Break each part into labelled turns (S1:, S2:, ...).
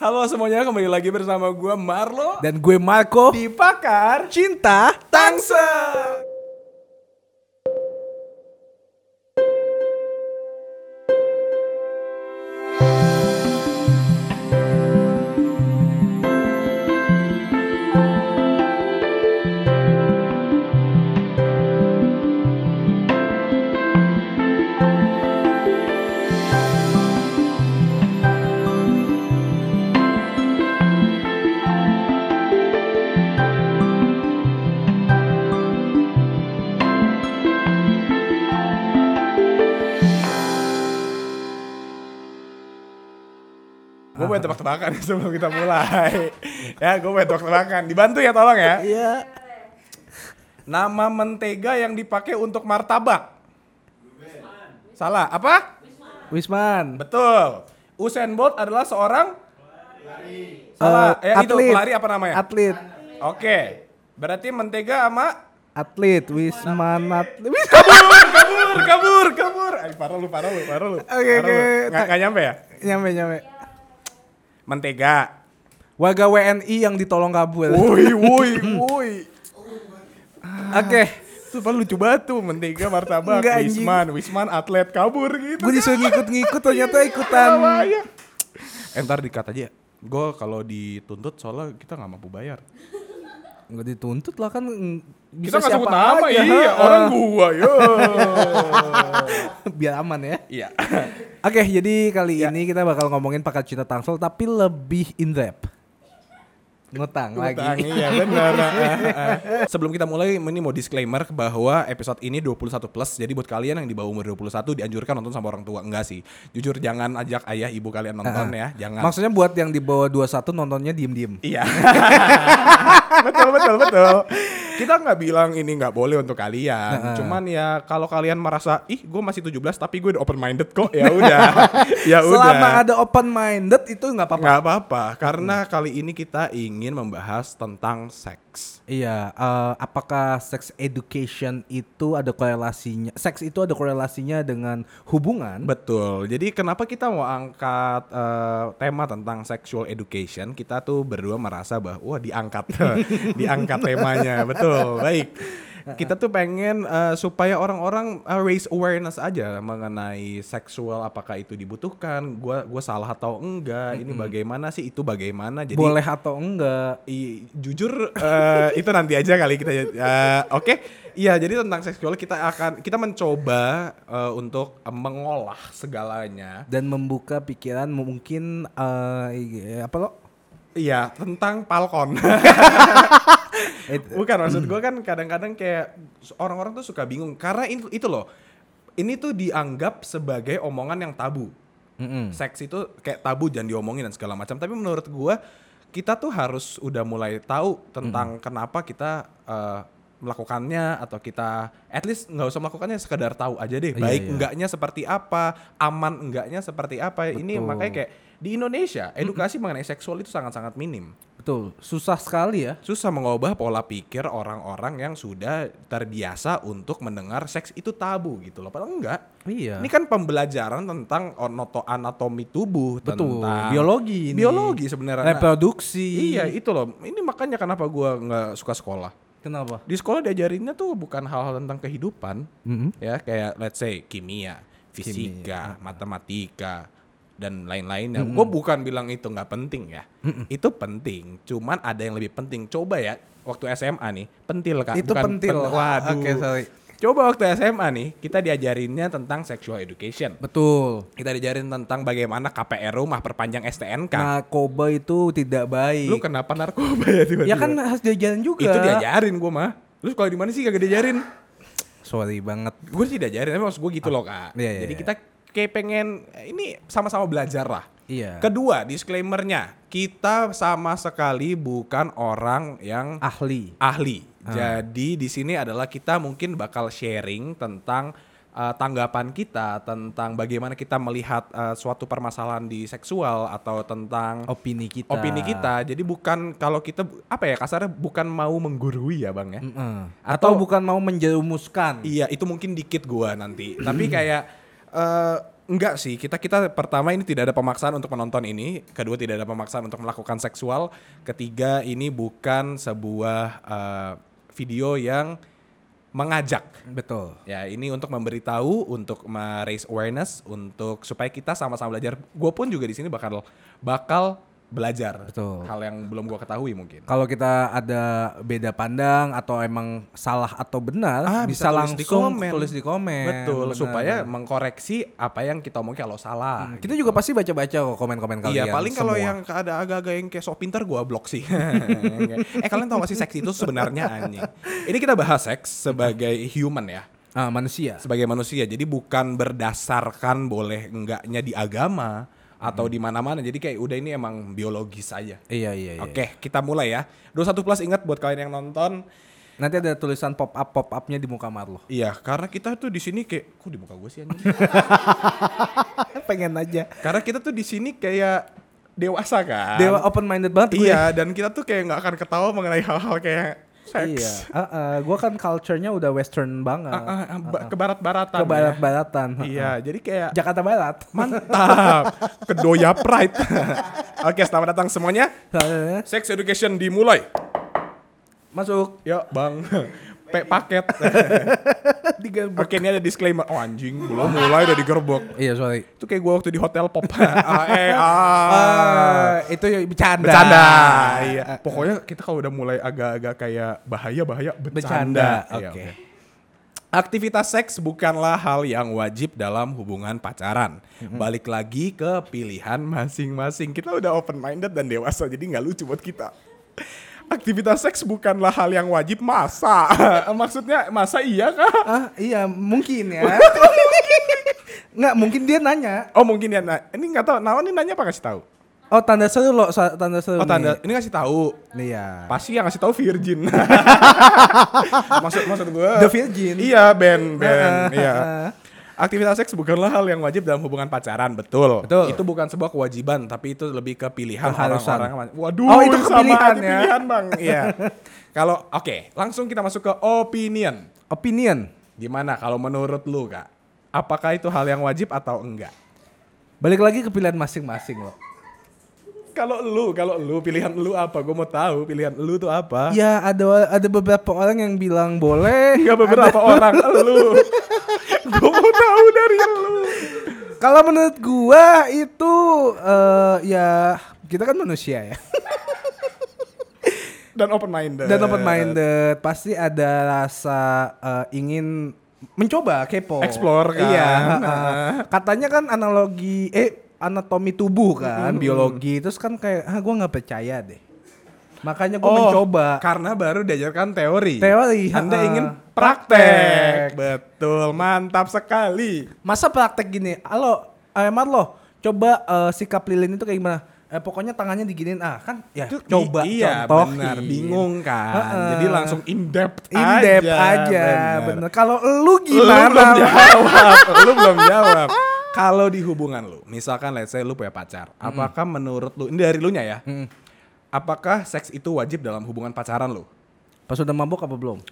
S1: Halo semuanya, kembali lagi bersama gue Marlo
S2: Dan gue Marco
S1: di Pakar
S2: Cinta
S1: Tangsel.
S2: Ah.
S1: Gue pengen tebak-tebakan sebelum kita mulai. ya, gue pengen tebak-tebakan. Dibantu ya, tolong ya.
S2: Iya
S1: Nama mentega yang dipakai untuk martabak. Salah. Apa?
S2: Wisman
S1: Betul. Usain Bolt adalah seorang Salah.
S2: Eh,
S1: ya itu
S2: atlet.
S1: pelari apa namanya?
S2: Atlet
S1: Oke. Berarti mentega sama
S2: Atlet Wisman atlet Wis-
S1: kabur, kabur, kabur, kabur. Ay, parah lu, parah lu, parah lu.
S2: Oke,
S1: Parah lu.
S2: oke.
S1: Nggak- nggak nyampe ya?
S2: Nyampe nyampe
S1: Mentega.
S2: Warga WNI yang ditolong kabur
S1: Woi, woi, woi.
S2: Oke
S1: Tuh paling lucu banget tuh mentega martabak
S2: Enggak, anjing.
S1: Wisman Wisman atlet kabur gitu
S2: Gue disuruh ngikut-ngikut ternyata ikutan
S1: Bahaya. Eh, ntar dikat aja gue kalau dituntut soalnya kita nggak mampu bayar
S2: Nggak dituntut lah kan mm,
S1: kita
S2: Bisa
S1: nggak sebut
S2: siapa
S1: nama
S2: aja
S1: iya
S2: ha-ha.
S1: orang gua yo
S2: Biar aman ya
S1: iya
S2: Oke jadi kali ini kita bakal ngomongin pakar cinta tangsel Tapi lebih in depth Ngutang
S1: Utang,
S2: lagi
S1: iya benar sebelum kita mulai ini mau disclaimer bahwa episode ini 21 plus jadi buat kalian yang di bawah umur 21 dianjurkan nonton sama orang tua enggak sih jujur jangan ajak ayah ibu kalian nonton ya jangan
S2: Ah. Maksudnya buat yang di bawah 21 nontonnya diem-diem
S1: Iya. betul betul betul. Kita nggak bilang ini nggak boleh untuk kalian. Cuman ya kalau kalian merasa ih gue masih 17 tapi gue udah open minded kok ya udah. ya
S2: Selama
S1: udah.
S2: ada open minded itu nggak apa-apa.
S1: Nggak apa-apa karena kali ini kita ingin membahas tentang seks.
S2: Iya, eh, apakah sex education itu ada korelasinya? Seks itu ada korelasinya dengan hubungan?
S1: Betul. Jadi kenapa kita mau angkat eh, tema tentang sexual education? Kita tuh berdua merasa bahwa wah diangkat diangkat temanya. Betul. Baik. Kita tuh pengen eh, supaya orang-orang eh, raise awareness aja mengenai seksual apakah itu dibutuhkan, gua gua salah atau enggak, ini bagaimana sih itu bagaimana. Jadi
S2: Boleh atau enggak?
S1: I- jujur eh, itu nanti aja kali kita eh, oke iya jadi tentang seksual kita akan kita mencoba eh, untuk eh, mengolah segalanya
S2: Dan membuka pikiran mungkin eh, apa lo?
S1: iya tentang palkon
S2: It-
S1: bukan maksud gue kan kadang-kadang kayak s- orang-orang tuh suka bingung karena itu itu loh ini tuh dianggap sebagai omongan yang tabu Hmm.
S2: Mm-mm.
S1: seks itu kayak tabu jangan diomongin dan segala macam tapi menurut gua kita tuh harus udah mulai tahu tentang
S2: Hmm.
S1: kenapa kita eh, melakukannya atau kita at least nggak usah melakukannya sekedar tahu aja deh
S2: Iya,
S1: baik
S2: iya.
S1: enggaknya seperti apa aman enggaknya seperti apa ini
S2: Betul. Hmm.
S1: makanya kayak di Indonesia edukasi mengenai seksual itu sangat-sangat minim
S2: Betul, susah sekali ya.
S1: susah mengubah pola pikir orang-orang yang sudah terbiasa untuk mendengar seks itu tabu gitu loh padahal enggak
S2: Iya.
S1: ini kan pembelajaran tentang onoto anatomi tubuh,
S2: Betul,
S1: tentang
S2: biologi ini.
S1: biologi sebenarnya.
S2: Reproduksi.
S1: Iya, itu loh. Ini makanya kenapa gua nggak suka sekolah.
S2: Kenapa?
S1: Di sekolah diajarinnya tuh bukan hal-hal tentang kehidupan,
S2: Mm-mm.
S1: ya kayak let's say kimia,
S2: ah.
S1: fisika, matematika dan lain-lainnya.
S2: Hmm.
S1: Gue bukan bilang itu nggak penting ya, itu penting. Cuman ada yang lebih penting. Coba ya waktu SMA nih pentil kan?
S2: Itu
S1: bukan
S2: pentil.
S1: pen- waduh.
S2: Oke, sorry.
S1: Coba waktu SMA nih kita diajarinnya tentang sexual education
S2: Betul.
S1: kita diajarin tentang bagaimana KPR rumah perpanjang STNK.
S2: Narkoba Nah, itu tidak
S1: Nah,
S2: baik.
S1: lu kenapa narkoba ya tiba-tiba?
S2: ya kan harus diajarin juga.
S1: itu diajarin gua mah. Lu sekolah di mana sih kagak diajarin?
S2: Sorry banget.
S1: Gue sih diajarin, tapi maksud gue gitu loh kak.
S2: Iya, iya,
S1: Jadi
S2: iya.
S1: kita kayak pengen eh, ini sama-sama belajar lah.
S2: Iya.
S1: Kedua disclaimernya, kita sama sekali bukan orang yang
S2: Ahli.
S1: ahli. Jadi di sini adalah kita mungkin bakal sharing tentang uh, tanggapan kita tentang bagaimana kita melihat uh, suatu permasalahan di seksual atau tentang
S2: opini kita.
S1: opini kita. Jadi bukan kalau kita apa ya kasarnya bukan mau menggurui ya bang ya. Iya,
S2: Mm-mm.
S1: Atau-
S2: Atau, bukan mau menjerumuskan.
S1: Iya itu mungkin dikit gua nanti. Tapi kayak eh, Enggak sih, kita kita pertama ini tidak ada pemaksaan untuk menonton ini, kedua tidak ada pemaksaan untuk melakukan seksual, ketiga ini bukan sebuah eh, video yang mengajak.
S2: Betul.
S1: Ya, ini untuk memberitahu, untuk me- raise awareness, untuk supaya kita sama-sama belajar. Gue pun juga di sini bakal bakal belajar
S2: Betul.
S1: hal yang belum gua ketahui mungkin.
S2: Kalau kita ada beda pandang atau emang salah atau benar,
S1: Ah,
S2: bisa,
S1: tulis di
S2: langsung
S1: komen.
S2: tulis di komen.
S1: Betul,
S2: Benar.
S1: supaya mengkoreksi apa yang kita omongin kalau salah. gitu,
S2: kita juga pasti baca-baca kok komen-komen kalian.
S1: Hmm, Iya, paling kalau
S2: semua.
S1: yang ada agak-agak yang kayak sok pintar gua blok sih. eh kalian tahu gak sih seks itu sebenarnya anjing. Ini kita bahas seks sebagai human ya,
S2: Ah, manusia.
S1: sebagai manusia. Jadi bukan berdasarkan boleh enggaknya di agama atau di mana-mana. Jadi kayak udah ini emang biologis aja.
S2: Iya, iya, iya.
S1: Oke, kita mulai ya. 21 plus ingat buat kalian yang nonton.
S2: Nanti ada tulisan pop up pop upnya di muka Marlo.
S1: Iya, karena kita tuh di sini kayak kok di muka gue sih anjing.
S2: Pengen aja.
S1: karena kita tuh di sini kayak dewasa kan.
S2: Ah, Dewa open minded banget gue.
S1: Iya, dan kita tuh kayak nggak akan ketawa mengenai hal-hal kayak
S2: Iya.
S1: seks.
S2: Ah, ah, gua kan culture-nya udah western banget.
S1: Ah, ah, ah, ba- ke barat-baratan.
S2: Iya. Ke
S1: ya.
S2: barat-baratan. ah,
S1: Iya, jadi kayak
S2: ah. Jakarta Barat.
S1: mantap. Kedoya pride. Oke, selamat datang semuanya. Sex education dimulai.
S2: Masuk
S1: Yuk, Bang. P paket.
S2: tiga
S1: Oke, ini ada disclaimer. Oh anjing, belum mulai udah digerbok.
S2: Iya, sorry.
S1: Itu kayak gua waktu di hotel pop. ah, eh, ah.
S2: Ah, itu bercanda.
S1: Bercanda. Iya. Pokoknya kita kalau udah mulai agak-agak kayak bahaya bahaya bercanda.
S2: Bercanda.
S1: Iya,
S2: Oke.
S1: Aktivitas seks bukanlah hal yang wajib dalam hubungan pacaran. Balik lagi ke pilihan masing-masing. Kita udah open minded dan dewasa jadi nggak lucu buat kita. Aktivitas seks bukanlah hal yang wajib masa. Eh, Maksudnya masa iya kah?
S2: Ah, iya, mungkin ya. Nggak, mungkin dia nanya.
S1: Oh mungkin ya. Nah, ini nggak tahu. Nawan ini nanya apa kasih tahu?
S2: Oh, tanda seru loh, sa- tanda
S1: Oh
S2: seru. nih.
S1: tanda ini ngasih tahu.
S2: Iya.
S1: Pasti yang ngasih tahu Virgin. maksud maksud gue.
S2: The Virgin.
S1: Iya, Ben, Ben,
S2: Ah,
S1: iya.
S2: ah.
S1: Aktivitas seks bukanlah hal yang wajib dalam hubungan pacaran, betul.
S2: Betul.
S1: Itu bukan sebuah kewajiban, tapi itu lebih ke pilihan
S2: Keharusan.
S1: orang-orang. Waduh,
S2: Oh, itu
S1: sama
S2: kepilihan
S1: aja
S2: ya.
S1: pilihan, Bang. Iya. Kalau oke, langsung kita masuk ke opinion.
S2: Opinion.
S1: Gimana kalau menurut lu, Kak? Apakah itu hal yang wajib atau enggak?
S2: Balik lagi ke pilihan masing-masing loh.
S1: Kalau lu, kalau lu pilihan lu apa? Gue mau tahu pilihan lu tuh apa.
S2: Ya, ada ada beberapa orang yang bilang boleh.
S1: Enggak beberapa orang, lu. Gue mau tahu dari lu.
S2: Kalau menurut gua itu eh, ya kita kan manusia ya.
S1: Dan open minded.
S2: Dan open minded pasti ada rasa eh, ingin mencoba kepo.
S1: Explore kan.
S2: Iya. eh, katanya kan analogi eh anatomi tubuh
S1: Hmm.
S2: kan, biologi terus kan kayak ah gua nggak percaya deh. Makanya gua mencoba.
S1: Oh, Karena baru diajarkan teori.
S2: Teori,
S1: Anda
S2: ha-ha.
S1: ingin praktek.
S2: Praktek.
S1: Betul, mantap sekali.
S2: Masa praktek gini, halo, eh Marlo, coba eh, sikap lilin itu kayak gimana? Eh, pokoknya tangannya diginiin, ah kan ya
S1: Itu
S2: coba
S1: i- iya,
S2: contohin.
S1: benar, bingung kan.
S2: Ha-ha.
S1: Jadi langsung in depth
S2: in depth
S1: aja.
S2: aja, bener. Kalau lu
S1: Lu belum
S2: gimana?
S1: jawab. lu belum jawab. Kalau di hubungan lu, misalkan let's say lu punya pacar, apakah menurut lu ini dari lu nya ya? Apakah seks itu wajib dalam hubungan pacaran lu?
S2: Pas udah mabuk apa belum?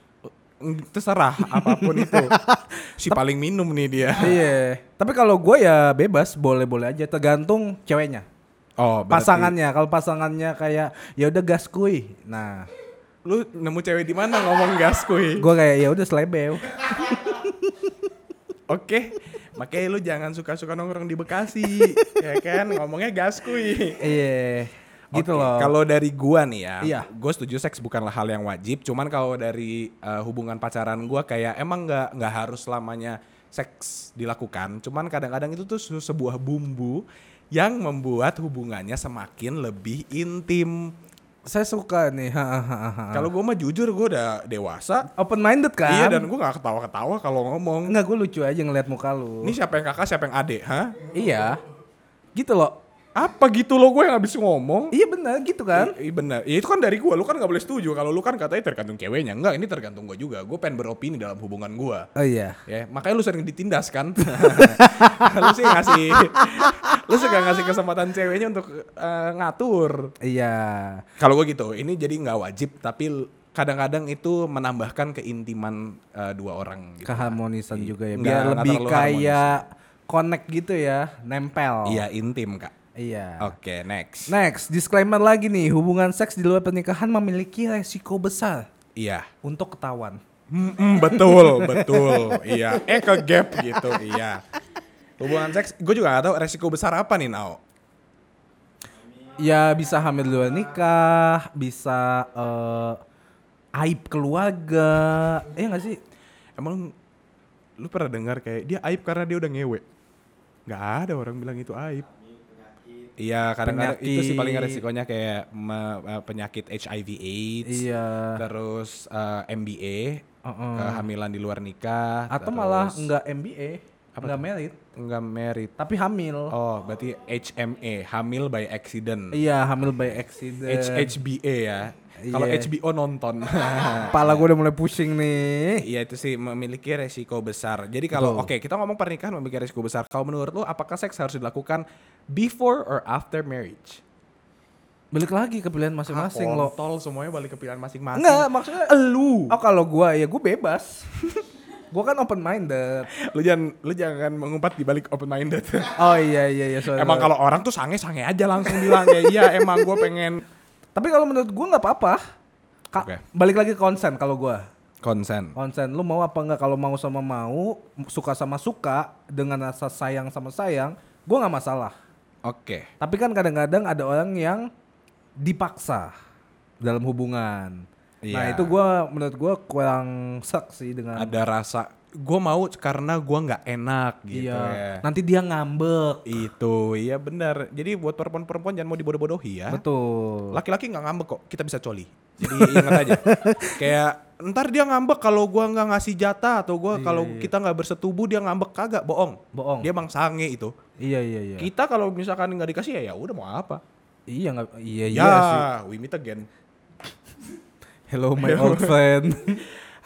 S1: Mm, Terserah apapun itu. si paling minum nih dia.
S2: Iya. Tapi kalau gue ya bebas, boleh-boleh aja. Tergantung ceweknya,
S1: Oh, berarti-
S2: pasangannya. Kalau pasangannya kayak ya udah gas kuy. Nah,
S1: Lu nemu cewek di mana ngomong gas kuy?
S2: gue kayak ya udah selebew.
S1: Oke, makanya lu jangan suka-suka nongkrong di Bekasi, ya kan? Ngomongnya gas kuy.
S2: Iya. Gitu
S1: Oke,
S2: loh.
S1: Kalau dari gua nih ya,
S2: Iya.
S1: gua setuju seks bukanlah hal yang wajib. Cuman kalau dari eh, hubungan pacaran gua kayak emang nggak nggak harus selamanya seks dilakukan. Cuman kadang-kadang itu tuh se- sebuah bumbu yang membuat hubungannya semakin lebih intim.
S2: saya suka nih. ha, ha, ha, ha.
S1: Kalau gua mah jujur gua udah dewasa.
S2: open minded Ah. kan?
S1: Iya dan gua nggak ketawa-ketawa kalau ngomong.
S2: Enggak, gue lucu aja ngeliat muka lu.
S1: Ini siapa yang kakak, siapa yang adik, hah?
S2: Iya. Gitu loh.
S1: Apa gitu lo gue yang habis ngomong?
S2: Iya benar gitu kan?
S1: Iya benar. Ya, itu kan dari gua, lu kan nggak boleh setuju. Kalau lu kan katanya tergantung ceweknya. Enggak, ini tergantung gua juga. Gue pengen beropini dalam hubungan gua.
S2: Oh iya.
S1: Ya, makanya lu sering ditindas kan. lu sih ngasih lu suka ngasih kesempatan ceweknya untuk eh, ngatur.
S2: Iya.
S1: Kalau gua gitu, ini jadi nggak wajib tapi l- kadang-kadang itu menambahkan keintiman eh, dua orang gitu.
S2: Keharmonisan juga
S1: Iya,
S2: ya.
S1: Nggak-
S2: Biar
S1: nggak
S2: lebih
S1: terlalu
S2: kayak connect gitu ya, nempel.
S1: Iya intim kak.
S2: Iya.
S1: Oke next.
S2: Next, disclaimer lagi nih, hubungan seks di luar pernikahan memiliki resiko besar
S1: Iya.
S2: untuk ketahuan.
S1: Mm-mm, betul betul. iya. Eh ke gap gitu. Iya. Hubungan seks, gue juga gak tahu resiko besar apa nih Nao.
S2: Ya bisa hamil di luar nikah, bisa eh, aib keluarga, eh nggak sih?
S1: Emang lu pernah dengar kayak dia aib karena dia udah ngewe? Nggak ada orang bilang itu aib. Iya, kadang-kadang itu sih paling
S2: Penyakit.
S1: resikonya kayak me- eh, penyakit HIV/AIDS,
S2: Iya.
S1: terus eh, MBA,
S2: Heeh.
S1: kehamilan di luar nikah,
S2: Atau
S1: terus
S2: malah nggak MBA, nggak merit,
S1: nggak married.
S2: tapi hamil.
S1: Oh, berarti HMA, hamil by accident.
S2: Iya hamil by accident.
S1: H- HBA ya. Kalau
S2: Iya.
S1: HBO nonton.
S2: Kepala gue udah mulai pusing nih.
S1: Iya itu sih memiliki resiko besar. Jadi kalau oke kita ngomong pernikahan memiliki resiko besar. Kalau menurut lu apakah seks harus dilakukan before or after marriage?
S2: Balik lagi ke pilihan
S1: Ah,
S2: masing-masing loh.
S1: kontol, semuanya balik ke pilihan masing-masing.
S2: Enggak, maksudnya
S1: Lu.
S2: Oh kalau gua ya gue bebas. gua kan open minded.
S1: Lu jangan lu jangan mengumpat di balik open minded.
S2: Oh iya iya iya sorry.
S1: emang
S2: sorry.
S1: kalau orang tuh sange-sange aja langsung bilang ya iya emang gue pengen
S2: tapi kalau menurut gua nggak apa-apa. Ka-
S1: Oke.
S2: Balik lagi ke konsen kalau gua.
S1: konsen.
S2: Konsen lu mau apa enggak kalau mau sama mau, suka sama suka dengan rasa sayang sama sayang, gua nggak masalah.
S1: Oke.
S2: Tapi kan kadang-kadang ada orang yang dipaksa dalam hubungan. Nah,
S1: Iya.
S2: itu gua menurut gua kurang sek sih dengan
S1: Ada rasa gue mau karena gue nggak enak gitu ya.
S2: Iya. Nanti dia ngambek.
S1: Itu iya benar. Jadi buat perempuan-perempuan jangan mau dibodoh-bodohi ya.
S2: Betul.
S1: Laki-laki nggak ngambek kok, kita bisa coli. Jadi ingat aja. Kayak ntar dia ngambek kalau gua nggak ngasih jatah atau gua kalau kita nggak bersetubuh dia ngambek kagak bohong.
S2: Iya, Bohong.
S1: Dia emang sange itu.
S2: Iya iya iya.
S1: Kita kalau misalkan nggak dikasih ya ya udah mau apa?
S2: Iya nggak iya
S1: Ya,
S2: iya sih.
S1: we meet again.
S2: Hello my old friend.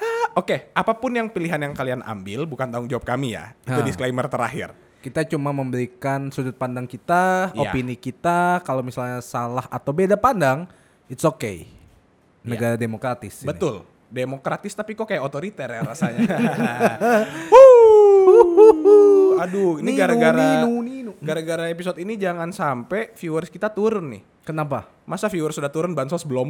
S1: Ah, Oke, apapun yang pilihan yang kalian ambil bukan tanggung jawab kami ya. Itu
S2: Ah.
S1: disclaimer terakhir.
S2: kita cuma memberikan sudut pandang kita,
S1: Iya.
S2: opini kita. Kalau misalnya salah atau beda pandang, it's okay. Negara demokratis.
S1: Iya.
S2: ini.
S1: Betul. Demokratis tapi kok kayak otoriter ya rasanya. Aduh, ini
S2: Ninu,
S1: gara-gara
S2: ninu, ninu.
S1: gara-gara episode ini jangan sampai viewers kita turun nih.
S2: Kenapa?
S1: Masa viewers sudah turun bansos belum?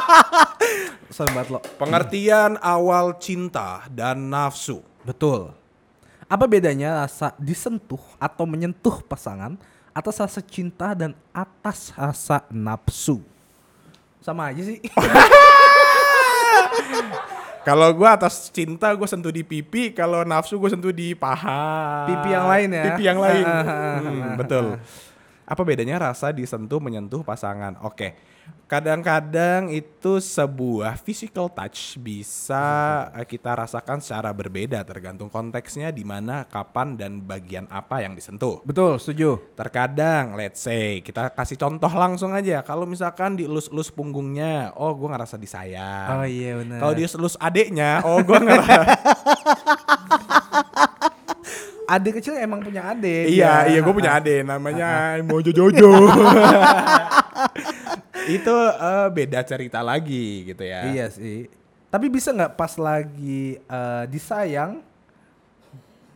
S2: Sorry banget lo.
S1: Pengertian awal cinta dan nafsu.
S2: Betul. Apa bedanya rasa disentuh atau menyentuh pasangan atas rasa cinta dan atas rasa nafsu? Sama aja sih.
S1: Kalau gua atas cinta gue sentuh di pipi, kalau nafsu gue sentuh di paha.
S2: Pipi yang lain ya?
S1: Pipi yang lain.
S2: Ah, ah, ah,
S1: Hmm, betul. Apa bedanya rasa disentuh menyentuh pasangan? Oke. Kadang-kadang itu sebuah physical touch bisa eh, kita rasakan secara berbeda tergantung konteksnya di mana, kapan dan bagian apa yang disentuh.
S2: Betul, setuju.
S1: Terkadang, let's say, kita kasih contoh langsung aja. Kalau misalkan dielus-elus punggungnya, oh gue ngerasa disayang.
S2: Oh iya benar.
S1: Ah. Kalau dielus adeknya, oh gue ngerasa.
S2: adik kecil emang punya adik.
S1: iya,
S2: ya.
S1: iya gue punya adek namanya Mojo Jojo. Itu eh, beda cerita lagi gitu ya.
S2: Iya sih. Tapi bisa nggak pas lagi eh, disayang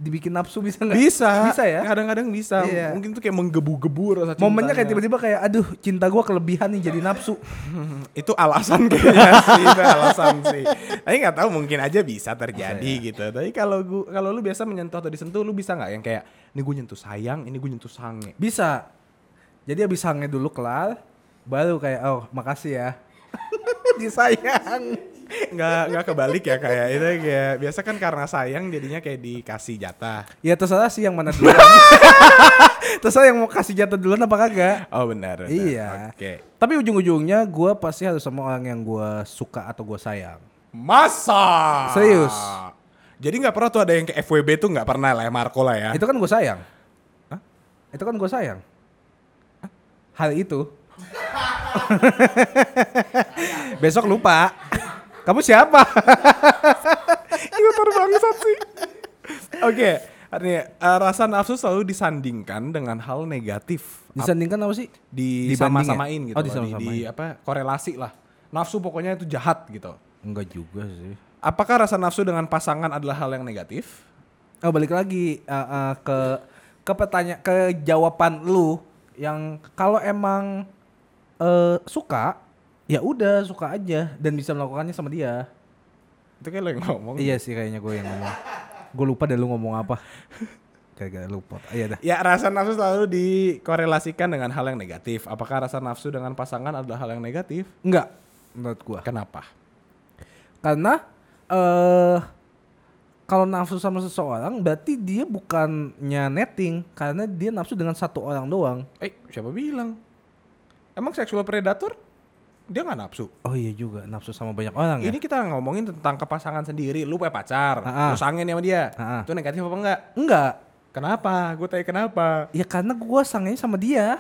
S2: dibikin nafsu bisa nggak?
S1: Bisa.
S2: Bisa ya.
S1: Kadang-kadang bisa.
S2: Iya.
S1: Mungkin tuh kayak menggebu-gebu rasa
S2: Momennya
S1: cintanya.
S2: kayak tiba-tiba kayak aduh cinta gua kelebihan nih jadi nafsu.
S1: itu alasan kayaknya sih itu alasan sih tapi nggak tahu mungkin aja bisa terjadi
S2: Iya,
S1: gitu tapi kalau gua kalau lu biasa menyentuh atau disentuh lu bisa nggak yang kayak ini gue nyentuh sayang ini gue nyentuh sange
S2: Bisa. Jadi habis sange dulu kelar baru kayak oh makasih ya. disayang.
S1: nggak nggak kebalik ya kayak itu kayak biasa kan karena sayang jadinya kayak dikasih jatah
S2: Ya terserah sih yang mana duluan. terserah yang mau kasih jatuh duluan apa kagak.
S1: oh benar, benar.
S2: Iya.
S1: oke
S2: Tapi ujung-ujungnya gua pasti harus sama orang yang gua suka atau gua sayang.
S1: masa
S2: Serius?
S1: jadi nggak pernah tuh ada yang ke FWB tuh nggak pernah lah ya Marco lah ya
S2: Itu kan gue sayang. Itu kan gue sayang. Hal itu. Besok lupa. Kamu siapa? Iya,
S1: Youtuber bangsat sih. Oke, artinya eh, rasa nafsu selalu disandingkan dengan hal negatif.
S2: Disandingkan apa sih?
S1: Di
S2: Dibanding
S1: sama-samain
S2: ya?
S1: gitu.
S2: Oh,
S1: loh, di-
S2: disama-samain.
S1: Di, apa korelasi lah. Nafsu pokoknya itu jahat gitu.
S2: Enggak juga sih.
S1: Apakah rasa nafsu dengan pasangan adalah hal yang negatif?
S2: Oh balik lagi eh, eh, ke ke pertanya ke jawaban lu yang kalau emang eh, suka ya udah suka aja dan bisa melakukannya sama dia.
S1: Itu kayak lo yang ngomong.
S2: Iya sih kayaknya gue yang ngomong. gue lupa dan lu ngomong apa. Kayak lupa. Iya dah.
S1: Ya rasa nafsu selalu dikorelasikan dengan hal yang negatif. Apakah rasa nafsu dengan pasangan adalah hal yang negatif?
S2: Enggak menurut gua.
S1: Kenapa?
S2: Karena eh kalau nafsu sama seseorang berarti dia bukannya netting karena dia nafsu dengan satu orang doang.
S1: Eh siapa bilang? Emang seksual predator dia nggak nafsu?
S2: Oh iya juga nafsu sama banyak orang ya.
S1: Ini kita ngomongin tentang kepasangan sendiri. Lu punya pacar, lu
S2: Ah-ah.
S1: sangen sama dia.
S2: Ah-ah.
S1: Itu negatif apa enggak?
S2: Enggak.
S1: Kenapa? Gue tanya kenapa?
S2: Ya karena gua sangnya sama dia.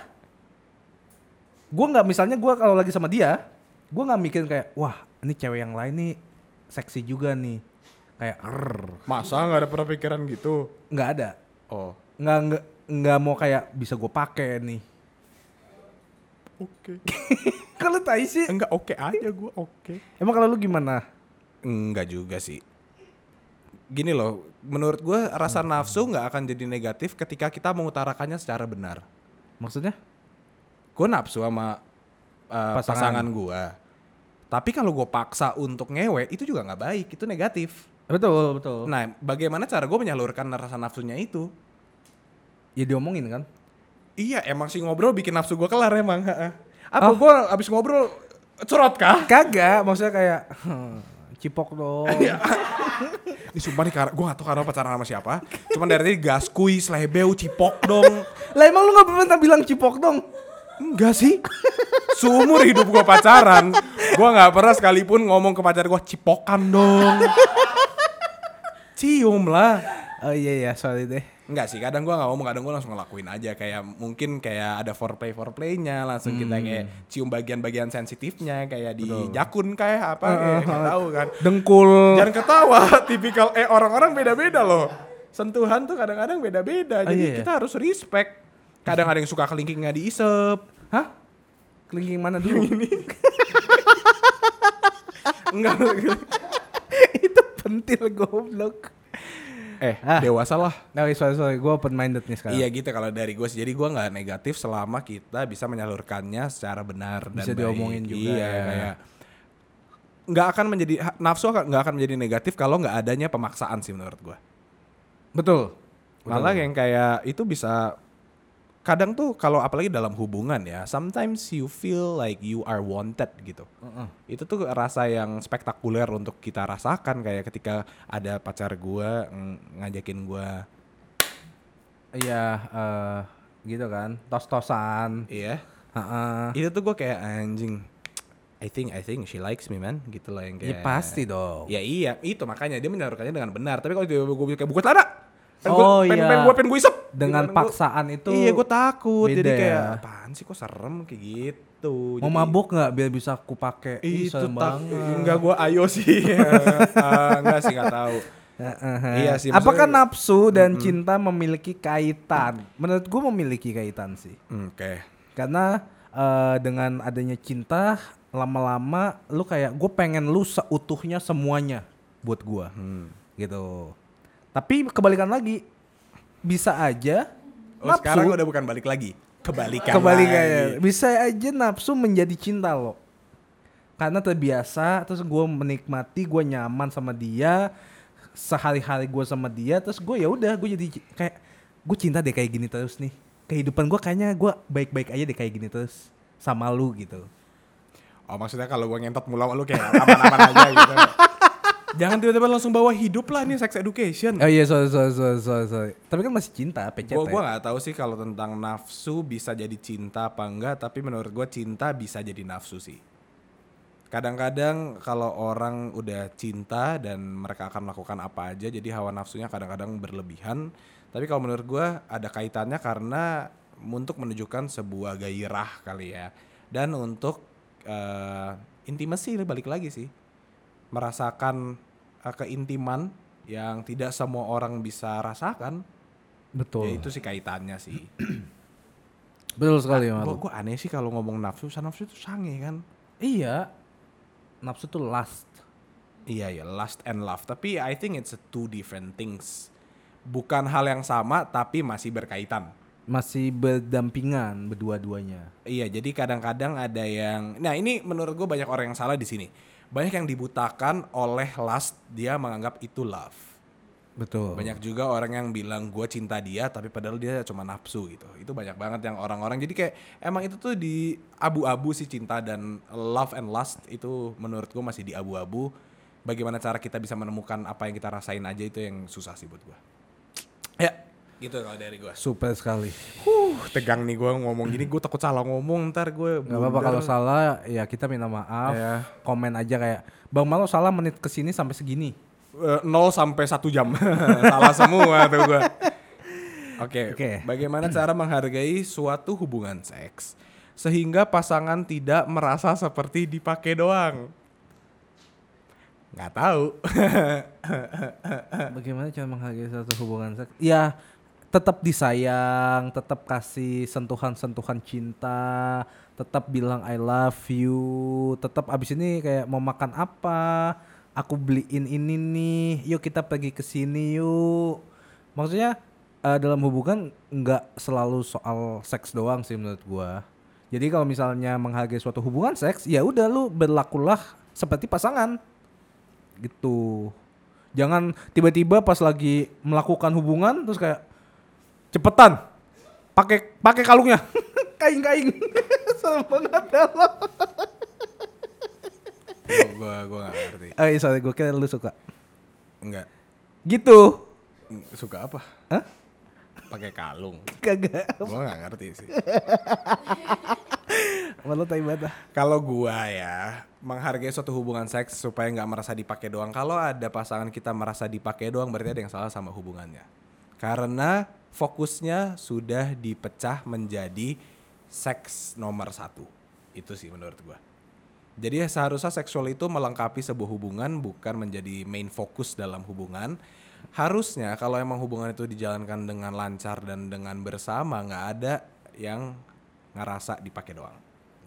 S2: Gua nggak misalnya gua kalau lagi sama dia, gua nggak mikir kayak wah ini cewek yang lain nih seksi juga nih. Kayak "Arr."
S1: Masa nggak ada pernah pikiran gitu?
S2: nggak ada.
S1: Oh,
S2: Nggak nggak nggak mau kayak bisa gue pakai nih.
S1: oke.
S2: Kalau tai sih.
S1: Enggak oke aja gue oke.
S2: Emang kalau lu gimana?
S1: Enggak juga sih. Gini loh, menurut gue rasa nafsu nggak akan jadi negatif ketika kita mengutarakannya secara benar.
S2: Maksudnya?
S1: Gue nafsu sama uh,
S2: Pasangan.
S1: pasangan, gue. Tapi kalau gue paksa untuk ngewe itu juga nggak baik, itu negatif.
S2: Betul, betul.
S1: Nah, bagaimana cara gue menyalurkan rasa nafsunya itu?
S2: Ya diomongin kan?
S1: Iya, emang sih ngobrol bikin nafsu gue kelar emang. ha-ha. Apa gue abis ngobrol curot kah?
S2: Kagak, maksudnya kayak "Hmm, cipok dong.
S1: Ini sumpah nih, gue gak tau karena pacaran sama siapa. Cuman dari tadi gaskui, selebeu, cipok dong.
S2: lah emang lu nggak pernah bilang cipok dong?
S1: Enggak sih. Seumur hidup gua pacaran, gua nggak pernah sekalipun ngomong ke pacar gua cipokan dong. Cium lah.
S2: Oh iya iya, sorry deh.
S1: Enggak sih, kadang gua nggak ngomong, kadang gua langsung ngelakuin aja kayak mungkin kayak ada foreplay foreplaynya, langsung kita
S2: Hmm.
S1: kayak cium bagian-bagian sensitifnya kayak di jakun kayak apa kayak nggak tahu kan.
S2: Dengkul.
S1: Jangan ketawa, tipikal eh orang-orang beda-beda loh. Sentuhan tuh kadang-kadang beda-beda.
S2: Oh,
S1: Jadi
S2: iya, iya.
S1: kita harus respect. Kadang ada yang suka kelingkingnya diisep.
S2: Hah? Kelingking mana dulu?
S1: Iya, Enggak.
S2: Itu pentil goblok.
S1: Eh,
S2: Ah.
S1: dewasalah.
S2: Nah, wait, sorry sorry, gue open minded nih sekarang.
S1: Iya gitu kalau dari gue sih. Jadi gue nggak negatif selama kita bisa menyalurkannya secara benar dan
S2: Bisa
S1: baik.
S2: diomongin juga
S1: Iya,
S2: ya.
S1: kayak nggak akan menjadi ha- nafsu akan- nggak akan menjadi negatif kalau nggak adanya pemaksaan sih menurut gue.
S2: Betul.
S1: Malah yang kayak itu bisa kadang tuh kalau apalagi dalam hubungan ya, sometimes you feel like you are wanted gitu. Itu tuh rasa yang spektakuler untuk kita rasakan kayak ketika ada pacar gua ng- ngajakin gua,
S2: Iya, eh, gitu kan. Tos-tosan.
S1: iya.
S2: Heeh.
S1: itu tuh gue kayak anjing I think I think she likes me man gitu loh yang
S2: Ya
S1: kayak
S2: pasti dong.
S1: ya iya itu makanya dia menaruhkannya dengan benar tapi kalau gue kayak buka celana pengen
S2: Oh,
S1: gue, pengen,
S2: iya.
S1: pengen gue pengen gue isep
S2: Dengan
S1: Gitu kan, gua-
S2: paksaan itu
S1: iya gue takut jadi
S2: beda ya.
S1: kayak apaan sih kok serem kayak gitu
S2: mau
S1: Jadi-
S2: mabuk nggak biar bisa aku pakai
S1: itu
S2: serem
S1: tak iya,
S2: banget.
S1: enggak gue ayo sih Eh, enggak sih enggak tahu Iya sih, maksudnya-
S2: Apakah nafsu dan cinta memiliki kaitan? Menurut gue memiliki kaitan sih.
S1: Hmm, oke
S2: Karena eh, dengan adanya cinta lama-lama lu kayak gue pengen lu seutuhnya semuanya buat gua.
S1: Hmm.
S2: Gitu. Tapi kebalikan lagi bisa aja
S1: oh, sekarang udah bukan balik lagi kebalikan
S2: kebalikannya
S1: lagi.
S2: ya? bisa aja nafsu menjadi cinta lo karena terbiasa terus gue menikmati gue nyaman sama dia sehari-hari gue sama dia terus gue ya udah gue jadi ci- kayak gue cinta deh kayak gini terus nih kehidupan gue kayaknya gue baik-baik aja deh kayak gini terus sama lu gitu
S1: Oh maksudnya kalau gue ngentot mulu sama lu kayak aman-aman aja gitu. Jangan tiba-tiba langsung bawa hidup lah nih sex education.
S2: oh iya sorry sorry sorry sorry, sorry. tapi kan masih cinta pecet
S1: Gue gua
S2: ya.
S1: nggak tahu sih kalau tentang nafsu bisa jadi cinta apa enggak, tapi menurut gue cinta bisa jadi nafsu sih. Kadang-kadang kalau orang udah cinta dan mereka akan melakukan apa aja, jadi hawa nafsunya kadang-kadang berlebihan. Tapi kalau menurut gue ada kaitannya karena untuk menunjukkan sebuah gairah kali ya, dan untuk eh, intimasi balik lagi sih, merasakan eh, keintiman yang tidak semua orang bisa rasakan.
S2: betul
S1: Ya itu sih kaitannya sih.
S2: betul sekali Mar.
S1: Gue gue aneh sih kalau ngomong nafsu, sa nafsu itu sange kan.
S2: iya nafsu tuh last
S1: Iya ya, lust and love. Tapi I think it's a two different things. bukan hal yang sama tapi masih berkaitan.
S2: masih berdampingan berdua-duanya.
S1: Iya, jadi kadang-kadang ada yang Nah, ini menurut gue banyak orang yang salah di sini. Banyak yang dibutakan oleh lust, dia menganggap itu love.
S2: Betul.
S1: Banyak juga orang yang bilang gue cinta dia tapi padahal dia cuma nafsu gitu. Itu banyak banget yang orang-orang. Jadi kayak emang itu tuh di abu-abu sih cinta dan love and lust itu menurut gue masih di abu-abu. Bagaimana cara kita bisa menemukan apa yang kita rasain aja itu yang susah sih buat gue. Ya, gitu kalau dari gue.
S2: Super sekali.
S1: Huh, tegang nih gue ngomong gini. Gue takut salah ngomong ntar gue.
S2: Gak apa-apa kalau salah ya kita minta maaf.
S1: Iya.
S2: Komen aja kayak Bang Malo salah menit kesini sampai segini.
S1: Eh, 0 sampai 1 jam. Salah semua tuh gua. Oke,
S2: Oke.
S1: bagaimana cara menghargai suatu hubungan seks sehingga pasangan tidak merasa seperti dipakai doang? Nggak tahu.
S2: Bagaimana cara menghargai satu hubungan seks? Ya tetap disayang, tetap kasih sentuhan-sentuhan cinta, tetap bilang I love you, tetap abis ini kayak mau makan apa, aku beliin ini nih, yuk kita pergi ke sini yuk. Maksudnya eh, dalam hubungan nggak selalu soal seks doang sih menurut gua. Jadi kalau misalnya menghargai suatu hubungan seks, ya udah lu berlakulah seperti pasangan gitu jangan tiba-tiba pas lagi melakukan hubungan terus kayak cepetan pakai pakai kalungnya kain-kain serem banget ya lo
S1: Gua- Oh, gua gua nggak ngerti.
S2: eh sorry gue kira lu suka
S1: Enggak.
S2: gitu
S1: Suka apa?
S2: Hah?
S1: Pakai kalung.
S2: kagak
S1: Gua nggak ngerti sih.
S2: malu tai banget dah.
S1: Kalau gua ya menghargai suatu hubungan seks supaya nggak merasa dipakai doang. Kalau ada pasangan kita merasa dipakai doang, berarti ada yang salah sama hubungannya. Karena fokusnya sudah dipecah menjadi seks nomor satu. Itu sih menurut gua. Jadi ya seharusnya seksual itu melengkapi sebuah hubungan bukan menjadi main fokus dalam hubungan. Harusnya kalau emang hubungan itu dijalankan dengan lancar dan dengan bersama nggak ada yang ngerasa dipakai doang.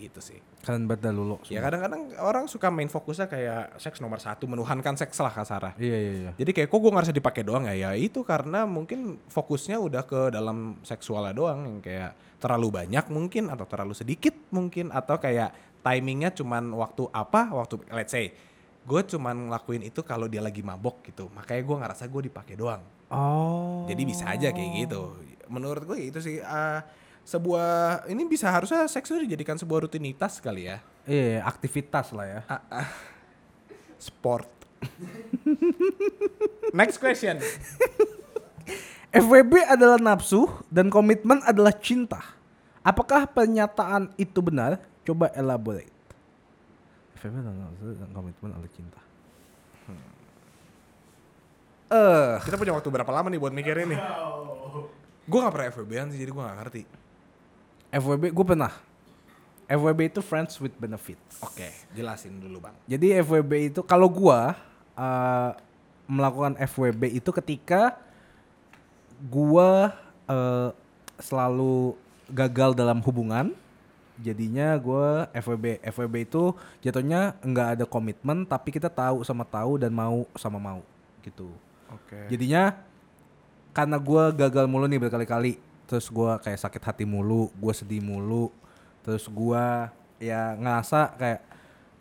S1: Gitu sih.
S2: kalian banget dah lulu
S1: Ya kadang-kadang orang suka main fokusnya kayak seks nomor satu, menuhankan seks lah kasarah.
S2: iya iya iya
S1: Jadi kayak kok gue ngerasa dipakai doang ya? Ya itu karena mungkin fokusnya udah ke dalam seksualnya doang yang kayak terlalu banyak mungkin atau terlalu sedikit mungkin atau kayak timingnya cuman waktu apa waktu let's say gue cuman ngelakuin itu kalau dia lagi mabok gitu makanya gue ngerasa gue dipakai doang
S2: oh
S1: jadi bisa aja kayak gitu. Menurut gue itu sih ah, sebuah ini bisa harusnya seks itu dijadikan sebuah rutinitas kali ya.
S2: iya iya, aktivitas lah ya
S1: sport. Next question.
S2: FWB adalah nafsu dan komitmen adalah cinta. Apakah pernyataan itu benar? Coba elaborate. FWB adalah nafsu dan komitmen adalah cinta. Hmm. Eh,
S1: Kita punya waktu berapa lama nih buat mikirin nih? Gue gak pernah FWB-an sih, jadi gue gak ngerti.
S2: FWB gue pernah. FWB itu friends with benefits.
S1: Oke, jelasin dulu bang.
S2: Jadi FWB itu kalau gua eh, melakukan FWB itu ketika gua eh, selalu gagal dalam hubungan, jadinya gua FWB. FWB itu jatuhnya nggak ada komitmen, tapi kita tahu sama tahu dan mau sama mau gitu.
S1: Oke.
S2: Jadinya karena gue gagal mulu nih berkali-kali, terus gue kayak sakit hati mulu, gue sedih mulu, terus gue ya ngerasa kayak,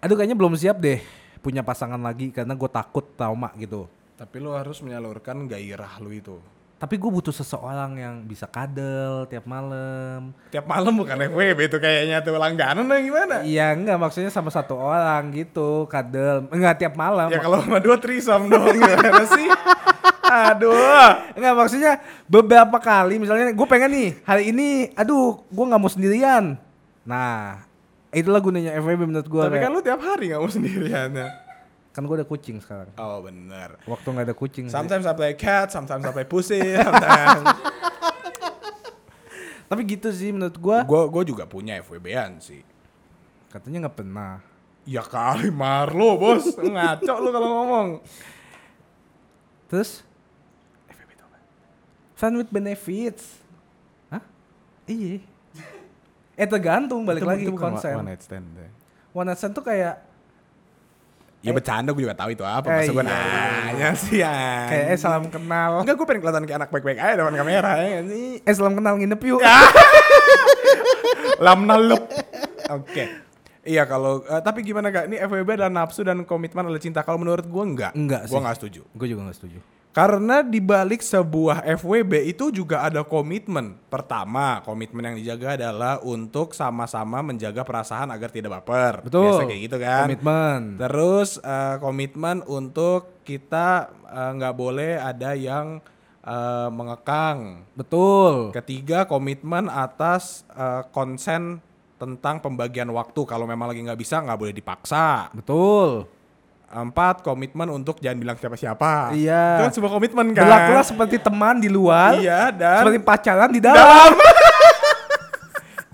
S2: aduh kayaknya belum siap deh punya pasangan lagi karena gue takut trauma gitu.
S1: Tapi lo harus menyalurkan gairah lo itu.
S2: Tapi gue butuh seseorang yang bisa kadel tiap malam.
S1: Tiap malam bukan FWB itu kayaknya tuh langganan lah gimana?
S2: Iya enggak maksudnya sama satu orang gitu kadel, enggak tiap malam.
S1: Ya kalau sama dua threesome dong gimana sih? Aduh.
S2: Enggak maksudnya beberapa kali misalnya gue pengen nih hari ini aduh gue nggak mau sendirian. Nah itulah gunanya FWB menurut gue.
S1: Tapi kan lo tiap hari gak mau sendirian ya.
S2: kan gue ada kucing sekarang.
S1: Oh bener.
S2: Waktu nggak ada kucing. sih.
S1: Sometimes I play cat, sometimes I play pussy, sometimes
S2: Tapi gitu sih menurut gue.
S1: gue gue juga punya FWB-an sih.
S2: Katanya nggak pernah.
S1: Ya kali Marlo bos, ngaco lu kalau ngomong.
S2: Terus
S1: FWB itu apa?
S2: fun with benefits. Hah? Iya. Eh tergantung balik lagi
S1: Itu bukan
S2: konsen.
S1: One night stand. ya.
S2: One night stand tuh kayak
S1: Ya bercanda gue juga tahu itu apa. Masa
S2: Eh,
S1: gue
S2: iya, iya,
S1: nanya sih ya.
S2: Kayak eh salam kenal.
S1: Enggak gue pengen kelihatan kayak anak baik-baik aja depan kamera ya. nggak sih?
S2: Eh salam kenal nginep yuk.
S1: Lamna lep. Oke. Iya kalau eh, tapi gimana kak? Ini FWB dan nafsu dan komitmen adalah cinta. Kalau menurut gue enggak.
S2: Enggak
S1: Gue
S2: sih.
S1: enggak setuju.
S2: Gue juga gak setuju.
S1: Karena di balik sebuah FWB itu juga ada komitmen. Pertama, komitmen yang dijaga adalah untuk sama-sama menjaga perasaan agar tidak baper.
S2: Betul.
S1: Biasa kayak gitu kan.
S2: Komitmen.
S1: Terus eh, komitmen untuk kita eh, nggak boleh ada yang eh, mengekang.
S2: Betul.
S1: Ketiga, komitmen atas eh, konsen tentang pembagian waktu. Kalau memang lagi nggak bisa, nggak boleh dipaksa.
S2: Betul.
S1: Empat, komitmen untuk jangan bilang siapa-siapa.
S2: Iya.
S1: Itu kan sebuah komitmen kan.
S2: Berlakulah seperti teman di luar,
S1: Iya, dan...
S2: seperti pacaran di dalam.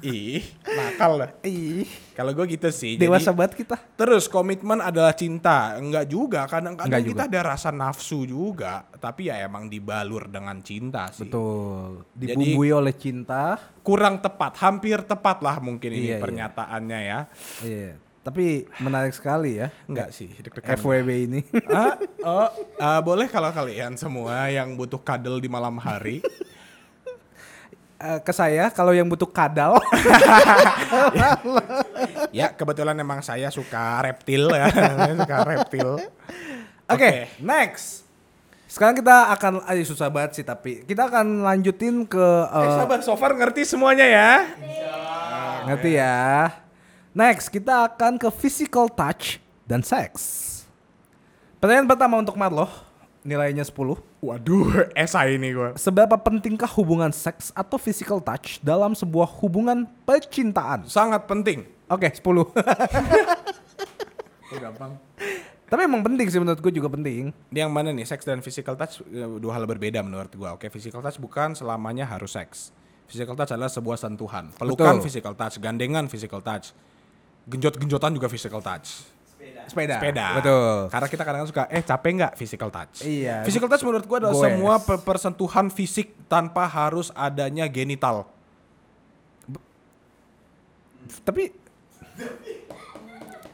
S1: Ih, nakal lah.
S2: Ih,
S1: Kalau gue gitu sih.
S2: dewasa
S1: Jadi,
S2: banget kita.
S1: terus komitmen adalah cinta. Enggak juga, kadang-kadang
S2: Enggak
S1: kita
S2: juga.
S1: ada rasa nafsu juga. Tapi ya emang dibalur dengan cinta sih.
S2: Betul.
S1: Jadi-
S2: Dibumbui oleh cinta.
S1: Kurang tepat, hampir tepat lah mungkin ini
S2: Iya, iya.
S1: pernyataannya ya.
S2: Iya. Tapi menarik sekali ya.
S1: Enggak sih, deg-degan.
S2: FWB ini.
S1: Ah, oh, ah, boleh kalau kalian semua yang butuh kadel di malam hari
S2: Eh, ke saya kalau yang butuh kadal.
S1: ya kebetulan emang saya suka reptil ya suka reptil
S2: Eh,
S1: oke
S2: Oke,
S1: next
S2: Sekarang kita akan ayo susah banget sih tapi kita akan lanjutin ke
S1: eh,
S2: eh,
S1: sabar so far ngerti semuanya ya
S2: ngerti ya. Next, kita akan ke physical touch dan seks. Pertanyaan pertama untuk Marlo, nilainya 10.
S1: waduh esai ini gue
S2: Seberapa pentingkah hubungan seks atau physical touch dalam sebuah hubungan percintaan?
S1: sangat penting
S2: Oke, 10.
S1: gampang
S2: Tapi emang penting sih menurut gue juga penting.
S1: yang mana nih seks dan physical touch eh, dua hal berbeda menurut gua oke physical touch bukan selamanya harus seks physical touch adalah sebuah sentuhan pelukan
S2: Betul.
S1: physical touch gandengan physical touch genjot-genjotan juga physical touch sepeda.
S2: Sepeda. Nah, Betul.
S1: Karena kita kadang-kadang suka, eh capek nggak physical touch?
S2: Iya.
S1: Physical touch menurut gua adalah
S2: Goes.
S1: semua per- persentuhan fisik tanpa harus adanya genital.
S2: Tapi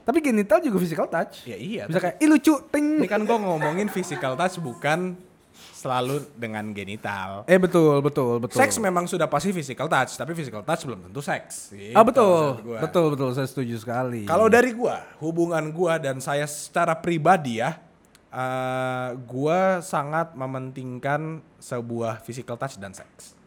S2: Tapi genital juga physical touch.
S1: Ya iya.
S2: Bisa kayak, ih lucu, ting.
S1: Ini kan gua ngomongin physical touch bukan selalu dengan genital.
S2: Eh betul, betul, betul.
S1: Seks memang sudah pasti physical touch, tapi physical touch belum tentu seks. Gitu
S2: Ah betul,
S1: menurut gua.
S2: betul, betul. Saya setuju sekali.
S1: Kalau dari gua, hubungan gua dan saya secara pribadi ya, eh, gua sangat mementingkan sebuah physical touch dan seks.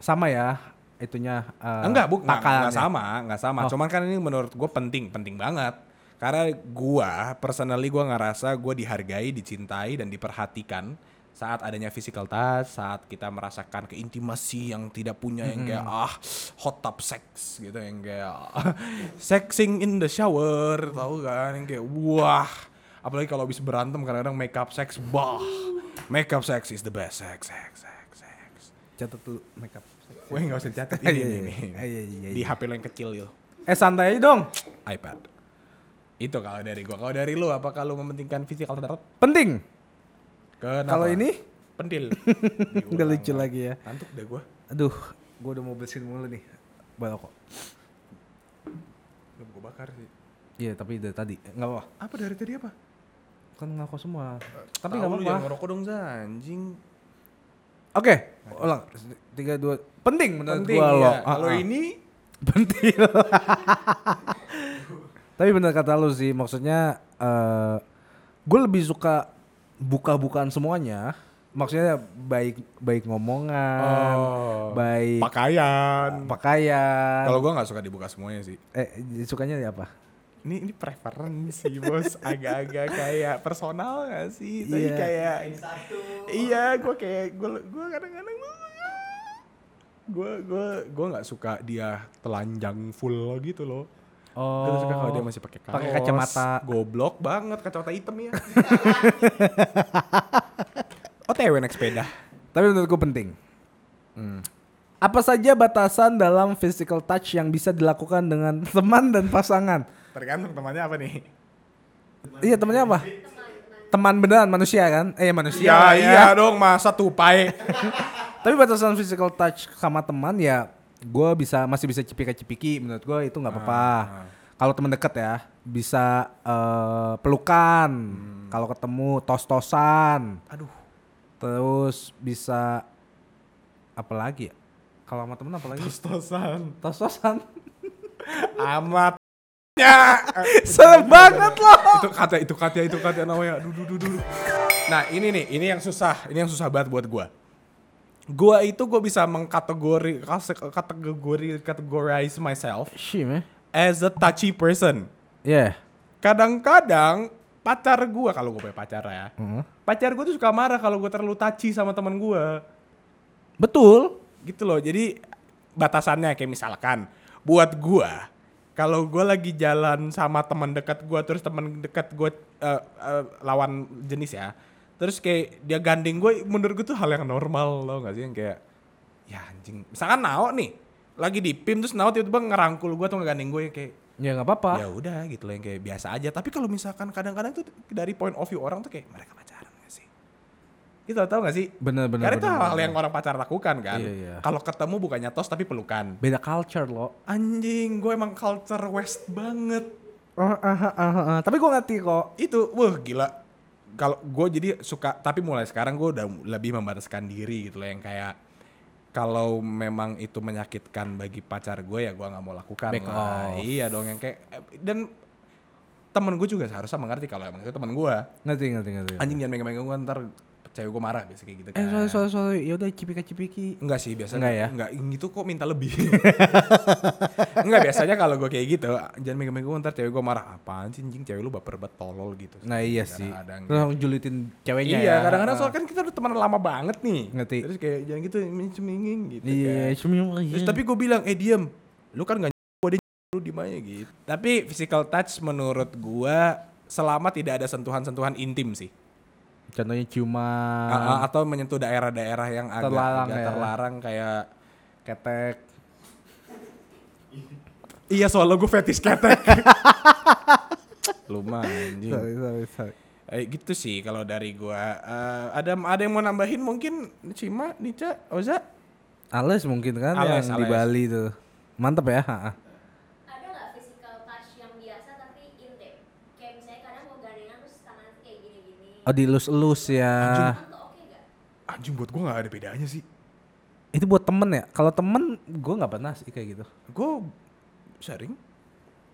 S2: sama ya, itunya. eh,
S1: enggak, bu, Iya. enggak,
S2: takarannya.
S1: enggak sama, enggak sama.
S2: Oh.
S1: Cuman kan ini menurut gue penting, penting banget. Karena gua personally gua ngerasa gua dihargai, dicintai dan diperhatikan saat adanya physical touch, saat kita merasakan keintimasi yang tidak punya yang kayak ah hot tub sex gitu yang kayak sexing in the shower, tahu kan yang kayak wah. Apalagi kalau habis berantem kadang-kadang makeup sex, bah. Makeup sex is the best sex, sex, sex, sex.
S2: Catat dulu makeup.
S1: Gue nggak usah catat
S2: Iya,
S1: ini,
S2: iya,
S1: ini, ini.
S2: iya, iya, iya,
S1: di
S2: iya.
S1: HP lo yang kecil yo,
S2: Eh santai aja dong.
S1: iPad. Itu kalau dari gua. Kalau dari lu apakah lu mementingkan physical touch?
S2: Penting.
S1: Kenapa?
S2: Kalau ini
S1: pentil.
S2: udah lucu lagi ya.
S1: Ngantuk deh gua.
S2: Aduh, gue udah mau bersihin mulu nih. Barokok.
S1: Belum gua bakar sih.
S2: Iya, tapi dari tadi nggak apa-apa.
S1: Apa dari tadi apa?
S2: Kan ngaku semua. Tapi
S1: Tapi
S2: nggak
S1: enggak apa-apa.
S2: apa-apa.
S1: ngerokok dong, Zan, anjing.
S2: Oke, ulang. Tiga dua. Penting menurut
S1: Penting
S2: gua lo.
S1: ya. Kalau
S2: Ah, ah.
S1: ini
S2: pentil. Tapi bener kata lu sih, maksudnya gue lebih suka buka-bukaan semuanya. Maksudnya baik baik ngomongan,
S1: Oh.
S2: baik
S1: pakaian.
S2: pakaian.
S1: Kalau gua nggak suka dibuka semuanya sih.
S2: eh sukanya apa?
S1: Ini ini preferensi bos agak-agak kayak personal gak sih? Tapi
S2: Iya.
S1: kayak Iya, gue kayak gue gue kadang-kadang "Ah." gue gue gue nggak suka dia telanjang full gitu loh. Gue tuh suka kalau dia masih pakai kaos.
S2: Pakai kacamata.
S1: Goblok banget kacamata hitam ya. OTW naik sepeda.
S2: Tapi menurut gue penting. Hmm. Apa saja batasan dalam physical touch yang bisa dilakukan dengan teman dan pasangan?
S1: Tergantung temannya apa nih?
S2: Iya temannya apa? Teman beneran manusia kan? Eh manusia. lah
S1: Ya,
S2: ya.
S1: iya dong masa tupai.
S2: Tapi batasan physical touch sama teman
S1: Ah,
S2: ya gue bisa masih bisa cipika-cipiki menurut gue itu nggak apa-apa. Kalau teman dekat ya bisa eh, pelukan kalau ketemu tos-tosan
S1: Hmm. Aduh.
S2: terus bisa apa lagi ya kalau sama temen apa lagi
S1: Tos-tosan.
S2: tos-tosan
S1: Amat. Ya.
S2: serem banget loh
S1: itu kata itu kata itu kata namanya. Duh, duh, duh, duh. Nah, ini nih, ini yang susah. Ini yang susah banget buat gua. Gua itu gue bisa mengkategori kase- kategori categorize myself
S2: shim ya
S1: as a touchy person.
S2: yeah
S1: Kadang-kadang pacar gua kalau gue punya pacar ya. Pacar gue tuh suka marah kalau gue terlalu touchy sama teman gua.
S2: betul
S1: gitu loh jadi batasannya kayak misalkan buat gua kalau gua lagi jalan sama teman dekat gua terus teman dekat gua eh, eh, lawan jenis ya terus kayak dia gandeng gue menurut gue tuh hal yang normal loh gak sih yang kayak ya anjing misalkan Nao nih lagi di pim terus Nao tiba-tiba ngerangkul gua atau ngegandeng gue kayak
S2: ya nggak
S1: ya
S2: apa-apa
S1: udah gitu loh yang kayak biasa aja tapi kalau misalkan kadang-kadang tuh dari point of view orang tuh kayak mereka pacaran gak sih gitu tau gak sih
S2: bener bener
S1: karena itu
S2: bener,
S1: hal
S2: bener.
S1: yang orang pacar lakukan kan.
S2: Iya, iya.
S1: Kalau ketemu bukannya tos tapi pelukan.
S2: beda culture loh
S1: Anjing, gue emang culture west banget.
S2: tapi gue ngerti kok
S1: Itu, wah gila. Kalau gue jadi suka, tapi mulai sekarang gue udah lebih membataskan diri gitu loh yang kayak kalau memang itu menyakitkan bagi pacar gue ya gue nggak mau lakukan
S2: Back
S1: lah.
S2: off.
S1: Iya dong yang kayak dan temen gue juga seharusnya mengerti kalau emang itu temen gue.
S2: ngerti ngerti ngerti
S1: Anjing jangan megang-megang gue ntar cewek gue marah biasanya kayak gitu kan.
S2: Iya. eh sorry sorry sorry yaudah cipika cipiki
S1: Enggak sih biasanya
S2: Enggak ya?
S1: Enggak gitu kok minta lebih Enggak biasanya kalau gue kayak gitu Jangan megang-megang gue ntar cewek gue marah Apaan sih anjing cewek lu baper banget tolol gitu
S2: nah iya
S1: Kadang-
S2: sih
S1: kadang
S2: terus langsung julitin ceweknya
S1: Iya
S2: ya.
S1: kadang-kadang soalnya kan kita udah teman lama banget nih
S2: Ngerti.
S1: Terus kayak jangan gitu mincemingin gitu
S2: iya
S1: kan. Terus tapi gue bilang eh diem Lu kan gak gue dia ny- lu diem aja gitu Tapi physical touch menurut gue Selama tidak ada sentuhan-sentuhan intim sih
S2: contohnya ciuman
S1: A- a- atau menyentuh daerah-daerah yang agak
S2: Ah. Terlarang
S1: agak
S2: ya.
S1: terlarang kayak ketek. iya soalnya gue fetish ketek. Lumayan.
S2: sorry sorry sorry
S1: Eh, gitu sih kalau dari gua. Eh, ada ada yang mau nambahin mungkin Cima, Nica, Oza?
S2: Ales mungkin kan
S1: Ales,
S2: yang di
S1: Ales.
S2: Bali tuh mantep ya ha, ha.
S3: ada nggak physical touch yang biasa tapi intim kayak misalnya kadang mau gandengan terus tangan tuh kayak gini-gini
S2: oh dielus-elus ya
S3: Tangan tuh oke nggak
S1: Anjing buat gua nggak ada bedanya sih.
S2: itu buat temen ya kalau temen gue nggak pernah sih kayak gitu
S1: Gue sering.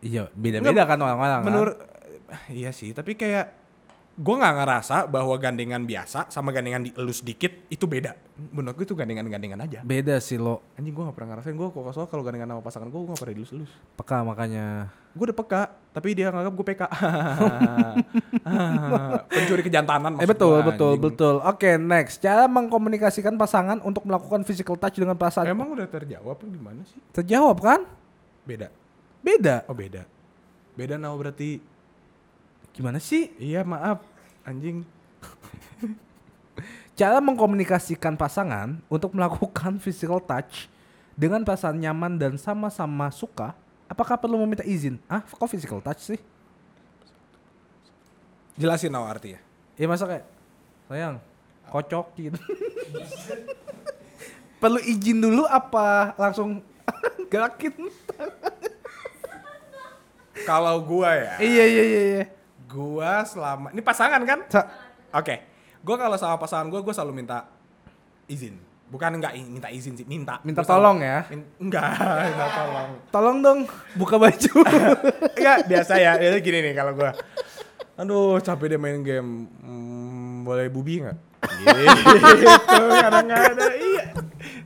S2: iya beda-beda kan orang-orang kan?
S1: Menurut eh, iya sih, tapi kayak gua nggak ngerasa bahwa gandengan biasa sama gandengan dielus dikit itu beda. Menurut gue itu gandengan-gandengan aja.
S2: beda sih lo
S1: anjing gue gak pernah ngerasain gue kok soal kalau gandengan sama pasangan gue gue gak pernah dilus lus
S2: peka makanya
S1: gue udah peka tapi dia nganggap gue PK pencuri kejantanan
S2: Eh
S1: maksud
S2: betul,
S1: gua,
S2: betul,
S1: Oh, anjing.
S2: betul. Oke, next. Cara mengkomunikasikan pasangan untuk melakukan physical touch dengan perasaan.
S1: emang udah terjawab lu gimana sih
S2: Terjawab kan?
S1: beda
S2: Beda.
S1: oh beda beda now berarti
S2: Gimana sih?
S1: iya maaf anjing
S2: Cara mengkomunikasikan pasangan untuk melakukan physical touch dengan perasaan nyaman dan sama-sama suka, apakah perlu meminta izin? Ah, kok physical touch sih?
S1: jelasin now artinya
S2: Ya masa kayak, sayang, kocokin. perlu izin dulu apa langsung gerakin?
S1: kalau gue ya
S2: iya, iya, iya, iya.
S1: gue selama ini pasangan kan
S2: Sa-
S1: oke gue kalau sama pasangan gue gue selalu minta izin bukan nggak i- minta izin sih minta
S2: Minta
S1: Gua selalu-
S2: tolong ya.
S1: Min- enggak minta tolong
S2: Tolong dong buka baju.
S1: Enggak, biasa ya. Biasa gini nih kalau gua. Aduh, capek deh main game. Hmm, boleh bubi nggak? gitu, kadang-kadang iya.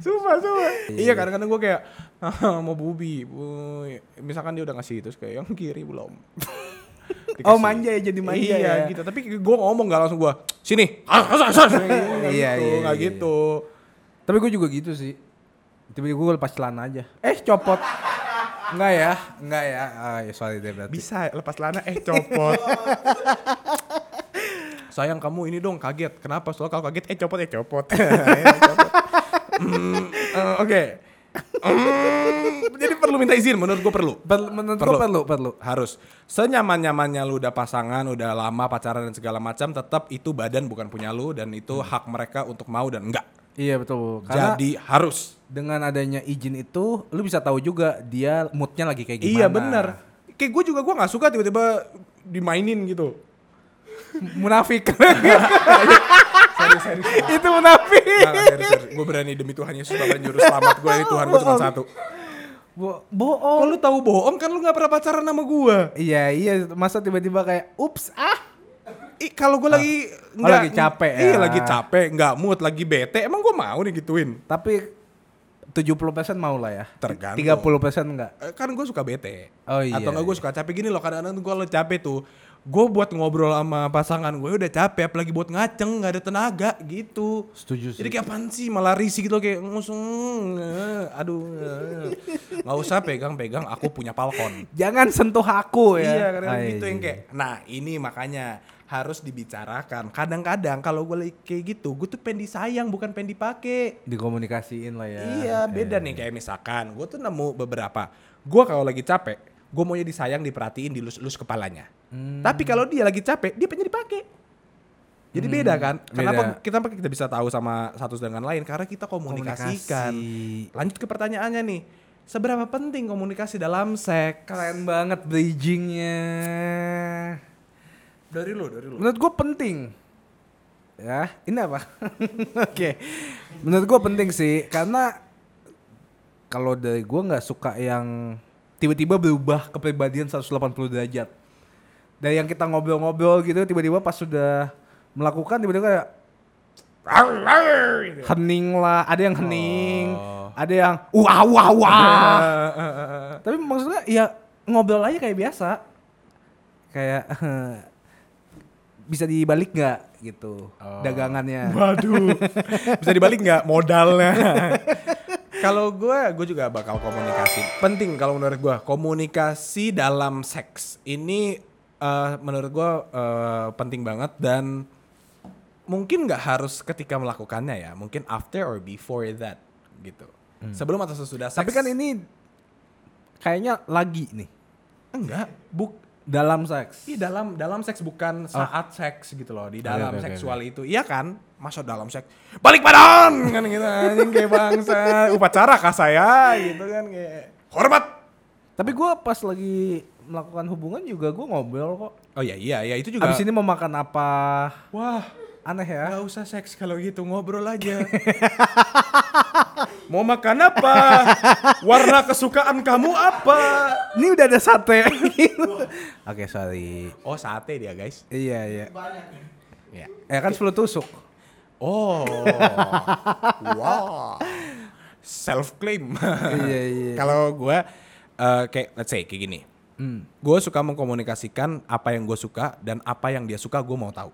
S1: Sumpah, sumpah. Iya, kadang-kadang gua kayak "Ah, mau bubi. Bu, misalkan dia udah ngasih terus kayak yang kiri belum.
S2: Oh,
S1: Dikasih.
S2: manja ya, jadi manja
S1: iya,
S2: ya. Ah,
S1: gitu. Tapi gua ngomong gak langsung gua, "Sini." Iya,
S2: Iya, iya,
S1: Enggak
S2: iya.
S1: gitu.
S2: Tapi gue juga gitu sih. Tiba-tiba gue lepas celana aja. Eh copot. Enggak ya, enggak ya. Ah, ya sorry deh berarti.
S1: Bisa lepas celana eh copot. Sayang kamu ini dong kaget. Kenapa? Soalnya kalau kaget eh copot eh copot. Eh, copot. Hmm, eh, Oke. Hmm, Jadi perlu minta izin menurut gue perlu.
S2: Perlu- menurut
S1: Perlu.
S2: gue perlu, perlu.
S1: Harus. Senyaman-nyamannya lu udah pasangan, udah lama pacaran dan segala macam, tetap itu badan bukan punya lu dan itu hak mereka untuk mau dan enggak.
S2: Iya betul. Karena
S1: Jadi harus.
S2: dengan adanya izin itu, lu bisa tahu juga dia moodnya lagi kayak gimana.
S1: Iya benar. Kayak gue juga gue nggak suka tiba-tiba dimainin gitu.
S2: Munafik.
S1: Serius, serius.
S2: itu munafik.
S1: serius, serius. Gue berani demi Tuhan Yesus bakal juru selamat gue ini Tuhan gue cuma satu.
S2: Bo-
S1: Kok
S2: bohong.
S1: lu tahu bohong kan lu nggak pernah pacaran sama gue.
S2: Iya, iya. Masa tiba-tiba kayak, ups, ah.
S1: Ih, kalau gue lagi
S2: Oh, lagi capek
S1: Iya,
S2: ya.
S1: lagi capek, nggak mood, lagi bete. Emang gue mau digituin?
S2: Tapi 70% mau lah ya.
S1: Tergantung.
S2: 30% enggak.
S1: Eh, Kan gue suka bete.
S2: Oh, iya,
S1: Atau nggak gue
S2: iya.
S1: suka capek gini loh. Kadang-kadang gue lagi capek tuh. Gue buat ngobrol sama pasangan gue udah capek, apalagi buat ngaceng nggak ada tenaga gitu.
S2: Setuju sih.
S1: Jadi kayak apaan sih malah risih gitu kayak ngusung, eh, aduh, eh. nggak usah pegang-pegang. Aku punya palkon.
S2: Jangan sentuh aku ya.
S1: Iya, kadang
S2: Ay,
S1: gitu yang kayak. Nah, ini makanya harus dibicarakan. Kadang-kadang kalau gue lagi kayak gitu, gue tuh pengen disayang bukan pengen dipake.
S2: dikomunikasiin lah ya.
S1: Iya, beda nih kayak misalkan gue tuh nemu beberapa. Gue kalau lagi capek, gue maunya disayang, diperhatiin, dilus-lus kepalanya.
S2: Hmm.
S1: Tapi kalau dia lagi capek, dia pengen dipake. Jadi beda kan? Kenapa
S2: Hmm, beda.
S1: kita kita bisa tahu sama satu dengan lain? Karena kita komunikasikan.
S2: Komunikasi.
S1: Lanjut ke pertanyaannya nih. Seberapa penting komunikasi dalam seks?
S2: Keren banget bridgingnya.
S1: Dari lu, dari lu.
S2: Menurut gue penting. Ya, ini apa? Oke. Menurut gue penting sih karena kalau dari gue nggak suka yang tiba-tiba berubah kepribadian 180 derajat. Dari yang kita ngobrol-ngobrol gitu tiba-tiba pas sudah melakukan tiba-tiba kayak gitu. hening lah, ada yang hening,
S1: Oh.
S2: ada yang
S1: Uh,
S2: wah wah wah. Tapi maksudnya ya ngobrol aja kayak biasa. Kayak bisa dibalik nggak gitu dagangannya.
S1: Waduh, bisa dibalik nggak modalnya? kalau gue, gue juga bakal komunikasi. Penting kalau menurut gue, komunikasi dalam seks ini eh, menurut gue eh, penting banget dan mungkin nggak harus ketika melakukannya ya, mungkin after or before that gitu. Sebelum atau sesudah seks?
S2: Tapi kan ini kayaknya lagi nih
S1: enggak, buk
S2: dalam seks.
S1: Iya dalam dalam seks bukan saat seks gitu loh di dalam
S2: oke, oke,
S1: seksual itu iya kan masuk dalam seks balik badan kan gitu anjing kayak bangsa upacara kah saya gitu kan kayak hormat
S2: Tapi gue pas lagi melakukan hubungan juga gue ngobrol kok.
S1: oh iya iya iya itu juga
S2: Abis ini mau makan apa?
S1: wah
S2: Aneh ya.
S1: nggak usah seks kalau gitu ngobrol aja mau makan apa warna kesukaan kamu apa
S2: Ini udah ada sate. Oke sorry.
S1: oh sate dia guys
S2: Iya iya.
S1: ya
S2: Ya kan 10 tusuk.
S1: oh wow self claim
S2: iya iya.
S1: Kalau gue eh, kayak let's say kayak gini,
S2: Hmm.
S1: gue suka mengkomunikasikan apa yang gue suka dan apa yang dia suka gue mau tahu.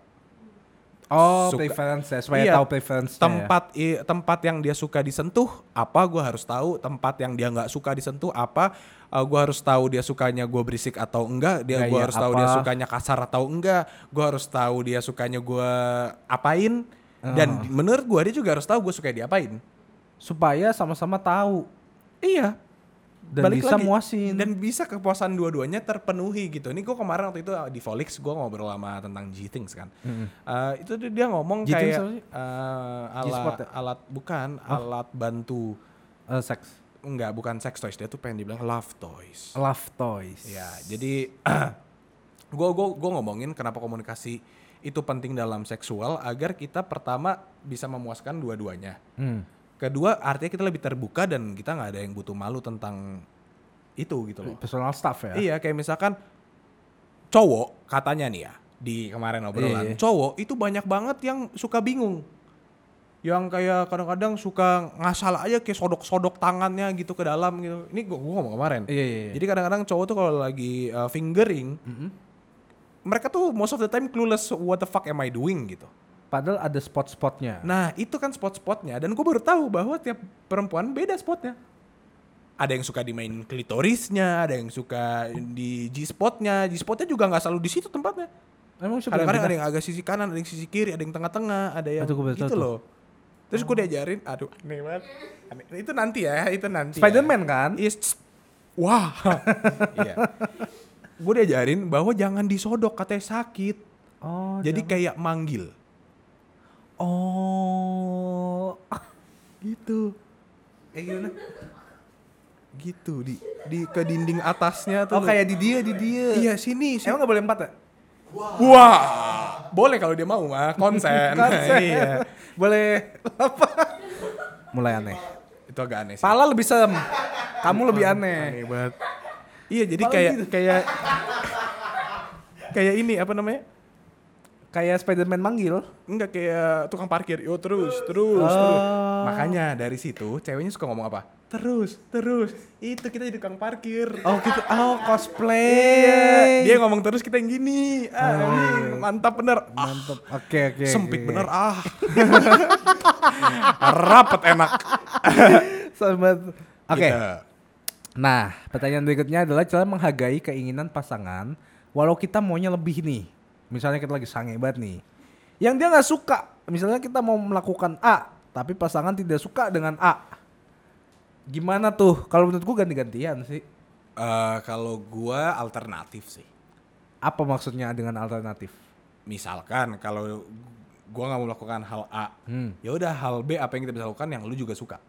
S2: Oh
S1: Suka-
S2: preference ya, supaya
S1: Iya,
S2: tahu preference.
S1: Tempat i- tempat yang dia suka disentuh apa gue harus tahu, tempat yang dia nggak suka disentuh apa gue harus tahu dia sukanya gue berisik atau enggak, dia
S2: Gaya
S1: gue harus tahu dia
S2: apa.
S1: sukanya kasar atau enggak, gue harus tahu dia sukanya gue apain.
S2: Ah.
S1: Dan di- menurut gue dia juga harus tahu gue suka diapain.
S2: supaya sama-sama tahu
S1: Iya.
S2: dan bisa muasin.
S1: Dan bisa kepuasan dua-duanya terpenuhi gitu. Ini gue kemarin waktu itu di Volix gue ngobrol sama tentang G-Things kan. Eh, itu dia- dia ngomong
S2: G-Things
S1: kayak
S2: apa sih?
S1: eh,
S2: G-spot
S1: alat,
S2: ya?
S1: alat bukan alat bantu
S2: Eh, seks,
S1: enggak bukan sex toys dia tuh pengen dibilang love toys.
S2: love toys.
S1: Ya, jadi gue gua gua ngomongin kenapa komunikasi itu penting dalam seksual agar kita pertama bisa memuaskan dua-duanya.
S2: Hmm.
S1: Kedua, artinya kita lebih terbuka dan kita nggak ada yang butuh malu tentang itu gitu loh.
S2: Personal stuff ya.
S1: Iya, kayak misalkan cowok katanya nih ya di kemarin obrolan,
S2: Iya, iya.
S1: cowok itu banyak banget yang suka bingung. Yang kayak kadang-kadang suka ngasal aja kayak sodok-sodok tangannya gitu ke dalam gitu. Ini gua, gua ngomong kemarin.
S2: Iya, iya, iya.
S1: Jadi kadang-kadang cowok tuh kalau lagi uh, fingering, mereka tuh most of the time clueless what the fuck am I doing gitu.
S2: Padahal ada spot-spotnya.
S1: Nah itu kan spot-spotnya dan gue baru tahu bahwa tiap perempuan beda spotnya. Ada yang suka dimainin klitorisnya, ada yang suka di G-spotnya. G-spotnya juga nggak selalu di situ tempatnya.
S2: Emang siapa yang
S1: Kadang-kadang ada
S2: pindah?
S1: yang agak sisi kanan, ada yang sisi kiri, ada yang tengah-tengah, ada yang
S2: Aduh, gua baru tahu
S1: gitu
S2: tuh.
S1: loh. Terus gue diajarin, aduh aneh banget. Aneh. Itu nanti ya, itu nanti
S2: Spiderman
S1: ya.
S2: kan?
S1: Iya, tss. Wah. iya. Gue diajarin bahwa jangan disodok katanya sakit.
S2: Oh.
S1: Jadi
S2: jangan.
S1: kayak manggil.
S2: oh.
S1: Gitu.
S2: Gitu. Kayak gimana?
S1: gitu di di ke dinding atasnya tuh.
S2: Oh kayak di dia, di dia.
S1: iya sini sini.
S2: Emang gak boleh empat ya?
S1: Wah, boleh kalau dia mau mah konsen.
S2: Konsen.
S1: iya.
S2: Kan? Boleh. Apa? Mulai aneh.
S1: Itu agak aneh sih.
S2: Pala lebih serem. Kamu lebih
S1: Aneh
S2: aneh.
S1: banget. Iya, jadi
S2: Paling
S1: kayak
S2: gitu.
S1: kayak kayak ini apa namanya?
S2: Kayak Spiderman manggil.
S1: Enggak kayak tukang parkir. Yo terus, terus, terus. Makanya dari situ ceweknya suka ngomong apa? Terus, terus. Itu kita jadi tukang parkir.
S2: Oh gitu. Oh
S1: Iya,
S2: cosplay.
S1: Dia ngomong terus kita yang gini. Ah, ini mantap bener. Ah,
S2: Mantep. Oke oke.
S1: sempit
S2: oke.
S1: bener ah. Rapet enak.
S2: Sobat. Oke.
S1: Gitu.
S2: Nah, pertanyaan berikutnya adalah cara menghargai keinginan pasangan walau kita maunya lebih nih. Misalnya kita lagi sange banget nih. Yang dia nggak suka, misalnya kita mau melakukan A, tapi pasangan tidak suka dengan A. Gimana tuh? Kalau menurut gua ganti-gantian sih.
S1: Eh, kalau gua alternatif sih.
S2: Apa maksudnya dengan alternatif?
S1: Misalkan kalau gua nggak mau melakukan hal A,
S2: Hmm.
S1: ya udah hal B apa yang kita bisa lakukan yang lu juga suka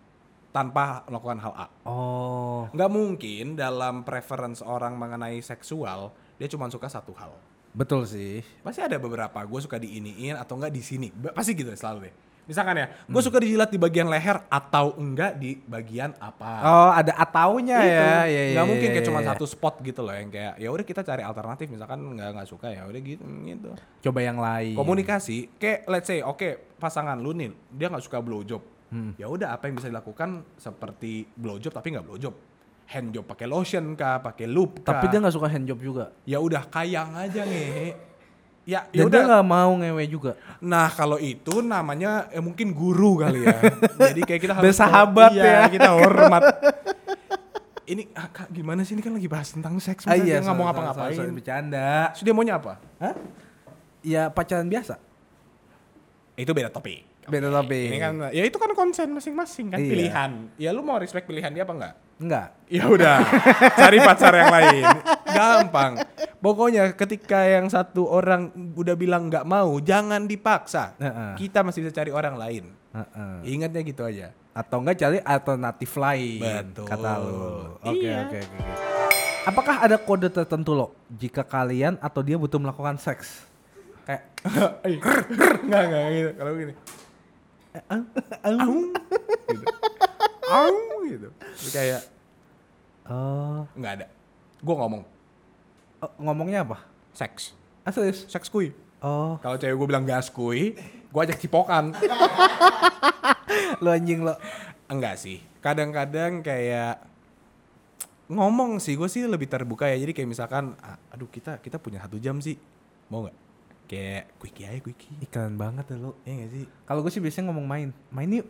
S1: tanpa melakukan hal A.
S2: Oh.
S1: Nggak mungkin dalam preference orang mengenai seksual dia cuma suka satu hal.
S2: Betul sih.
S1: Pasti ada beberapa gue suka diiniin atau enggak di sini. Ba- Pasti gitu deh selalu deh. Misalkan ya, gue
S2: Hmm.
S1: suka dijilat di bagian leher atau enggak di bagian apa.
S2: Oh, ada ataunya
S1: Gitu.
S2: ya. Iya, iya,
S1: Nggak mungkin
S2: iya,
S1: kayak cuma
S2: iya.
S1: satu spot gitu loh yang kayak ya udah kita cari alternatif misalkan nggak nggak suka ya udah gitu gitu.
S2: Coba yang lain.
S1: Komunikasi kayak let's say oke pasangan lu nih dia nggak suka blowjob.
S2: Hmm.
S1: Ya udah apa yang bisa dilakukan seperti blowjob tapi nggak blowjob. Handjob pakai lotion kah, pakai loop kah.
S2: Tapi dia nggak suka handjob juga.
S1: ya udah kayang aja ngehe. Ya, ya
S2: Dan
S1: udah
S2: dia nggak mau ngewe juga.
S1: Nah kalau itu namanya eh, mungkin guru kali ya. Jadi kayak kita harus
S2: Bersahabat
S1: Iya,
S2: ya.
S1: Kita hormat. ini ah, Kak, gimana sih ini kan lagi bahas tentang seks.
S2: Ah,
S1: masa dia nggak mau
S2: sorry, sorry,
S1: ngapa-ngapain.
S2: sorry, sorry, Bercanda.
S1: Terus dia maunya apa?
S2: Hah? Ya pacaran biasa.
S1: Itu beda topik.
S2: Beda topik.
S1: Ini kan ya itu kan konsen masing-masing kan
S2: Iya.
S1: pilihan. Ya lu mau respect pilihan dia apa enggak?
S2: Enggak.
S1: Ya udah, cari pacar yang lain. Gampang. Pokoknya ketika yang satu orang udah bilang nggak mau, jangan dipaksa.
S2: Heeh.
S1: Kita masih bisa cari orang lain.
S2: Heeh.
S1: Ingatnya gitu aja.
S2: Atau enggak cari alternatif lain.
S1: Betul.
S2: Kata lu. Oke oke oke. oke. Apakah ada kode tertentu lo jika kalian atau dia butuh melakukan seks? Kayak
S1: Enggak, enggak gitu. Kalau gini. Aung. Gitu. Aung gitu. Terus Kayak
S2: eh,
S1: enggak ada. Gue ngomong
S2: oh, ngomongnya apa?
S1: seks.
S2: Ah, serius?
S1: Seks kuy.
S2: Oh,
S1: Kalau cewek gue bilang gas kuy, gue ajak cipokan.
S2: lo anjing lo.
S1: enggak sih. Kadang-kadang kayak ngomong sih gue sih lebih terbuka ya jadi kayak misalkan "Ah, aduh kita kita punya satu jam sih mau nggak kayak quickie aja quickie
S2: Ih, keren banget ya lo.
S1: iya nggak sih
S2: Kalau gue sih biasanya ngomong main. Main yuk.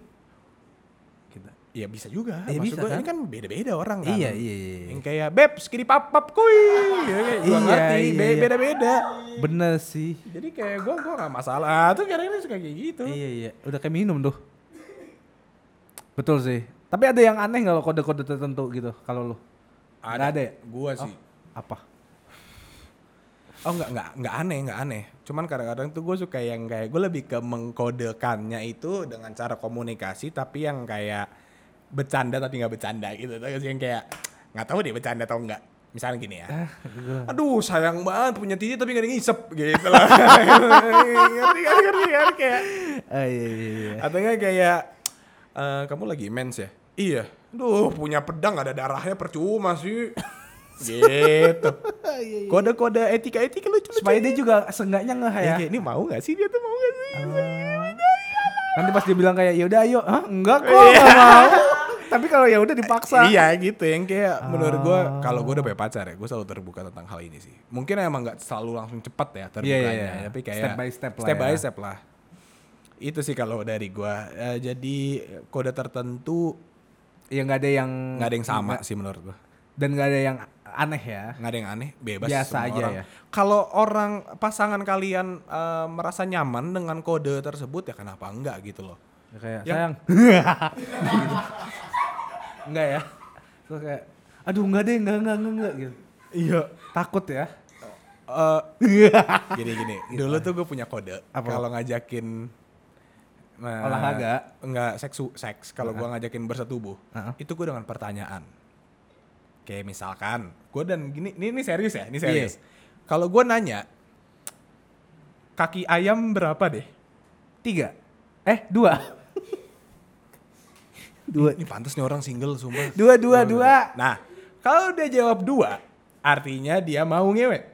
S2: Kita.
S1: Ya bisa juga.
S2: Iya,
S1: Maksud
S2: bisa
S1: gua,
S2: kan?
S1: Ini kan beda-beda orang kan.
S2: Iya, iya, iya.
S1: Yang kayak beb skiri pap pap kui. Ya, kayak gua
S2: Iya,
S1: ngerti.
S2: iya,
S1: be-
S2: iya.
S1: Beda-beda.
S2: Bener sih.
S1: Jadi kayak gua gua gak masalah. Tuh kadang-kadang suka kayak gitu.
S2: Iya iya, udah kayak minum tuh. Betul sih. Tapi ada yang aneh nggak lo kode-kode tertentu gitu kalau lo? Nggak ada ya?
S1: Gua sih.
S2: Apa?
S1: Oh nggak nggak nggak aneh nggak aneh. Cuman kadang-kadang tuh gue suka yang kayak gue lebih ke mengkodekannya itu dengan cara komunikasi tapi yang kayak bercanda tapi nggak bercanda gitu. Tapi yang kayak nggak tahu deh bercanda atau enggak. Misalnya gini ya. Aduh sayang banget punya titi tapi gak ada yang ngisep gitu lah. ngerti ngerti ngerti kan kayak.
S2: Ah, iya iya iya.
S1: Atau nggak kayak "Eh, kamu lagi mens ya? Iya. Duh punya pedang nggak ada darahnya percuma sih. gitu. Kode-kode etika-etika lucu-lucu.
S2: Supaya dia juga seenggaknya ngeh ya.
S1: Ya, kayak, ini mau gak sih dia tuh mau gak sih?
S2: Nanti pas dia bilang kayak yaudah ayo, Hah, enggak kok nggak mau. Tapi kalau ya udah dipaksa.
S1: Iya gitu yang kayak menurut
S2: Oh.
S1: gue kalau gue udah punya pacar ya gue selalu terbuka tentang hal ini sih. Mungkin emang nggak selalu langsung cepat ya terbukanya,
S2: Iya, iya, iya.
S1: tapi kayak
S2: Step by step lah
S1: Step by
S2: ya.
S1: step lah. Itu sih kalau dari gue. Eh, jadi kode tertentu
S2: Ya nggak ada yang
S1: nggak ada yang sama sih menurut gue.
S2: dan nggak ada yang aneh ya.
S1: Nggak ada yang aneh, bebas.
S2: Biasa
S1: semua
S2: aja
S1: orang.
S2: ya.
S1: Kalau orang pasangan kalian eh, merasa nyaman dengan kode tersebut ya kenapa enggak gitu loh.
S2: Ya Kayak
S1: Yang-
S2: sayang. enggak ya. Terus kayak aduh enggak deh, enggak enggak enggak, enggak gitu.
S1: Iya.
S2: Takut ya.
S1: Eh, gini gini dulu tuh gue punya kode
S2: Apa?
S1: kalau ngajakin nah,
S2: Olahraga?
S1: enggak seksu seks kalau gue ngajakin bersetubuh
S2: Heeh.
S1: itu gue dengan pertanyaan Kayak misalkan gue dan gini, ini, ini serius ya, ini serius. Kalau gue nanya kaki ayam berapa deh?
S2: Tiga. Eh, dua. dua.
S1: Ini pantas nih orang single sumpah.
S2: Dua, dua, dua.
S1: Nah, kalau udah jawab dua, artinya dia mau ngewe.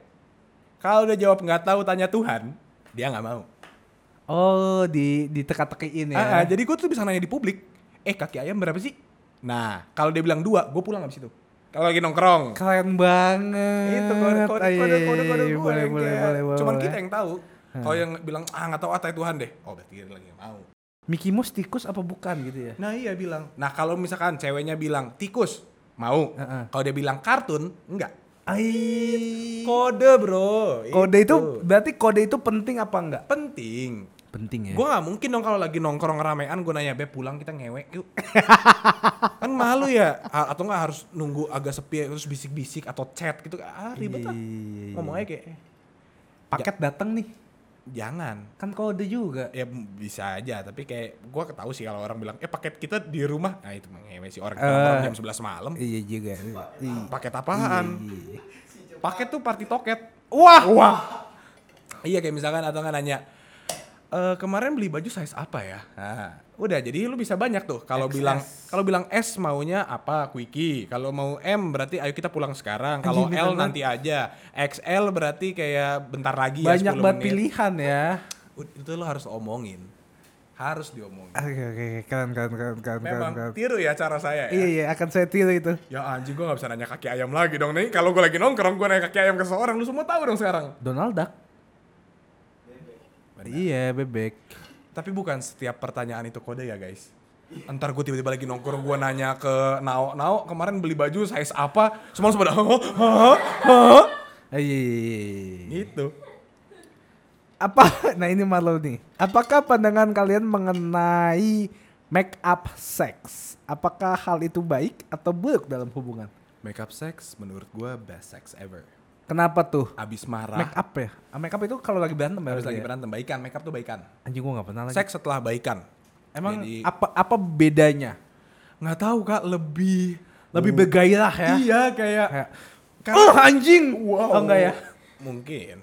S1: Kalau udah jawab nggak tahu tanya Tuhan, dia nggak mau.
S2: Oh, di diteka-tekiin ya.
S1: Ah, ah, jadi gue tuh bisa nanya di publik, eh kaki ayam berapa sih? Nah, kalau dia bilang dua, gue pulang abis itu. Kalau lagi nongkrong.
S2: Keren banget.
S1: Itu kode kode kode kode kode
S2: Ayy,
S1: gua
S2: boleh,
S1: yang
S2: boleh,
S1: kayak,
S2: boleh, boleh,
S1: Cuman
S2: boleh.
S1: kita yang tahu. Kalau yang bilang ah nggak tahu ah tai Tuhan deh. Oh berarti dia lagi nggak mau.
S2: Mickey Mouse tikus apa bukan gitu ya?
S1: Nah iya bilang. Nah kalau misalkan ceweknya bilang tikus mau.
S2: Heeh.
S1: Kalau dia bilang kartun enggak.
S2: Ai.
S1: Kode bro.
S2: Kode itu berarti kode itu penting apa enggak?
S1: penting.
S2: Penting ya.
S1: Gue nggak mungkin dong kalau lagi nongkrong ramean gue nanya beb pulang kita ngewek yuk. kan malu ya. A- atau nggak harus nunggu agak sepi terus bisik-bisik atau chat gitu. Ah ribet lah.
S2: Iya.
S1: Ngomong aja kayak eh,
S2: Paket datang nih.
S1: jangan.
S2: Kan kode juga.
S1: ya m- bisa aja tapi kayak gua ketahu sih kalau orang bilang eh paket kita di rumah nah itu mengewe sih orang kita
S2: Eh.
S1: nongkrong jam 11 malam
S2: Iya juga. Iya.
S1: paket apaan paket tuh party toket
S2: Wah,
S1: wah iya kayak misalkan atau nggak nanya "Eh, kemarin beli baju size apa ya nah, udah jadi lu bisa banyak tuh kalau
S2: XS.
S1: bilang kalau bilang S maunya apa quickie kalau mau M berarti ayo kita pulang sekarang kalau
S2: Anjing,
S1: L
S2: bener banget.
S1: nanti aja XL berarti kayak bentar lagi ya,
S2: banyak
S1: 10
S2: banget
S1: menit.
S2: pilihan ya.
S1: Ud- itu lo harus omongin harus diomongin
S2: Oke oke oke. keren keren keren keren keren.
S1: Memang
S2: keren.
S1: tiru ya cara saya ya.
S2: Iya iya akan saya tiru itu.
S1: Ya anjing gue gak bisa nanya kaki ayam lagi dong nih. Kalau gue lagi nongkrong gue nanya kaki ayam ke seorang. Lu semua tahu dong sekarang.
S2: Donald Duck.
S1: Benar.
S2: Iya bebek.
S1: Tapi bukan setiap pertanyaan itu kode ya guys. Ntar gue tiba-tiba lagi nongkrong gue nanya ke Nao. Nao kemarin beli baju size apa? Semua langsung pada "Hah? Hah? Hah?"
S2: Eh, Iya iya iya, iya.
S1: Gitu.
S2: apa nah ini malu nih apakah pandangan kalian mengenai make up sex apakah hal itu baik atau buruk dalam hubungan
S1: Makeup sex menurut gue best sex ever.
S2: kenapa tuh
S1: Abis
S2: make
S1: marah.
S2: up ya Ah, make up itu kalau lagi berantem ya
S1: Abis lagi
S2: berarti ya?
S1: berantem. Baikan. Makeup tuh baikan.
S2: anjing gua nggak pernah lagi
S1: Seks setelah baikan.
S2: emang
S1: Jadi-
S2: apa apa bedanya
S1: nggak tahu kak lebih
S2: lebih bergairah ya
S1: Iya kayak.
S2: Kayak,
S1: Kan-
S2: oh anjing
S1: Wow.
S2: oh enggak ya
S1: Mungkin.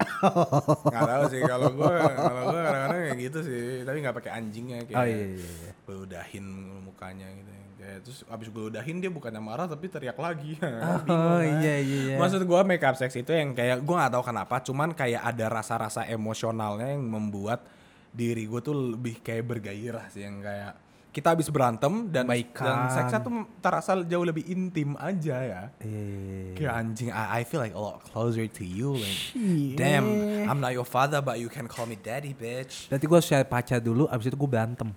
S1: Gak tahu sih kalau gue kalau gue kadang-kadang kayak gitu sih, tapi nggak pakai anjingnya kayak.
S2: Oh, iya, iya, iya.
S1: Gue udahin mukanya gitu. Kayak, terus abis gue udahin dia bukannya marah tapi teriak lagi.
S2: oh
S1: Bingung, kan?
S2: iya iya iya.
S1: Maksud gue make up sex itu yang kayak gue nggak tahu kenapa, cuman kayak ada rasa-rasa emosionalnya yang membuat diri gue tuh lebih kayak bergairah sih yang kayak kita habis berantem dan dan
S2: Baikan.
S1: seksnya tuh terasa jauh lebih intim aja ya.
S2: Iya, iya, iya.
S1: Kayak anjing, I, I feel like a lot closer to you. Like,
S2: Shit.
S1: damn, I'm not your father, but you can call me daddy, bitch.
S2: berarti gua harus cari pacar dulu abis itu gua berantem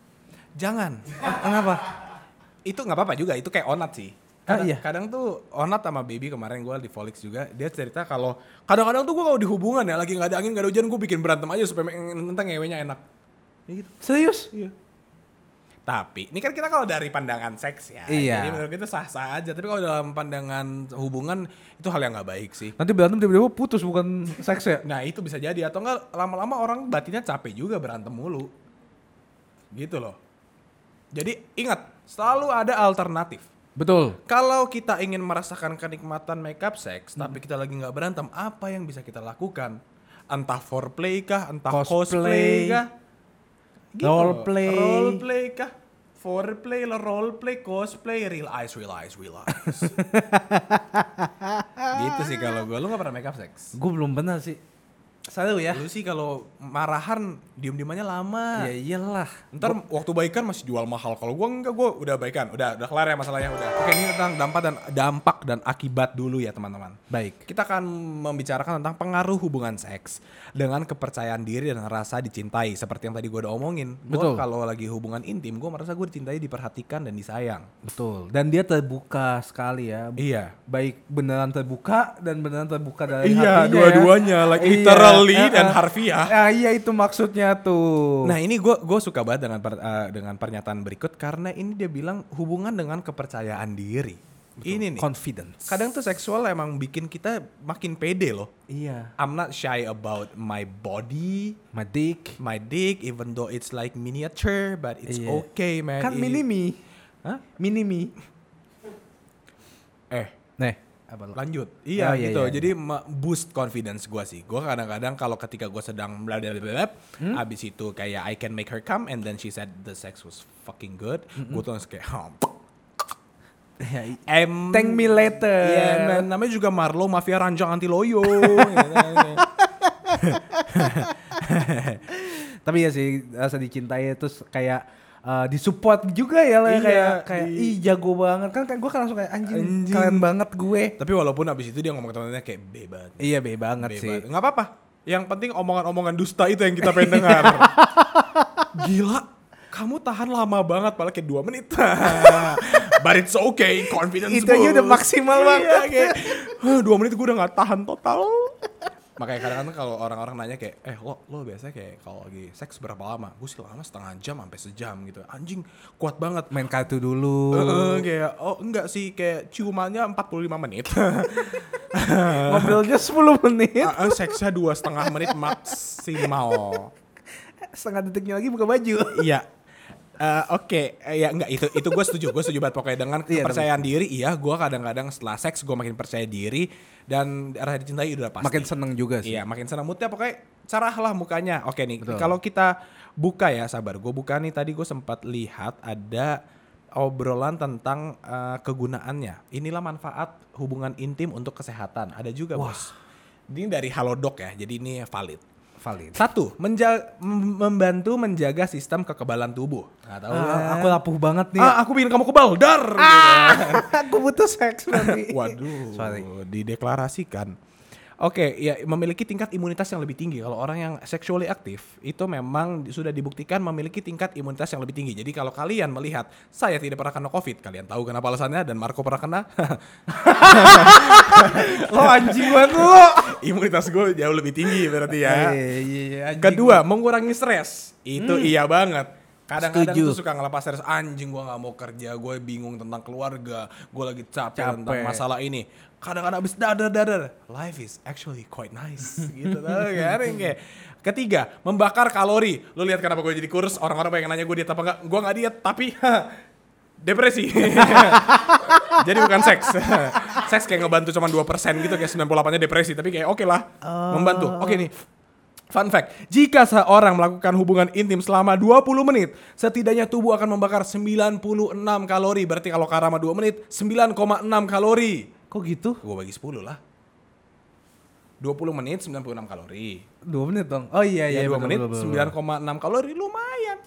S1: Jangan.
S2: kenapa
S1: Itu nggak apa-apa juga. Itu kayak onat sih.
S2: Ah,
S1: Kadang,
S2: iya.
S1: kadang tuh onat sama baby kemarin gue di Volix juga dia cerita kalau kadang-kadang tuh gue kalau di hubungan ya lagi nggak ada angin nggak ada hujan gue bikin berantem aja supaya tentang ngewenya enak.
S2: Iya
S1: Ya gitu.
S2: serius
S1: Tapi ini kan kita kalau dari pandangan seks ya,
S2: Iya.
S1: jadi menurut kita sah-sah aja. Tapi kalau dalam pandangan hubungan itu hal yang nggak baik sih.
S2: nanti berantem tiba-tiba putus bukan seks ya
S1: Nah itu bisa jadi atau enggak lama-lama orang batinnya capek juga berantem mulu. Gitu loh. Jadi ingat selalu ada alternatif.
S2: betul
S1: Kalau kita ingin merasakan kenikmatan makeup sex
S2: Hmm.
S1: tapi kita lagi nggak berantem, apa yang bisa kita lakukan? Entah foreplay kah, entah cosplay,
S2: Cosplay.
S1: kah?
S2: Roleplay.
S1: Loh. Roleplay kah? Foreplay lah, roleplay, cosplay, real eyes, real eyes, real eyes. gitu sih kalau gue. Lu gak pernah makeup sex?
S2: Gue belum benar sih. Seru ya.
S1: Lu sih kalau marahan diem-diemannya lama.
S2: Ya iyalah.
S1: Ntar waktu baikan masih jual mahal. Kalau gua enggak gua udah baikan. Udah udah kelar ya masalahnya udah. Oke, ini tentang dampak dan dampak dan akibat dulu ya, teman-teman.
S2: Baik.
S1: Kita akan membicarakan tentang pengaruh hubungan seks dengan kepercayaan diri dan rasa dicintai seperti yang tadi gua udah omongin. Gua
S2: Betul.
S1: kalau lagi hubungan intim gua merasa gua dicintai, diperhatikan dan disayang.
S2: Betul. Dan dia terbuka sekali ya.
S1: Iya.
S2: Baik beneran terbuka dan beneran terbuka dari
S1: Iya,
S2: hatinya.
S1: dua-duanya, like literally dan harfiah.
S2: Ya, iya itu maksudnya tuh.
S1: Nah ini gue gue suka banget dengan per- eh, dengan pernyataan berikut karena ini dia bilang hubungan dengan kepercayaan diri. Ini nih.
S2: confidence.
S1: Kadang tuh seksual emang bikin kita makin pede loh.
S2: Iya.
S1: I'm not shy about my body,
S2: My dick.
S1: my dick, even though it's like miniature, but it's
S2: Iya.
S1: okay, man.
S2: Kan
S1: It-
S2: mini me.
S1: Hah?
S2: Mini me.
S1: Eh,
S2: Nih. apa lo?
S1: lanjut iya
S2: Oh, iya,
S1: gitu
S2: iya,
S1: jadi me- boost confidence gua sih gua kadang-kadang kalau ketika gua sedang bla bla bla bla,
S2: Hmm?
S1: abis itu kayak I can make her come and then she said the sex was fucking good Gua tuh langsung kayak "Hmm,
S2: Ya, i-
S1: em
S2: Thank me later.
S1: Iya, man. namanya juga Marlo Mafia Ranjang Anti Loyo. Gitu.
S2: Tapi ya sih rasa dicintai terus kayak eh, disupport juga ya lah
S1: Iya,
S2: kayak kayak
S1: di-
S2: ih jago banget kan kan gue kan langsung kayak anjing,
S1: Anjing.
S2: keren banget gue.
S1: Tapi walaupun abis itu dia ngomong ke teman-temannya kayak bebat.
S2: Iya be banget sih.
S1: Nggak apa-apa. Yang penting omongan-omongan dusta itu yang kita pengen dengar. Gila, kamu tahan lama banget, malah kayak 2 menit. But it's okay, confidence
S2: Itu aja udah
S1: boost.
S2: maksimal
S1: Iya,
S2: banget.
S1: kayak, "Huh, dua menit gue udah gak tahan total. Makanya kadang-kadang kalau orang-orang nanya kayak, eh lo, lo biasanya kayak kalau lagi seks berapa lama? Gue sih lama setengah jam sampai sejam gitu. Anjing, kuat banget.
S2: Main kartu dulu.
S1: Eh, eh, kayak, oh enggak sih, kayak ciumannya 45 menit.
S2: Ngobrolnya 10 menit.
S1: Ah, ah, seksnya dua setengah menit maksimal.
S2: Setengah detiknya lagi buka baju.
S1: Iya. Eh, Oke, Eh, ya enggak itu itu gue setuju, gue setuju banget pokoknya dengan
S2: Iya,
S1: kepercayaan diri. Iya, gue kadang-kadang setelah seks gue makin percaya diri dan rasa dicintai udah pasti.
S2: Makin seneng juga sih.
S1: Iya, makin senang moodnya pokoknya cerah lah mukanya. Oke nih,
S2: Betul.
S1: kalau kita buka ya, sabar. Gue buka nih tadi gue sempat lihat ada obrolan tentang eh, kegunaannya. Inilah manfaat hubungan intim untuk kesehatan. Ada juga, Bos. Ini dari Halodoc ya. Jadi ini valid.
S2: Valid.
S1: Satu, menja- mem- membantu menjaga sistem kekebalan tubuh. Nggak tahu kan?
S2: Ah, aku lapuh banget nih.
S1: Ah, aku bikin kamu kebal, dar.
S2: aku butuh seks nanti.
S1: Gitu. Waduh,
S2: Sorry.
S1: dideklarasikan. Oke, ya memiliki tingkat imunitas yang lebih tinggi. Kalau orang yang sexually aktif itu memang di- sudah dibuktikan memiliki tingkat imunitas yang lebih tinggi. Jadi kalau kalian melihat saya tidak pernah kena COVID, kalian tahu kenapa alasannya dan Marco pernah kena,
S2: Lo anjing banget lo.
S1: imunitas gue jauh lebih tinggi berarti ya.
S2: Iya, iya, iya, anjing.
S1: Kedua, mengurangi stres. Itu iya banget. Kadang-kadang
S2: Setuju.
S1: tuh suka ngelepas stres anjing gua nggak mau kerja, gue bingung tentang keluarga, gue lagi capek,
S2: Capek.
S1: tentang masalah ini. Kadang-kadang abis dadar-dadar, life is actually quite nice gitu tau kan yang kayak. Ketiga, membakar kalori. Lu lihat kenapa gue jadi kurus, orang-orang pengen nanya gue diet apa enggak. Gue nggak diet, tapi depresi. jadi bukan seks. seks kayak ngebantu cuma 2% gitu kayak 98-nya depresi, tapi kayak oke lah, membantu. Oke nih. Fun fact, jika seorang melakukan hubungan intim selama 20 menit, setidaknya tubuh akan membakar 96 kalori. Berarti kalau karama 2 menit, 9,6 kalori.
S2: Kok gitu?
S1: Gue bagi 10 lah. 20 menit 96 kalori.
S2: Dua menit dong. Oh iya
S1: Ya,
S2: iya.
S1: 2
S2: betul,
S1: menit
S2: betul, betul.
S1: 9,6 kalori lumayan.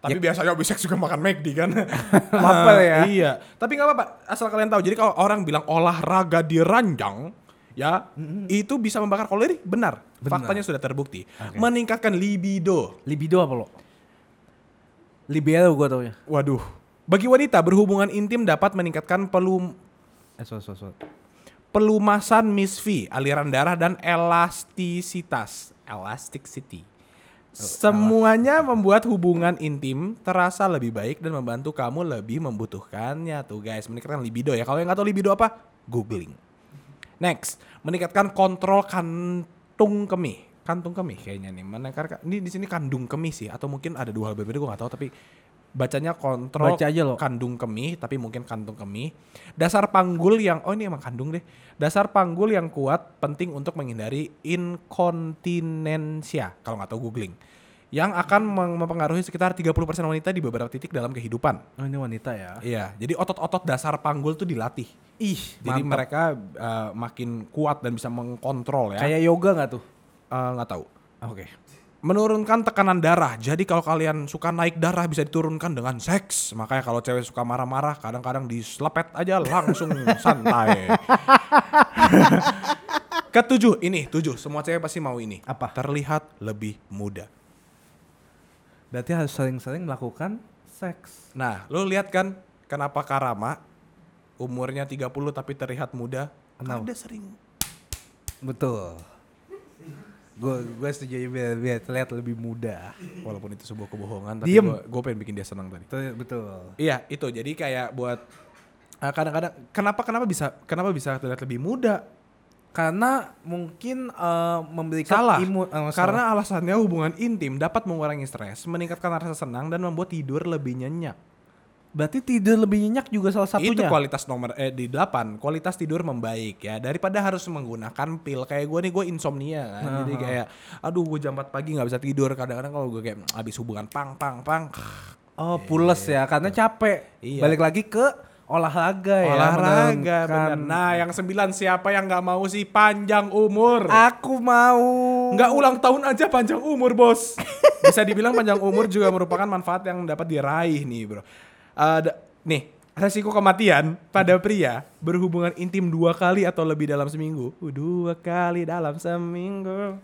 S1: Tapi biasanya bisa juga makan McD kan.
S2: Ya. Lapar ya.
S1: Iya. Tapi nggak apa-apa, asal kalian tahu. Jadi kalau orang bilang olahraga di ranjang, ya, itu bisa membakar kalori, benar.
S2: Benar.
S1: Faktanya sudah terbukti. Meningkatkan libido.
S2: Libido apa lo? Libero gue
S1: ya.
S2: taunya.
S1: Waduh. Bagi wanita, berhubungan intim dapat meningkatkan pelum
S2: Eh sorry sorry sorry.
S1: pelumasan misfi, aliran darah dan elastisitas, elasticity. Semuanya membuat hubungan intim terasa lebih baik dan membantu kamu lebih membutuhkannya tuh guys. Meningkatkan libido ya. Kalau yang nggak tahu libido apa, googling. Next, meningkatkan kontrol kantung kemih. Kantung kemih kayaknya nih. Meningkatkan ini di sini kandung kemih sih atau mungkin ada dua hal berbeda gue nggak tahu tapi bacanya kontrol
S2: Baca aja, loh.
S1: kandung kemih tapi mungkin kantung kemih. Dasar panggul yang oh ini emang kandung deh. Dasar panggul yang kuat penting untuk menghindari inkontinensia kalau nggak tahu googling yang akan mem- mempengaruhi sekitar 30% wanita di beberapa titik dalam kehidupan.
S2: Oh ini wanita ya.
S1: Iya, jadi otot-otot dasar panggul tuh dilatih.
S2: Ih.
S1: Jadi
S2: mantap.
S1: mereka uh, makin kuat dan bisa mengkontrol ya.
S2: Kayak yoga nggak tuh?
S1: Uh, nggak tahu.
S2: Oke.
S1: Menurunkan tekanan darah. Jadi kalau kalian suka naik darah bisa diturunkan dengan seks. Makanya kalau cewek suka marah-marah kadang-kadang diselepet aja langsung santai. Ketujuh ini, tujuh. Semua cewek pasti mau ini.
S2: Apa?
S1: Terlihat lebih muda.
S2: Berarti harus sering-sering melakukan seks.
S1: Nah, lu lihat kan kenapa Karama umurnya 30 tapi terlihat muda?
S2: Kenapa?
S1: Karena dia sering
S2: Betul. Gue gue setuju biar biar terlihat lebih muda.
S1: Walaupun itu sebuah kebohongan, tapi
S2: Diem.
S1: gue pengen bikin dia senang tadi.
S2: Ter- Betul.
S1: Iya, itu. Jadi kayak buat eh, kadang-kadang kenapa kenapa bisa kenapa bisa terlihat lebih muda?
S2: Karena mungkin eh, memberikan
S1: Salah.
S2: imun eh, salah.
S1: Karena alasannya hubungan intim dapat mengurangi stres, meningkatkan rasa senang dan membuat tidur lebih nyenyak.
S2: Berarti tidur lebih nyenyak juga salah
S1: Itu
S2: satunya.
S1: kualitas nomor eh di 8, kualitas tidur membaik ya daripada harus menggunakan pil kayak gue nih gue insomnia kan.
S2: Nah,
S1: Jadi kayak aduh gue jam 4 pagi nggak bisa tidur kadang-kadang kalau gue kayak habis hubungan pang pang pang
S2: oh, pules ya karena capek.
S1: Iya.
S2: Balik lagi ke olahraga ya.
S1: olahraga
S2: menurunkan-
S1: bener. Nah, yang 9 siapa yang nggak mau sih panjang umur?
S2: Aku mau.
S1: Nggak ulang tahun aja panjang umur bos. Bisa dibilang panjang umur juga merupakan manfaat yang dapat diraih nih bro. Eh, da- nih resiko kematian pada pria berhubungan intim dua kali atau lebih dalam seminggu. Uh, Dua kali dalam seminggu.
S2: Mau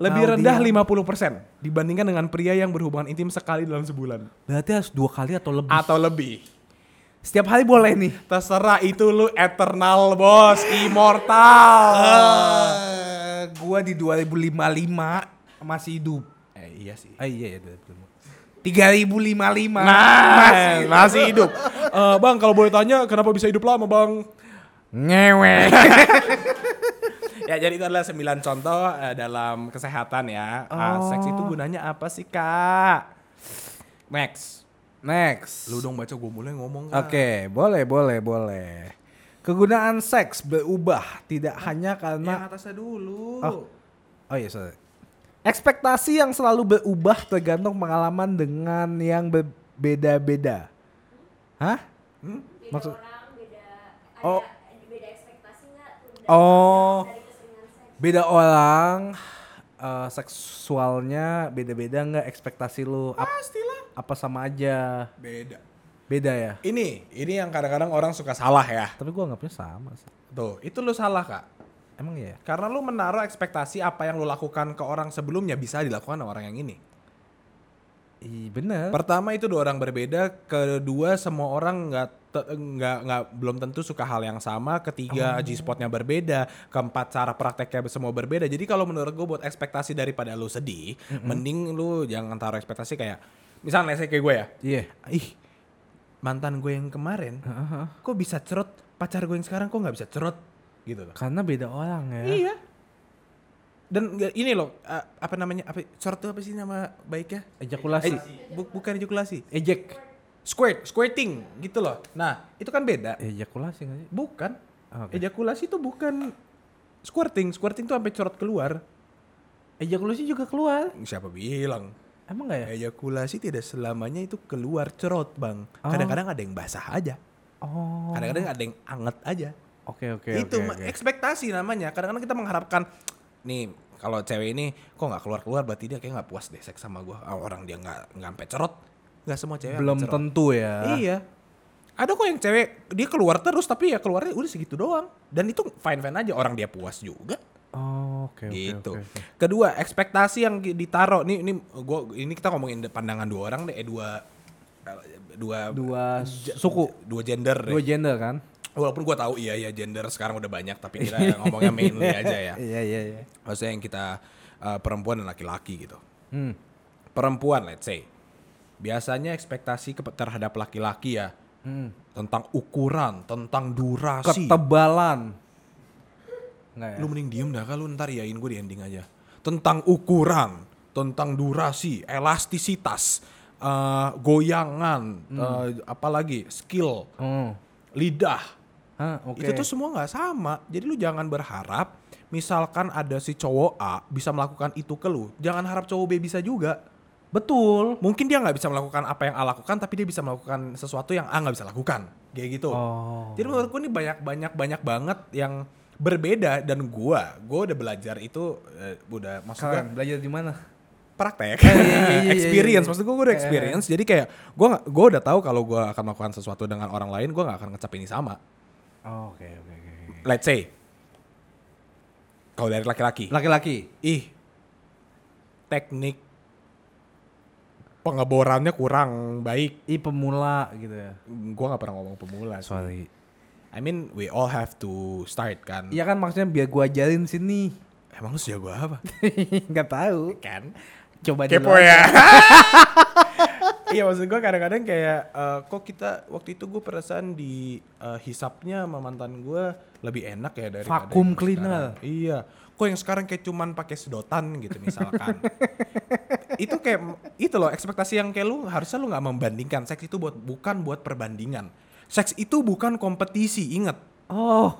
S1: Lebih rendah
S2: dia.
S1: 50% dibandingkan dengan pria yang berhubungan intim sekali dalam sebulan.
S2: Berarti harus dua kali atau lebih.
S1: Atau lebih.
S2: Setiap hari boleh nih.
S1: Terserah itu lu eternal bos, immortal.
S2: Eh, gua di 2055 masih hidup.
S1: Eh, iya sih.
S2: Ah iya ya 3055.
S1: Nah, masih, hidup. Eh, bang, kalau boleh tanya, kenapa bisa hidup lama, Bang?
S2: ngewe.
S1: Ya, jadi itu adalah 9 contoh eh, dalam kesehatan ya. Ah, seks itu gunanya apa sih, Kak? Max, Eh,
S2: Next.
S1: lu dong baca gue mulai ngomong. Kak.
S2: Oke, boleh, boleh, boleh. Kegunaan seks berubah tidak hanya
S1: Yang
S2: karena
S1: atasnya dulu.
S2: Oh. oh iya sorry. Ekspektasi yang selalu berubah tergantung pengalaman dengan yang berbeda-beda. Hah?
S3: Beda
S2: Maksud-
S3: orang, beda ada
S2: Oh.
S3: beda ekspektasi nggak tuh dari-
S2: Oh.
S3: dari keseringan seks?
S2: Beda orang eh, seksualnya beda-beda nggak ekspektasi lu Ap-
S1: Pastilah.
S2: apa sama aja
S1: Beda.
S2: beda ya
S1: Ini, ini yang kadang-kadang orang suka salah ya.
S2: tapi gua anggapnya sama sih
S1: Tuh, itu lu salah, Kak.
S2: emang ya
S1: Karena lu menaruh ekspektasi apa yang lu lakukan ke orang sebelumnya bisa dilakukan sama orang yang ini.
S2: Ih, bener
S1: Pertama itu dua orang berbeda, kedua semua orang nggak te- nggak nggak belum tentu suka hal yang sama, ketiga G spotnya berbeda, keempat cara prakteknya semua berbeda. Jadi kalau menurut gue buat ekspektasi daripada lu sedih, mending lu jangan taruh ekspektasi kayak misalnya saya kayak gue ya,
S2: iya
S1: ih mantan gue yang kemarin, kok bisa cerut, pacar gue yang sekarang kok nggak bisa cerut, gitu loh.
S2: karena beda orang ya
S1: Iya. Dan nggak- ini loh, eh, apa namanya, apa, cerut tuh apa sih nama baiknya?
S2: ejakulasi
S1: Eh, bu- bukan ejakulasi
S2: ejek
S1: squirt, squirting gitu loh. Nah, itu kan beda.
S2: ejakulasi nggak sih
S1: Bukan.
S2: Iya. Oke.
S1: Ejakulasi itu bukan squirting. Squirting itu sampai corot keluar.
S2: ejakulasi juga keluar
S1: Siapa bilang?
S2: emang nggak ya
S1: Ejakulasi tidak selamanya itu keluar cerot, Bang.
S2: Oh.
S1: Kadang-kadang ada yang basah aja.
S2: oh
S1: Kadang-kadang ada yang anget aja.
S2: oke oke
S1: itu ma-
S2: oke, oke.
S1: ekspektasi namanya. Kadang-kadang kita mengharapkan nih kalau cewek ini kok nggak keluar-keluar berarti dia kayak nggak puas deh seks sama gua. Ah, orang dia nggak nggak sampai cerot. Nggak semua cewek sampai
S2: belum
S1: cerot.
S2: tentu ya
S1: Iya. Ada kok yang cewek dia keluar terus tapi ya keluarnya udah segitu doang. Dan itu fine fine aja orang dia puas juga
S2: Oh, oke oke
S1: gitu.
S2: oke, oke.
S1: Kedua ekspektasi yang ki- ditaruh nih ini gua ini kita ngomongin de- pandangan dua orang deh eh, dua dua
S2: dua
S1: j-
S2: suku
S1: dua gender deh.
S2: dua gender kan
S1: Walaupun gua tahu iya ya gender sekarang udah banyak tapi kita ngomongnya mainly aja ya.
S2: iya iya iya
S1: Maksudnya yang kita eh, perempuan dan laki-laki gitu.
S2: hmm.
S1: Perempuan let's say biasanya ekspektasi kepe- terhadap laki-laki ya
S2: hmm.
S1: tentang ukuran, tentang durasi.
S2: ketebalan nggak ya
S1: Lu mending diem dah kalau ntar yain gue di ending aja. Tentang ukuran, tentang durasi, elastisitas, eh, goyangan, eh, apalagi skill,
S2: oh
S1: lidah.
S2: Hah, oke
S1: Itu tuh semua nggak sama. Jadi lu jangan berharap misalkan ada si cowok A bisa melakukan itu ke lu. Jangan harap cowok B bisa juga.
S2: betul
S1: Mungkin dia nggak bisa melakukan apa yang A lakukan, tapi dia bisa melakukan sesuatu yang A nggak bisa lakukan. Kayak gitu.
S2: oh
S1: Jadi menurut gue ini banyak banyak banyak banget yang berbeda dan gua gua udah belajar itu eh, udah maksudnya
S2: keren belajar di mana
S1: praktek
S2: Kan. iya, iya, iya, iya,
S1: experience
S2: iya.
S1: maksud gue udah
S2: Eh, eh,
S1: experience jadi kayak gua nggak- gua udah tahu kalau gua akan melakukan sesuatu dengan orang lain gua nggak akan ngecap ini sama
S2: Oh, oke oke oke
S1: let's say kalau dari laki-laki
S2: laki-laki
S1: ih teknik pengeborannya kurang baik
S2: i pemula gitu ya
S1: gua nggak pernah ngomong pemula sih.
S2: sorry
S1: I mean we all have to start kan
S2: Iya kan maksudnya biar gua ajarin sini.
S1: emang lu sejago apa
S2: Nggak tahu.
S1: kan
S2: Coba
S1: kepo
S2: dulu.
S1: ya iya maksud gue kadang-kadang kayak eh, kok kita waktu itu gue perasaan di eh, hisapnya sama mantan gue lebih enak ya dari
S2: Vacuum cleaner.
S1: iya kok yang sekarang kayak cuman pakai sedotan gitu misalkan itu kayak itu loh ekspektasi yang kayak lu harusnya lu nggak membandingkan seks itu buat bukan buat perbandingan seks itu bukan kompetisi ingat
S2: Oh,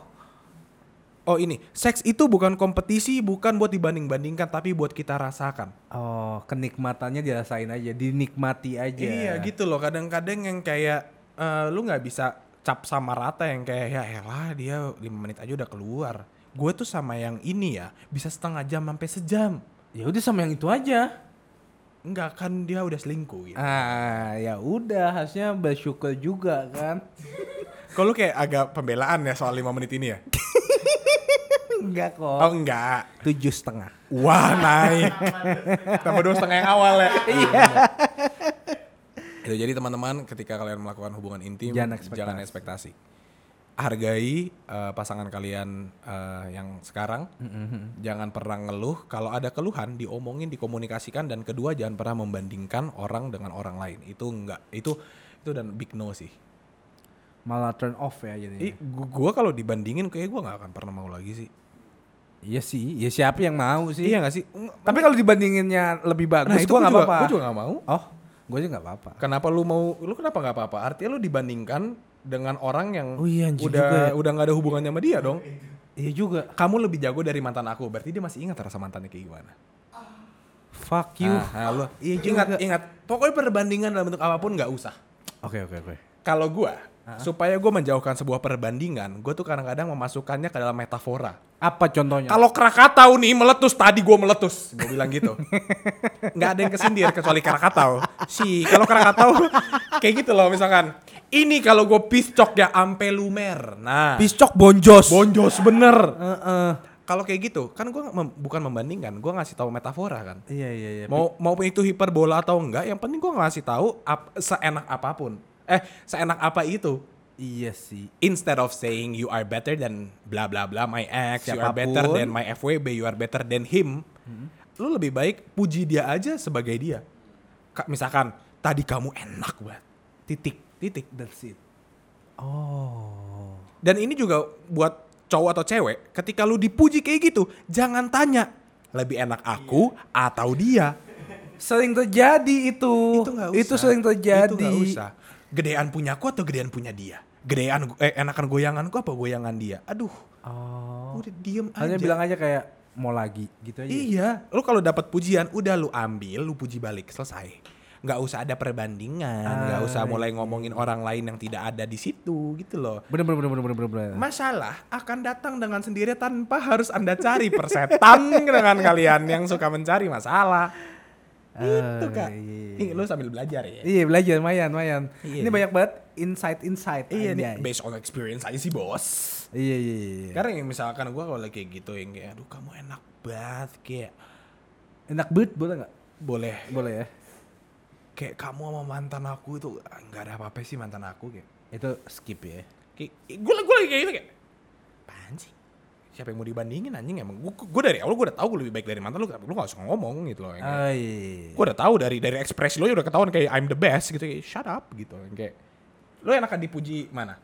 S1: oh ini seks itu bukan kompetisi bukan buat dibanding-bandingkan tapi buat kita rasakan
S2: oh, kenikmatannya dirasain aja, dinikmati aja.
S1: Iya gitu loh kadang-kadang yang kayak eh, lu nggak bisa cap sama rata yang kayak ya elah dia 5 menit aja udah keluar. Gue tuh sama yang ini ya bisa setengah jam sampai sejam.
S2: Ya udah sama yang itu aja.
S1: Enggak kan dia udah selingkuh gitu.
S2: Ah, ya udah harusnya bersyukur juga kan.
S1: Kalau lu kayak agak pembelaan ya soal 5 menit ini ya?
S2: Enggak
S1: Oh
S2: kok.
S1: enggak.
S2: Tujuh setengah.
S1: Wah naik. Tambah dua setengah yang awal ya. Iya. Itu Gitu, jadi teman-teman ketika kalian melakukan hubungan intim
S2: Jangan ekspektasi.
S1: jangan ekspektasi. Hargai eh, pasangan kalian eh, yang sekarang.
S2: Mm-hmm,
S1: Jangan pernah ngeluh. Kalau ada keluhan diomongin, dikomunikasikan dan kedua jangan pernah membandingkan orang dengan orang lain. Itu enggak. Itu itu dan big no sih.
S2: Malah turn off ya jadi.
S1: Ih, gu- gua kalau dibandingin kayak gua nggak akan pernah mau lagi sih.
S2: Iya sih, ya siapa yang mau sih?
S1: Iya nggak sih?
S2: Tapi kalau dibandinginnya lebih bagus,
S1: itu
S2: Nah, gua nggak
S1: juga-
S2: apa-apa.
S1: Gua juga nggak mau.
S2: Oh, gue juga nggak apa-apa.
S1: Kenapa lu mau lu kenapa nggak apa-apa? Artinya lu dibandingkan dengan orang yang
S2: Oh iya, anjing
S1: udah
S2: juga ya.
S1: udah nggak ada hubungannya sama dia dong.
S2: Iya juga.
S1: Kamu lebih jago dari mantan aku, berarti dia masih ingat rasa mantannya kayak gimana.
S2: Fuck you.
S1: Nah, nah, lu
S2: Iya
S1: ingat ingat pokoknya perbandingan dalam bentuk apapun nggak usah.
S2: Oke oke oke.
S1: Kalau gua
S2: Ah.
S1: supaya gua menjauhkan sebuah perbandingan, gua tuh kadang-kadang memasukkannya ke dalam metafora.
S2: Apa contohnya?
S1: Ya. Kalau Krakatau nih meletus tadi gua meletus, gua bilang gitu. Nggak ada yang kesindir kecuali Krakatau. Si kalau Krakatau kayak gitu loh misalkan. Ini kalau gue piscok ya ampe lumer. Nah,
S2: Piscok bonjos.
S1: bonjos bener.
S2: Heeh.
S1: Kalau kayak gitu, kan gue bukan membandingkan, gua ngasih tahu metafora kan.
S2: Iya iya iya.
S1: Mau maupun itu hiperbola atau enggak, yang penting gua ngasih tahu ap- seenak apapun. Eh, seenak apa itu?
S2: Iya sih.
S1: instead of saying you are better than bla bla bla my ex, you are
S2: Siapapun.
S1: better than my FWB, you are better than him, lu lebih baik puji dia aja sebagai dia. Ka- misalkan tadi kamu enak banget, titik titik.
S2: That's it. Oh.
S1: Dan ini juga buat cowok atau cewek, ketika lu dipuji kayak gitu, jangan tanya lebih enak aku atau dia. Oh,
S2: Sering terjadi itu.
S1: Iya. Itu nggak usah.
S2: Itu sering terjadi.
S1: Itu nggak usah. Gedean punyaku atau gedean punya dia? Gedean eh, enakan goyanganku apa goyangan dia? Aduh,
S2: Oh.
S1: udah diem aja.
S2: Hanya bilang aja kayak mau lagi gitu aja.
S1: Iya, lu kalau dapat pujian udah lu ambil, lu puji balik, selesai. Nggak usah ada perbandingan, nggak usah
S2: Ah, iya.
S1: mulai ngomongin orang lain yang tidak ada di situ gitu loh.
S2: Bener bener bener bener bener bener.
S1: Masalah akan datang dengan sendiri tanpa harus Anda cari persetan dengan kalian yang suka mencari masalah. Itu
S2: Ah,
S1: Kak.
S2: iya, iya,
S1: Nih, lu sambil belajar ya.
S2: Iya belajar lumayan lumayan.
S1: Iya.
S2: Ini banyak banget insight insight.
S1: Iya nih, based on experience aja sih, Bos.
S2: Iya iya iya.
S1: Karena yang misalkan gua kalau kayak gitu yang kayak aduh kamu enak banget kayak
S2: Enak banget boleh nggak?
S1: boleh
S2: Boleh ya.
S1: kayak kamu sama mantan aku itu ah, nggak ada apa-apa sih mantan aku kayak
S2: Itu
S1: Gitu
S2: skip ya.
S1: Kayak, gue gue lagi kayak gitu kayak apaan sih siapa yang mau dibandingin anjing emang gue, gue dari awal gue udah tahu gue lebih baik dari mantan lu kenapa lu gak usah ngomong gitu loh yang kayak,
S2: Oh iya.
S1: gue udah tahu dari dari ekspresi lu ya udah ketahuan kayak I'm the best gitu kayak shut up gitu yang kayak lu enakan dipuji mana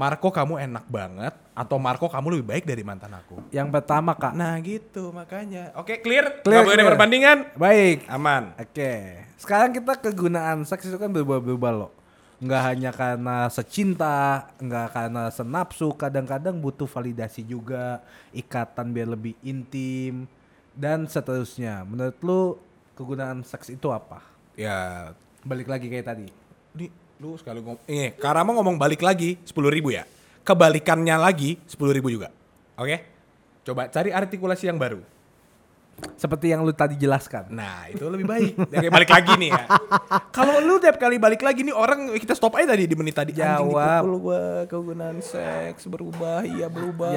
S1: Marco kamu enak banget atau Marco kamu lebih baik dari mantan aku
S2: Yang pertama kak.
S1: nah gitu makanya oke clear
S2: Clear,
S1: Nggak boleh ada
S2: clear.
S1: perbandingan
S2: Baik.
S1: aman
S2: Oke, sekarang kita kegunaan seks itu kan berubah-berubah loh. Nggak hanya karena secinta, nggak karena senapsu, kadang-kadang butuh validasi juga, ikatan biar lebih intim, dan seterusnya. Menurut lu kegunaan seks itu apa?
S1: ya
S2: Balik lagi kayak tadi.
S1: Di, lu sekali ngomong. Ini, Karama ngomong balik lagi 10.000 ribu ya. Kebalikannya lagi 10.000 ribu juga. Oke? Coba cari artikulasi yang baru.
S2: Seperti yang lu tadi jelaskan.
S1: Nah, itu lebih baik. Ya, kayak balik lagi nih ya. Kalau lu tiap kali balik lagi nih orang kita stop aja tadi di menit tadi. Anjing,
S2: Jawab.
S1: dipukul gua kegunaan seks berubah, iya berubah.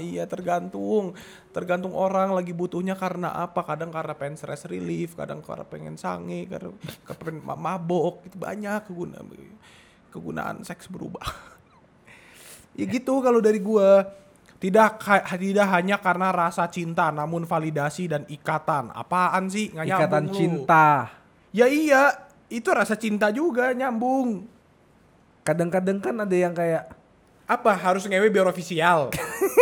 S1: gunanya iya tergantung. Tergantung orang lagi butuhnya karena apa. Kadang karena pengen stress relief, kadang karena pengen sange, kadang karena pengen ma- mabok. Itu banyak kegunaan kegunaan seks berubah. Ya gitu kalau dari gua tidak ha- tidak hanya karena rasa cinta namun validasi dan ikatan. Apaan sih? Nggak nyambung
S2: Ikatan
S1: Ya lu.
S2: cinta.
S1: Ya iya, itu rasa cinta juga nyambung.
S2: Kadang-kadang kan ada yang kayak
S1: Apa harus ngewe biar ofisial?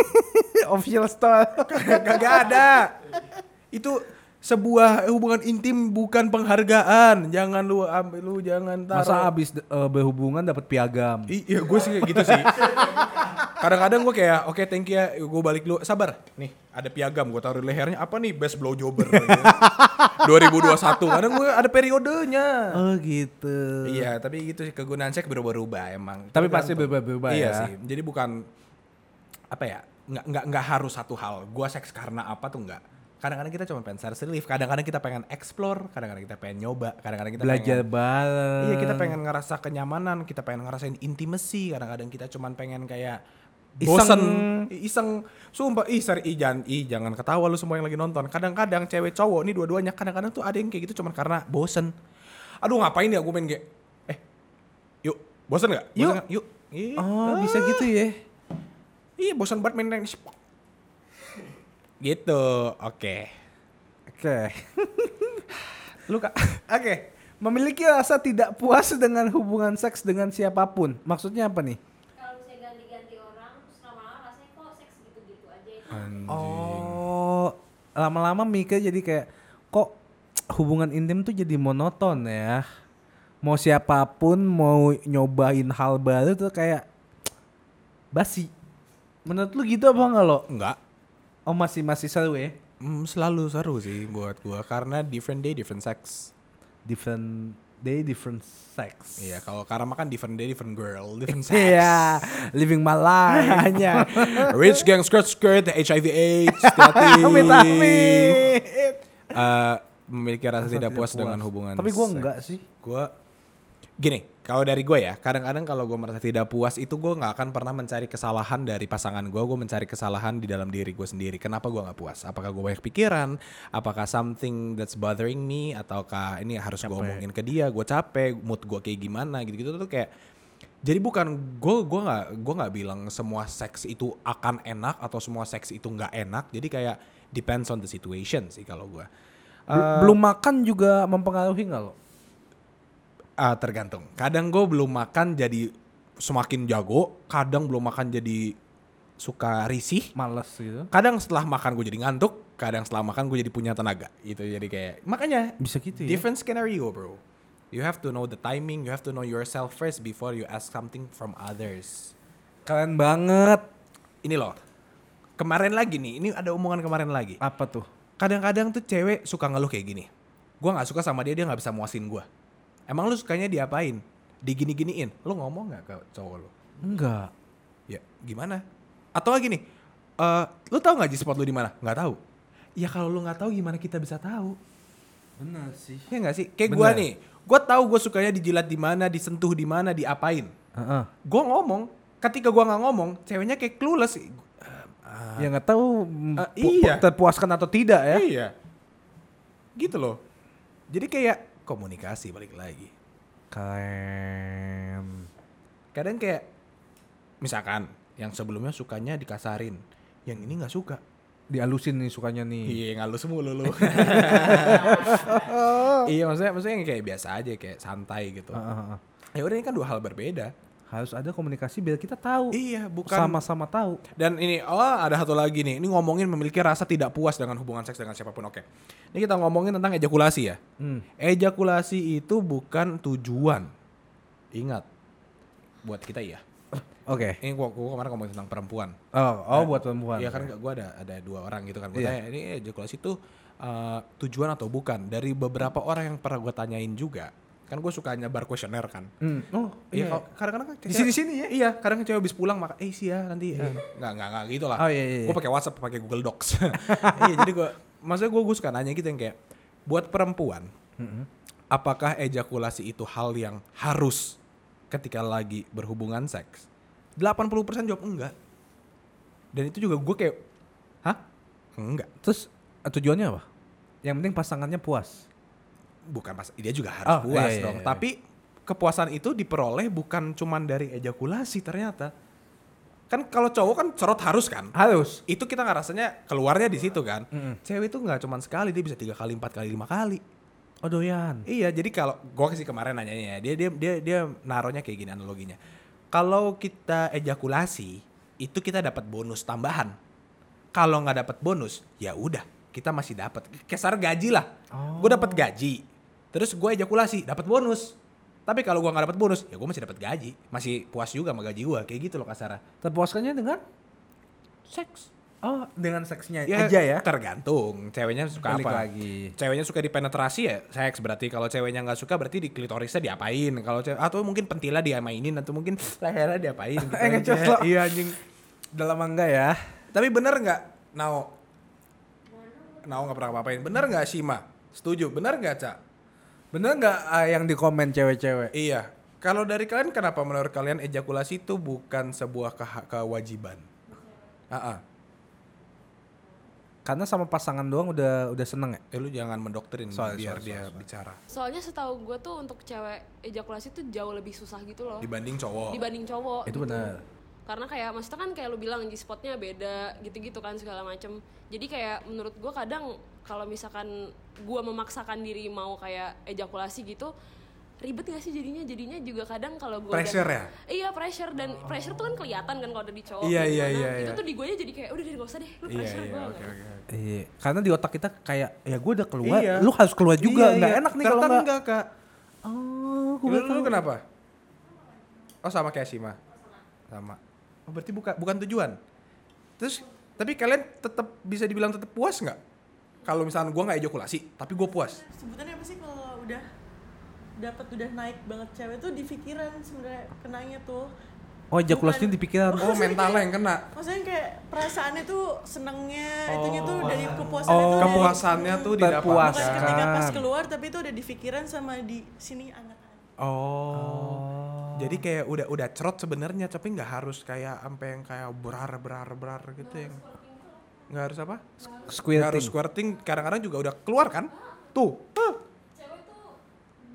S2: official store.
S1: Kagak ada. Itu sebuah hubungan intim bukan penghargaan. Jangan lu ambil lu jangan taruh.
S2: Masa abis eh, berhubungan dapat piagam?
S1: I- Iya gue sih kayak gitu sih. Kadang-kadang gue kayak oke thank you ya gue balik dulu sabar nih ada piagam gue taruh di lehernya apa nih best blow jobber 2021 kadang gue ada periodenya.
S2: Oh gitu.
S1: Iya tapi gitu sih kegunaan seks berubah-ubah emang.
S2: Tapi pasti
S1: Tergantung.
S2: berubah-ubah
S1: iya
S2: ya.
S1: sih. Jadi bukan apa ya nggak nggak nggak harus satu hal. Gua seks karena apa tuh nggak. Kadang-kadang kita cuma pengen relief, kadang-kadang kita pengen explore, kadang-kadang kita pengen nyoba, kadang-kadang kita
S2: Belajar
S1: pengen-
S2: bareng.
S1: Iya kita pengen ngerasa kenyamanan, kita pengen ngerasain intimacy, kadang-kadang kita cuman pengen kayak
S2: Iseng.
S1: bosen, i- iseng, sumpah, ih seri, ih jangan, ih jangan ketawa lu semua yang lagi nonton. Kadang-kadang cewek cowok nih dua-duanya, kadang-kadang tuh ada yang kayak gitu cuman karena bosen. Aduh ngapain ya gue main kayak, eh yuk, bosen gak? Bosen
S2: Yuk.
S1: nggak? yuk. Ih,
S2: Oh
S1: ah,
S2: bisa gitu ya?
S1: Iya bosen banget main yang Gitu, oke.
S2: Oke.
S1: Lu kak,
S2: Oke. Memiliki rasa tidak puas dengan hubungan seks dengan siapapun. Maksudnya apa nih?
S3: Kalau misalnya ganti-ganti orang, terus lama-lama rasanya kok seks gitu-gitu aja itu.
S2: Oh, lama-lama mikir jadi kayak kok hubungan intim tuh jadi monoton ya. Mau siapapun mau nyobain hal baru tuh kayak basi. Menurut lu gitu apa enggak lo?
S1: enggak.
S2: Oh masih masih seru ya?
S1: Hmm, selalu seru sih buat gua karena different day different sex.
S2: Different day, different sex.
S1: Iya, kalau Karama kan different day, different girl, different sex.
S2: Iya, living my life.
S1: Hanya rich gang skirt skirt HIV AIDS. gratis.
S2: Amit amit.
S1: Eh, memiliki rasa
S2: Rasa
S1: tidak
S2: tidak
S1: puas,
S2: puas.
S1: dengan hubungan.
S2: Tapi gua
S1: seks.
S2: enggak sih.
S1: Gua gini, kalau dari gue ya, kadang-kadang kalau gue merasa tidak puas itu gue nggak akan pernah mencari kesalahan dari pasangan gue. Gue mencari kesalahan di dalam diri gue sendiri. Kenapa gue nggak puas? Apakah gue banyak pikiran? Apakah something that's bothering me? Ataukah ini harus gue omongin ke dia? Gue capek, mood gue kayak gimana? Gitu-gitu tuh kayak jadi bukan gue gua nggak gua nggak bilang semua seks itu akan enak atau semua seks itu nggak enak. Jadi kayak depends on the situation sih kalau gue.
S2: Bel- Belum makan juga mempengaruhi enggak lo?
S1: Ah, tergantung. Kadang gue belum makan jadi semakin jago, kadang belum makan jadi suka risih.
S2: Males gitu.
S1: Kadang setelah makan gue jadi ngantuk, kadang setelah makan gue jadi punya tenaga. Itu jadi kayak makanya
S2: Bisa gitu ya.
S1: different scenario, bro. You have to know the timing, you have to know yourself first before you ask something from others.
S2: Keren banget.
S1: Ini loh. Kemarin lagi nih, ini ada omongan kemarin lagi.
S2: Apa tuh?
S1: Kadang-kadang tuh cewek suka ngeluh kayak gini. Gua nggak suka sama dia, dia nggak bisa muasin gua. Emang lu sukanya diapain? Digini-giniin. Lu ngomong nggak ke cowok lu?
S2: Enggak.
S1: Ya, gimana? Atau lagi nih, eh, lu tahu nggak G-spot lu di mana? Nggak tahu. Ya kalau lu nggak tahu gimana kita bisa tahu?
S2: Benar sih.
S1: Ya nggak sih? Kayak gua
S2: Bener.
S1: nih, gua tahu gua sukanya dijilat di mana, disentuh di mana, diapain.
S2: Heeh.
S1: Gua ngomong, ketika gua nggak ngomong, ceweknya kayak clueless. Eh, ah,
S2: Ya nggak tahu mm,
S1: Ah,
S2: pu-
S1: iya.
S2: terpuaskan atau tidak ya.
S1: Iya. Gitu loh. Jadi kayak komunikasi balik lagi.
S2: Keren.
S1: Kadang kayak misalkan yang sebelumnya sukanya dikasarin, yang ini nggak suka.
S2: Dialusin nih sukanya nih.
S1: Iya, ngalus mulu lu. iya, maksudnya maksudnya yang kayak biasa aja kayak santai gitu.
S2: Ah, ah, ah.
S1: Ya udah ini kan dua hal berbeda.
S2: Harus ada komunikasi biar kita tahu.
S1: Iya, bukan
S2: Sama-sama tahu.
S1: Dan ini, oh ada satu lagi nih. Ini ngomongin memiliki rasa tidak puas dengan hubungan seks dengan siapapun. Oke. Ini kita ngomongin tentang ejakulasi ya.
S2: Hmm.
S1: Ejakulasi itu bukan tujuan. Ingat. Buat kita iya.
S2: Oke.
S1: Ini gua, gua kemarin ngomongin tentang perempuan.
S2: Oh, oh buat perempuan.
S1: Iya kan gue ada ada dua orang gitu kan. Gue
S2: Iya.
S1: tanya ini ejakulasi itu eh, tujuan atau bukan? Dari beberapa orang yang pernah gue tanyain juga, kan gue suka nyebar kuesioner kan.
S2: Hmm. Oh,
S1: Iya,
S2: iya.
S1: kalau- kadang-kadang kan
S2: Di sini-sini ya?
S1: Iya, kadang cewek habis pulang maka eh sih ya nanti. eh, Nggak, nggak, nggak gitu lah.
S2: Oh, iya, iya, iya.
S1: Gue pakai WhatsApp, pakai Google Docs. iya, jadi gue maksudnya gue gue suka nanya gitu yang kayak buat perempuan, apakah ejakulasi itu hal yang harus ketika lagi berhubungan seks? 80% jawab enggak. Dan itu juga gue kayak, hah? Enggak.
S2: Terus eh, tujuannya apa? Yang penting pasangannya puas.
S1: bukan pas dia juga harus
S2: Oh,
S1: puas
S2: iya, iya,
S1: dong.
S2: iya.
S1: Tapi kepuasan itu diperoleh bukan cuman dari ejakulasi ternyata. Kan kalau cowok kan cerot harus kan.
S2: Harus.
S1: Itu kita ngerasanya keluarnya di situ kan. Cewek itu nggak cuman sekali dia bisa tiga kali, empat kali, lima kali.
S2: Oh doyan.
S1: Iya, jadi kalau gua sih kemarin nanyanya ya, dia dia dia dia naruhnya kayak gini analoginya. Kalau kita ejakulasi, itu kita dapat bonus tambahan. Kalau nggak dapat bonus, ya udah. kita masih dapat kesar gaji lah
S2: Oh.
S1: gue dapat gaji terus gue ejakulasi dapat bonus tapi kalau gue nggak dapat bonus ya gue masih dapat gaji masih puas juga sama gaji gue kayak gitu loh kasarnya
S2: Terpuaskannya dengan
S1: seks Iya.
S2: oh dengan seksnya aja ya.
S1: tergantung ceweknya suka
S2: Balik
S1: apa
S2: lagi.
S1: ceweknya suka dipenetrasi ya seks berarti kalau ceweknya nggak suka berarti di klitorisnya diapain kalau cewek atau mungkin pentila diamainin atau mungkin lehernya diapain gitu
S2: Eh, ngecos
S1: aja.
S2: lo.
S1: iya anjing
S2: Udah lama enggak ya?
S1: tapi bener nggak Nao Nao nggak pernah ngapain bener nggak Shima setuju bener nggak Ca
S2: Bener nggak ah, yang di komen cewek-cewek?
S1: iya kalau dari kalian kenapa menurut kalian ejakulasi itu bukan sebuah keha- kewajiban Ah, ah.
S2: Karena sama pasangan doang udah udah seneng ya.
S1: Eh, lu jangan mendoktrin
S2: Soal-
S1: biar
S2: soal-
S1: dia
S2: soal- soal.
S1: bicara
S4: Soalnya setahu gue tuh untuk cewek ejakulasi tuh jauh lebih susah gitu loh
S1: dibanding cowok
S4: dibanding cowok.
S2: Itu
S4: gitu.
S2: benar.
S4: Karena kayak maksudnya kan kayak lu bilang di spotnya beda gitu-gitu kan segala macem. Jadi kayak menurut gue kadang kalau misalkan gue memaksakan diri mau kayak ejakulasi gitu ribet gak sih jadinya jadinya juga kadang kalau gue
S1: pressure ya
S4: Iya pressure dan pressure tuh kan kelihatan kan kalau ada di cowok.
S1: Iya,
S4: kayak
S1: iya,
S4: gimana.
S1: iya,
S4: Itu
S1: iya.
S4: tuh di gue jadi kayak udah deh gak usah deh lu
S1: iya
S4: pressure
S1: iya
S4: gue.
S1: oke oke
S2: Iya. Karena di otak kita kayak ya gue udah keluar,
S1: Iya.
S2: lu harus keluar juga.
S1: Iya,
S2: nggak
S1: iya.
S2: enak nih
S1: Ternyata
S2: kalau nggak.
S1: enggak kak
S2: Oh,
S1: Lu,
S2: gue baru
S1: lu
S2: tahu.
S1: kenapa? Oh sama kayak Sima. Sama. Oh berarti bukan bukan tujuan. Terus tapi kalian tetap bisa dibilang tetap puas nggak? Kalau misalnya gua nggak ejakulasi, tapi gua puas.
S5: sebutannya apa sih kalau udah dapat udah naik banget cewek tuh di pikiran sebenarnya kenanya tuh
S2: Oh, ejakulasi di pikiran.
S1: Oh mentalnya yang kena.
S5: maksudnya kayak perasaannya tuh senengnya itunya tuh dari
S2: Oh,
S5: kepuasannya tuh dari-
S1: Kepuasannya tuh didapatkan.
S5: bukan
S2: terpuaskan.
S1: kan?
S5: ketika pas keluar tapi itu udah di pikiran sama di sini anak-anak
S1: Oh. Jadi kayak udah udah cerot sebenarnya, tapi nggak harus kayak sampai yang kayak berar berar berar gitu yang nggak harus apa? Nggak harus
S2: Squirting.
S1: squirting. Kadang-kadang juga udah keluar kan? Tuh. Hah.
S4: Cewek tuh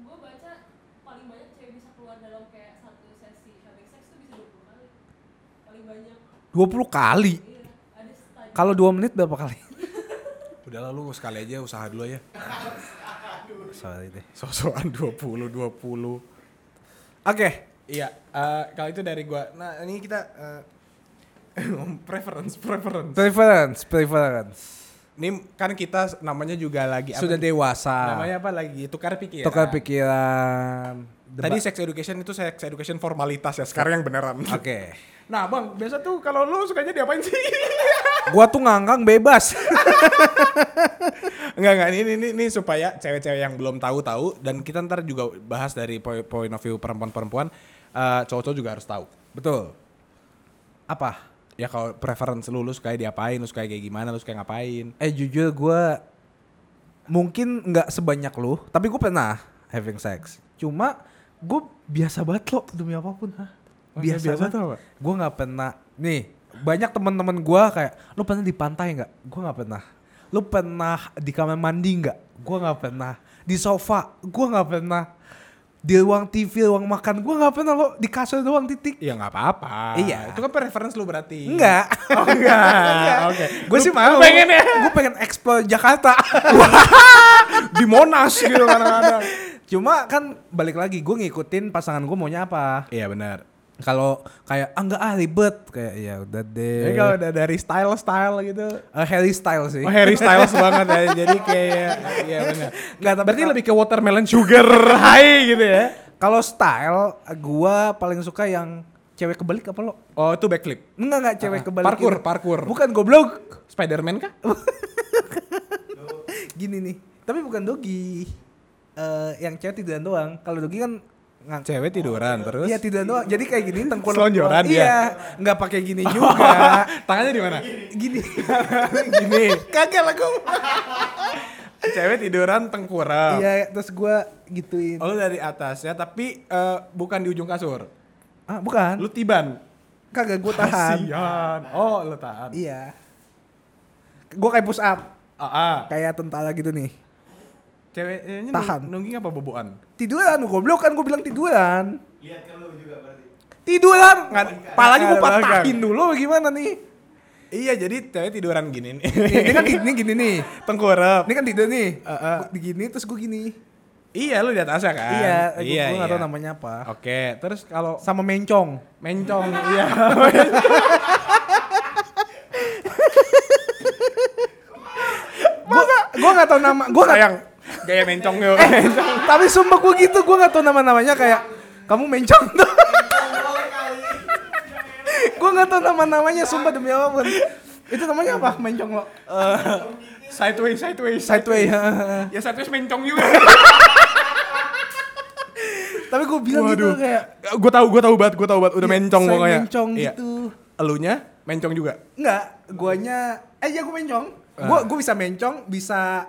S4: gue baca paling banyak cewek bisa keluar dalam kayak satu sesi having sex tuh bisa 20 kali. Paling banyak
S2: 20 kali. Kalau 2 menit berapa kali?
S1: Udah lah lu sekali aja usaha dulu ya.
S2: Sorry deh.
S1: Sosokan 20 20.
S2: Oke.
S1: Iya, eh, kalau itu dari gua. Nah, ini kita eh, preference preference.
S2: Preference, preference.
S1: Ini kan kita namanya juga lagi apa
S2: Sudah
S1: nih?
S2: dewasa.
S1: namanya apa lagi? Tukar pikiran.
S2: Tukar pikiran.
S1: Tadi sex education itu sex education formalitas ya, sekarang yang beneran.
S2: Oke.
S1: Nah, Bang, biasa tuh kalau lu sukanya diapain sih?
S2: Gua tuh ngangkang bebas.
S1: Enggak, enggak. Ini, ini, ini supaya cewek-cewek yang belum tahu tahu dan kita ntar juga bahas dari po- point of view perempuan-perempuan, eh, cowok-cowok juga harus tahu.
S2: Betul. Apa?
S1: Ya kalau preference lu, lu suka diapain, lu suka kayak gimana, lu suka ngapain.
S2: Eh jujur gua mungkin nggak sebanyak lu, tapi gue pernah having sex. Cuma gue biasa banget lo demi apapun. Hah?
S1: Maksudnya
S2: Biasa,
S1: biasa
S2: banget.
S1: tuh apa?
S2: Gue nggak pernah. Nih banyak teman-teman gua kayak, lu pernah di pantai nggak? Gue nggak pernah. Lu pernah di kamar mandi nggak? Gue nggak pernah. Di sofa, gue nggak pernah. Di ruang TV, ruang makan, gue nggak pernah lo di kasur doang titik.
S1: Ya nggak apa-apa.
S2: Iya.
S1: Itu kan preference lu berarti.
S2: Enggak.
S1: Oh, enggak. Oke.
S2: Gue sih mau.
S1: pengen ya?
S2: Gue pengen explore Jakarta.
S1: Di Monas gitu kadang-kadang.
S2: Cuma kan balik lagi gue ngikutin pasangan gue maunya apa.
S1: Iya benar.
S2: Kalau kayak ah enggak ah ribet kayak ya udah deh.
S1: Jadi kalau udah dari style-style gitu.
S2: Eh, Harry style sih.
S1: Oh Harry Styles banget ya. Jadi kayak iya benar.
S2: Nggak, tapi
S1: Berarti
S2: kalau-
S1: lebih ke watermelon sugar high gitu ya.
S2: Kalau style gue paling suka yang cewek kebalik apa lo?
S1: Oh itu backflip.
S2: Enggak enggak cewek
S1: Ah,
S2: kebalik.
S1: parkour,
S2: gitu.
S1: parkour.
S2: Bukan goblok.
S1: Spiderman kah?
S2: Gini nih. Tapi bukan dogi. Eh yang cewek tiduran doang. Kalau dogi kan ngang-
S1: Cewek tiduran terus.
S2: Iya tiduran doang. Jadi kayak gini tengkurap.
S1: Selonjoran dia.
S2: Iya. Enggak pakai gini juga.
S1: Tangannya di mana?
S2: gini.
S1: Gini. Kagak lah gue. Cewek tiduran tengkurap.
S2: Iya, terus gue gituin.
S1: Oh, lu dari atas ya, tapi eh, bukan di ujung kasur.
S2: Ah, bukan.
S1: Lu tiban.
S2: Kagak gue tahan.
S1: Kasian. Oh, lu tahan.
S2: Iya. Gue kayak push up,
S1: Ah, ah.
S2: kayak tentara gitu nih.
S1: Ceweknya
S2: Tahan.
S1: nung- nungging apa boboan?
S2: Tiduran, goblok kan gue bilang tiduran. Lihat ke juga berarti. Tiduran, nggak, palanya gue
S1: Nggak,
S2: patahin
S1: belakang.
S2: dulu gimana nih?
S1: Iya, jadi cewek tiduran gini nih.
S2: Nih, Ini kan gini, gini nih.
S1: Tengkurap.
S2: Ini kan tidur nih.
S1: Heeh.
S2: Gua Di gini terus gue gini.
S1: Iya, lu di atasnya kan?
S2: Iya, gue nggak tahu namanya apa.
S1: Oke, terus kalau
S2: Sama mencong.
S1: mencong, iya.
S2: Gue gue gak tau nama gue gak
S1: sayang gaya mencong yuk
S2: Eh. tapi sumpah gue gitu gue gak tau nama namanya kayak kamu mencong tuh gue gak tau nama namanya sumpah demi apapun itu namanya apa mencong lo
S1: sideways sideways
S2: sideway
S1: ya sideways mencong yuk
S2: tapi gue bilang
S1: Waduh.
S2: gitu kayak
S1: gue tahu gue tahu banget gue tahu banget udah
S2: Iya,
S1: mencong
S2: saya
S1: pokoknya
S2: mencong
S1: Iya.
S2: gitu.
S1: elunya mencong juga
S2: enggak guanya eh ya gue mencong
S1: Ah.
S2: gue gue bisa mencong bisa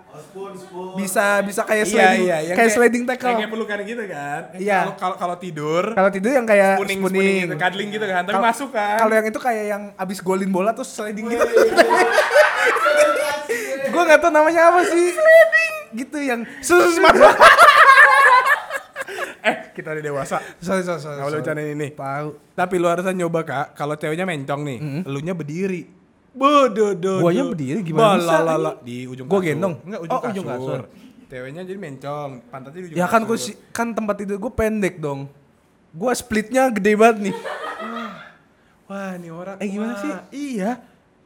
S2: bisa bisa kayak sliding
S1: Iya, yang
S2: kayak sliding tackle
S1: yang kayak pelukan gitu kan Eh,
S2: Iya.
S1: kalau- kalau kalau tidur
S2: kalau tidur yang kayak
S1: kuning
S2: spooning,
S1: kuning gitu cuddling gitu kan tapi
S2: Kalau-
S1: masuk kan
S2: Kalau yang itu kayak yang abis golin bola terus sliding gitu. gue gak tau namanya apa sih. Sliding. Gitu yang sus masuk.
S1: eh kita udah dewasa
S2: Sorry sorry sorry.
S1: Nggak boleh bercandain ini.
S2: Tahu.
S1: tapi lu harusnya nyoba kak kalau ceweknya mencong nih elunya berdiri Bodoh,
S2: Guanya Mm-hmm. berdiri gimana bisa?
S1: di ujung
S2: Gua gendong.
S1: Enggak, ujung,
S2: Oh, ujung
S1: kasur.
S2: kasur.
S1: Ceweknya jadi mencong, pantatnya di ujung
S2: Ya kan gue
S1: kasur.
S2: kan tempat tidur gue pendek dong. Gue splitnya gede banget nih.
S1: Wah, ini orang.
S2: Eh, gimana
S1: wah,
S2: sih?
S1: Iya.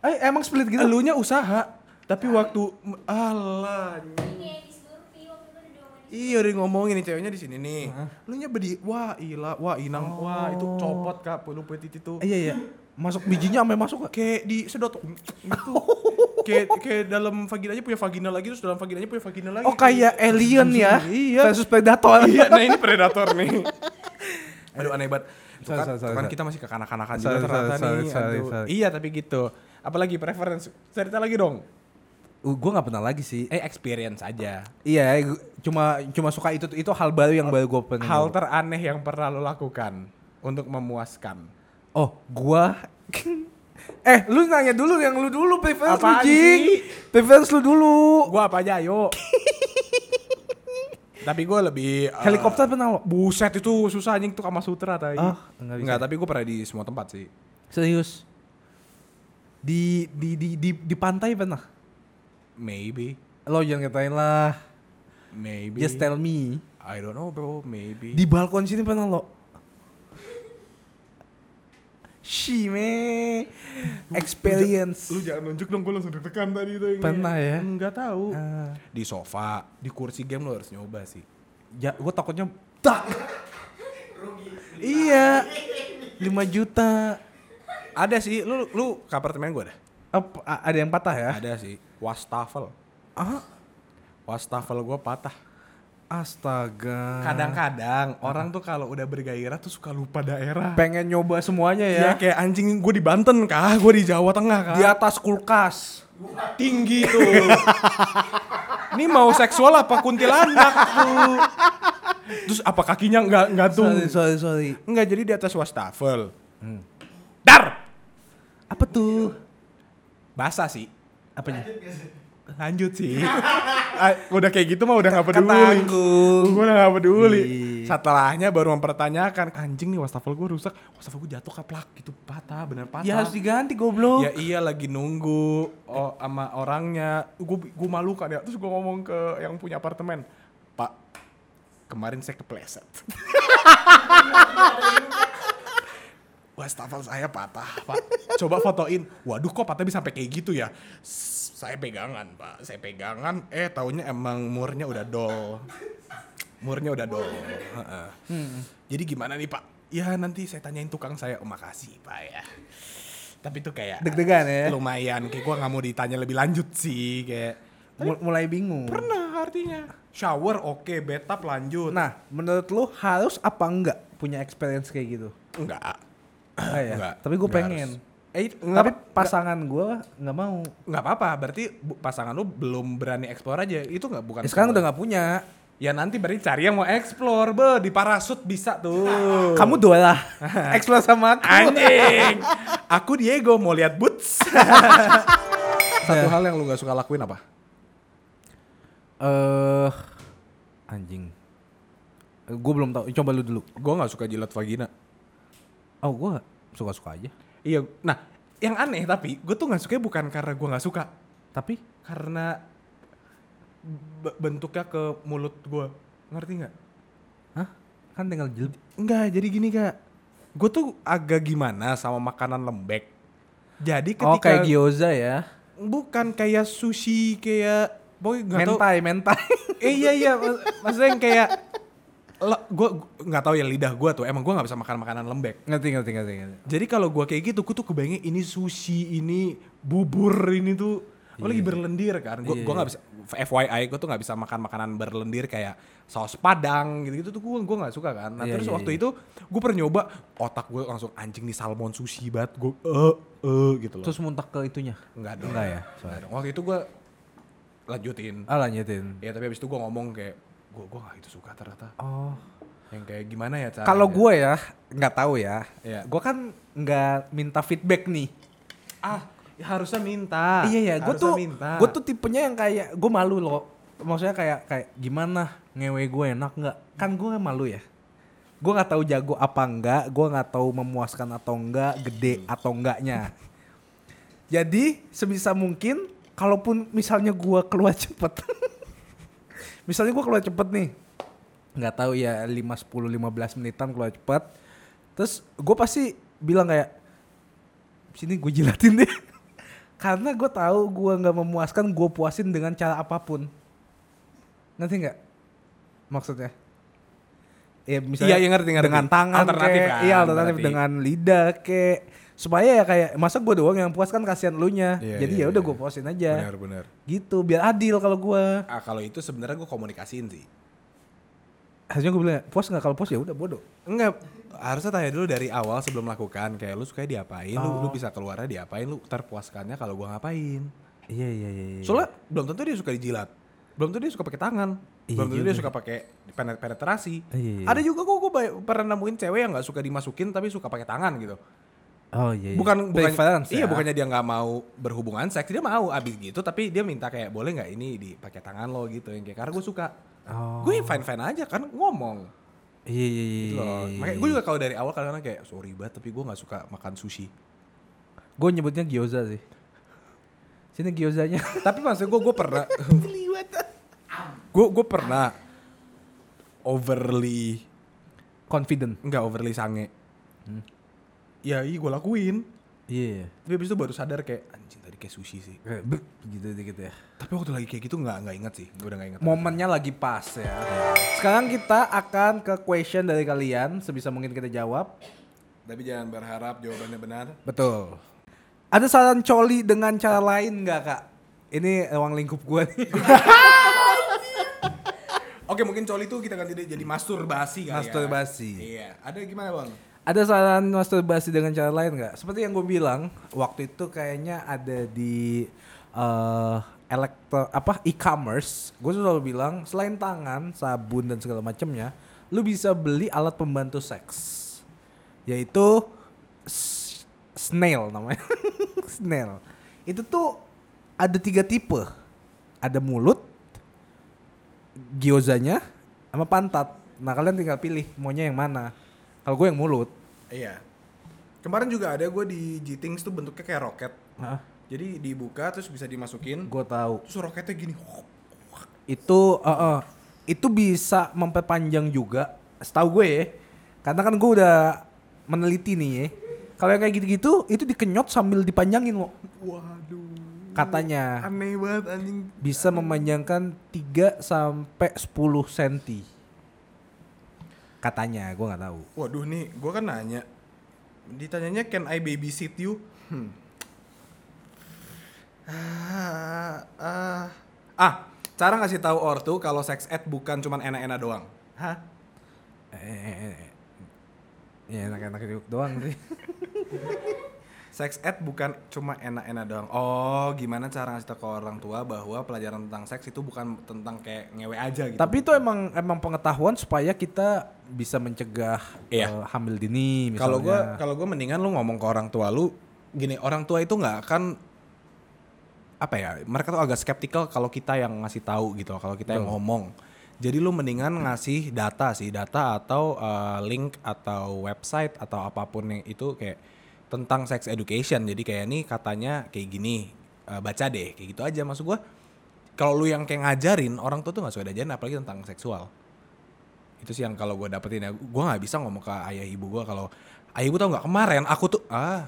S2: Eh emang split gitu?
S1: Elunya usaha, tapi waktu Allah.
S3: Ini di Slurpee waktu itu ada diomongin.
S1: Iya udah ngomongin nih ceweknya di sini nih. Elunya bedi, wah ila, wah inang,
S2: Oh.
S1: wah itu copot kak, pelu putih itu.
S2: Eh, Iya iya. Masuk bijinya sampai masuk gak?
S1: Kayak disedot gitu. kayak kayak dalam vaginanya punya vagina lagi terus dalam vaginanya punya vagina lagi.
S2: Oh kayak alien ya.
S1: Iya.
S2: Versus predator.
S1: iya, nah ini predator nih. Aduh aneh banget. Tuh
S2: Sorry,
S1: kan,
S2: sorry,
S1: tuh kan
S2: sorry.
S1: kita masih kekanak-kanakan juga
S2: Sorry, sorry,
S1: ternyata
S2: sorry,
S1: nih.
S2: sorry,
S1: aduh.
S2: sorry.
S1: Iya tapi gitu. Apalagi preference. Cerita lagi dong.
S2: Uh, gue gak pernah lagi sih.
S1: Eh experience aja.
S2: Iya, gu- cuma cuma suka itu itu hal baru yang baru gue pengen.
S1: Hal teraneh yang pernah lo lakukan untuk memuaskan.
S2: oh, gua Eh, lu nanya dulu yang lu dulu preference lu,
S1: Apaan
S2: Jing.
S1: sih?
S2: Preference lu dulu.
S1: Gua apa aja ayo. Tapi gue lebih eh,
S2: Helikopter pernah lo?
S1: Buset itu susah anjing tuh sama sutra tadi.
S2: Ah, enggak bisa.
S1: tapi gue pernah di semua tempat sih.
S2: Serius. Di di di di, di pantai pernah?
S1: Maybe,
S2: Lo jangan ngatain lah.
S1: maybe.
S2: Just tell me.
S1: I don't know bro, maybe.
S2: Di balkon sini pernah lo? Shime experience.
S1: Lu jangan nunjuk dong, gue langsung ditekan tadi itu. yang-
S2: Pernah ya?
S1: Enggak tahu.
S2: Ah.
S1: Di sofa, di kursi game lu harus nyoba sih.
S2: Ja, gue takutnya tak. iya. 5 juta.
S1: Ada sih, lu lu ke apartemen gue ada?
S2: Apa, a- ada yang patah ya?
S1: Ada sih. Wastafel.
S2: Ah,
S1: Wastafel gue patah. Ah.
S2: astaga.
S1: Kadang-kadang orang tuh kalau udah bergairah tuh suka lupa daerah.
S2: pengen nyoba semuanya
S1: Ya
S2: ya.
S1: kayak anjing gue di Banten kah, gue di Jawa Tengah kah.
S2: Di atas kulkas.
S1: tinggi tuh. gitu. Ini mau seksual apa kuntilanak tuh? Terus apa kakinya nggak gantung?
S2: Sorry, sorry, sorry. Hmm.
S1: Nggak jadi di atas wastafel. Dar!
S2: Apa tuh?
S1: Basah sih.
S2: Apanya?
S1: Lanjut sih. Ah, udah kayak gitu mah udah nggak peduli.
S2: Ketanggung.
S1: Gue udah nggak peduli.
S2: Ih.
S1: Setelahnya baru mempertanyakan anjing nih wastafel gue rusak. Wastafel gue jatuh kaplak gitu patah bener patah.
S2: Ya harus diganti goblok.
S1: Ya iya lagi nunggu oh, sama orangnya. Gue gue malu kan ya. Terus gue ngomong ke yang punya apartemen, Pak, kemarin saya kepleset. Wastafel saya patah, Pak. Coba fotoin. Waduh kok patah bisa sampai kayak gitu ya? S- Saya pegangan, Pak. Saya pegangan. Eh taunya emang murnya udah dol. Murnya udah dol. Heeh. Jadi gimana nih, Pak? Ya nanti saya tanyain tukang saya. Oh, makasih, Pak ya. Tapi itu kayak
S2: Deg-degan
S1: Eh.
S2: ya?
S1: Lumayan kayak gua nggak mau ditanya lebih lanjut sih kayak.
S2: Mul- mulai bingung.
S1: Pernah artinya. Shower oke, bed tub lanjut.
S2: Nah, menurut lu harus apa enggak punya experience kayak gitu?
S1: enggak.
S2: Ah, ya.
S1: Enggak,
S2: Tapi gue
S1: enggak
S2: pengen.
S1: harus. Eh,
S2: Tapi
S1: enggak-
S2: pasangan gue nggak mau.
S1: nggak apa-apa berarti bu- pasangan lu belum berani eksplor aja itu nggak bukan
S2: Ya, sekarang udah
S1: sebuah-
S2: nggak punya.
S1: ya nanti berarti cari yang mau eksplor be di parasut bisa tuh
S2: Kamu dua lah. Explore sama aku.
S1: anjing aku Diego mau lihat boots Ya. satu hal yang lu nggak suka lakuin apa
S2: Eh, anjing. Gue belum tahu. Coba lu dulu.
S1: gue nggak suka jilat vagina
S2: Oh, gue suka-suka aja.
S1: iya nah yang aneh tapi gue tuh nggak suka bukan karena gue nggak suka
S2: Tapi
S1: karena b- bentuknya ke mulut gue ngerti nggak
S2: Hah? Kan tinggal jilid.
S1: Enggak, jadi gini kak. Gue tuh agak gimana sama makanan lembek. Jadi ketika
S2: Oh, kayak gyoza ya.
S1: bukan kayak sushi kayak boy nggak tahu
S2: mentai mentai
S1: eh, iya iya mak- maksudnya yang kayak lo gue nggak tahu ya lidah gue tuh emang gue nggak bisa makan makanan lembek
S2: ngerti ngerti ngerti ngerti
S1: jadi kalau gue kayak gitu gue tuh kebayangnya ini sushi ini bubur ini tuh apalagi
S2: Iya.
S1: berlendir kan gue gua nggak bisa FYI gue tuh nggak bisa makan makanan berlendir kayak saus padang gitu gitu tuh gue gue nggak suka kan nah,
S2: Iya,
S1: terus
S2: iya,
S1: waktu
S2: iya.
S1: itu gue pernah nyoba otak gue langsung anjing nih salmon sushi banget gue eh eh gitu loh
S2: terus muntah ke itunya
S1: Enggak dong.
S2: Enggak ya,
S1: Enggak dong. Waktu itu gue lanjutin.
S2: ah lanjutin
S1: Ya tapi abis itu gue ngomong kayak, gue gue gak gitu suka ternyata.
S2: oh
S1: Yang kayak gimana ya caranya.
S2: kalau gue ya nggak tahu ya
S1: Iya.
S2: gue kan nggak minta feedback nih
S1: Ah, ya harusnya minta.
S2: iya iya gue
S1: Harusnya
S2: tuh
S1: minta.
S2: gue tuh tipenya yang kayak gue malu loh maksudnya kayak kayak gimana ngewe gue enak nggak kan gue malu ya gue nggak tahu jago apa enggak gue nggak tahu memuaskan atau enggak gede
S1: Hmm.
S2: atau enggaknya jadi sebisa mungkin kalaupun misalnya gue keluar cepet misalnya gue keluar cepet nih nggak tahu ya 5 10 15 menitan keluar cepet terus gue pasti bilang kayak sini gue jilatin deh karena gue tahu gue nggak memuaskan gue puasin dengan cara apapun ngerti nggak maksudnya ya
S1: Iya,
S2: misalnya
S1: iya, ngerti, ngerti.
S2: dengan tangan
S1: Alternatif
S2: kek,
S1: kan,
S2: iya alternatif
S1: berarti.
S2: dengan lidah kek supaya ya kayak masa gue doang yang puas kan kasihan lu nya
S1: Iya,
S2: jadi
S1: iya,
S2: ya udah
S1: iya.
S2: gue puasin aja
S1: Benar benar.
S2: gitu biar adil kalau gue
S1: Ah kalau itu sebenarnya gue komunikasiin sih.
S2: harusnya gue bilang puas nggak kalau puas ya udah bodoh
S1: Enggak, harusnya tanya dulu dari awal sebelum melakukan. Kayak lu sukanya diapain, lu, lu
S2: Oh.
S1: bisa keluarnya diapain, lu terpuaskannya kalau gue ngapain.
S2: iya iya iya, iya.
S1: Soalnya belum tentu dia suka dijilat. Belum tentu dia suka pakai tangan.
S2: Iya
S1: belum tentu dia
S2: juga.
S1: suka pakai penet- penetrasi.
S2: Iya, iya.
S1: Ada juga kok gue pernah nemuin cewek yang nggak suka dimasukin tapi suka pakai tangan gitu.
S2: oh iya, iya.
S1: Bukan bukan
S2: Preference
S1: iya
S2: ya.
S1: bukannya dia nggak mau berhubungan seks dia mau abis gitu tapi dia minta kayak boleh nggak ini dipakai tangan lo gitu yang kayak karena gue suka.
S2: Oh.
S1: Gue fine fine aja kan ngomong
S2: iya iya iya,
S1: gitu loh.
S2: iya,
S1: Makanya
S2: iya.
S1: gue juga kalau dari awal kadang-kadang kayak sorry banget tapi gue nggak suka makan sushi.
S2: gue nyebutnya gyoza sih sini gyozanya
S1: tapi maksud gue gue pernah gue gue pernah overly
S2: confident
S1: nggak overly sange ya iya gue lakuin
S2: iya
S1: tapi abis itu baru sadar kayak anjing tadi kayak sushi sih
S2: Kayak bek, gitu dikit ya
S1: tapi waktu lagi kayak gitu nggak nggak inget sih gue udah nggak inget
S2: momennya lagi pas ya sekarang kita akan ke question dari kalian sebisa mungkin kita jawab
S1: tapi jangan berharap jawabannya benar
S2: betul ada saran coli dengan cara lain nggak kak ini ruang lingkup gue nih
S1: oke mungkin coli itu kita ganti deh jadi masturbasi kali ya.
S2: Masturbasi.
S1: iya ada gimana bang
S2: Ada saran masturbasi dengan cara lain nggak? Seperti yang gue bilang waktu itu kayaknya ada di eh elektro apa e-commerce. Gue selalu bilang selain tangan, sabun dan segala macamnya, lu bisa beli alat pembantu seks, yaitu s- snail namanya. snail. Itu tuh ada tiga tipe. Ada mulut, gyozanya, sama pantat. Nah kalian tinggal pilih maunya yang mana. Kalau gue yang mulut.
S1: iya kemarin juga ada gue di Jitings tuh bentuknya kayak roket
S2: Hah?
S1: jadi dibuka terus bisa dimasukin
S2: Gue tahu.
S1: terus roketnya gini
S2: Itu eh, eh, itu bisa memperpanjang juga setahu gue ya. Karena kan gue udah meneliti nih ya. Kalau yang kayak gitu-gitu itu dikenyot sambil dipanjangin loh.
S1: waduh
S2: Katanya
S1: aneh banget anjing
S2: bisa memanjangkan 3 sampai 10 cm. Katanya, gue nggak tahu.
S1: waduh nih gue kan nanya ditanyanya can I babysit you hmm. ah, ah. ah cara ngasih tahu ortu kalau sex ed bukan cuman enak-enak doang hah
S2: Eh, eh, eh, eh. Ya enak-enak doang sih.
S1: Sex ed bukan cuma enak-enak doang. Oh, gimana cara ngasih tahu ke orang tua bahwa pelajaran tentang seks itu bukan tentang kayak ngewe aja gitu.
S2: Tapi itu emang emang pengetahuan supaya kita bisa mencegah
S1: Iya.
S2: eh, hamil dini misalnya.
S1: Kalau gue kalau gue mendingan lu ngomong ke orang tua lu gini orang tua itu nggak akan apa ya mereka tuh agak skeptikal kalau kita yang ngasih tahu gitu loh, kalau kita yang ngomong. Jadi lu mendingan ngasih data sih data atau uh, link atau website atau apapun yang itu kayak tentang sex education. Jadi kayak ini katanya kayak gini uh, baca deh kayak gitu aja maksud gue. Kalau lu yang kayak ngajarin orang tua tuh nggak suka diajarin apalagi tentang seksual itu sih yang kalau gue dapetin ya gue nggak bisa ngomong ke ayah ibu gue kalau ayah ibu tau nggak kemarin aku tuh ah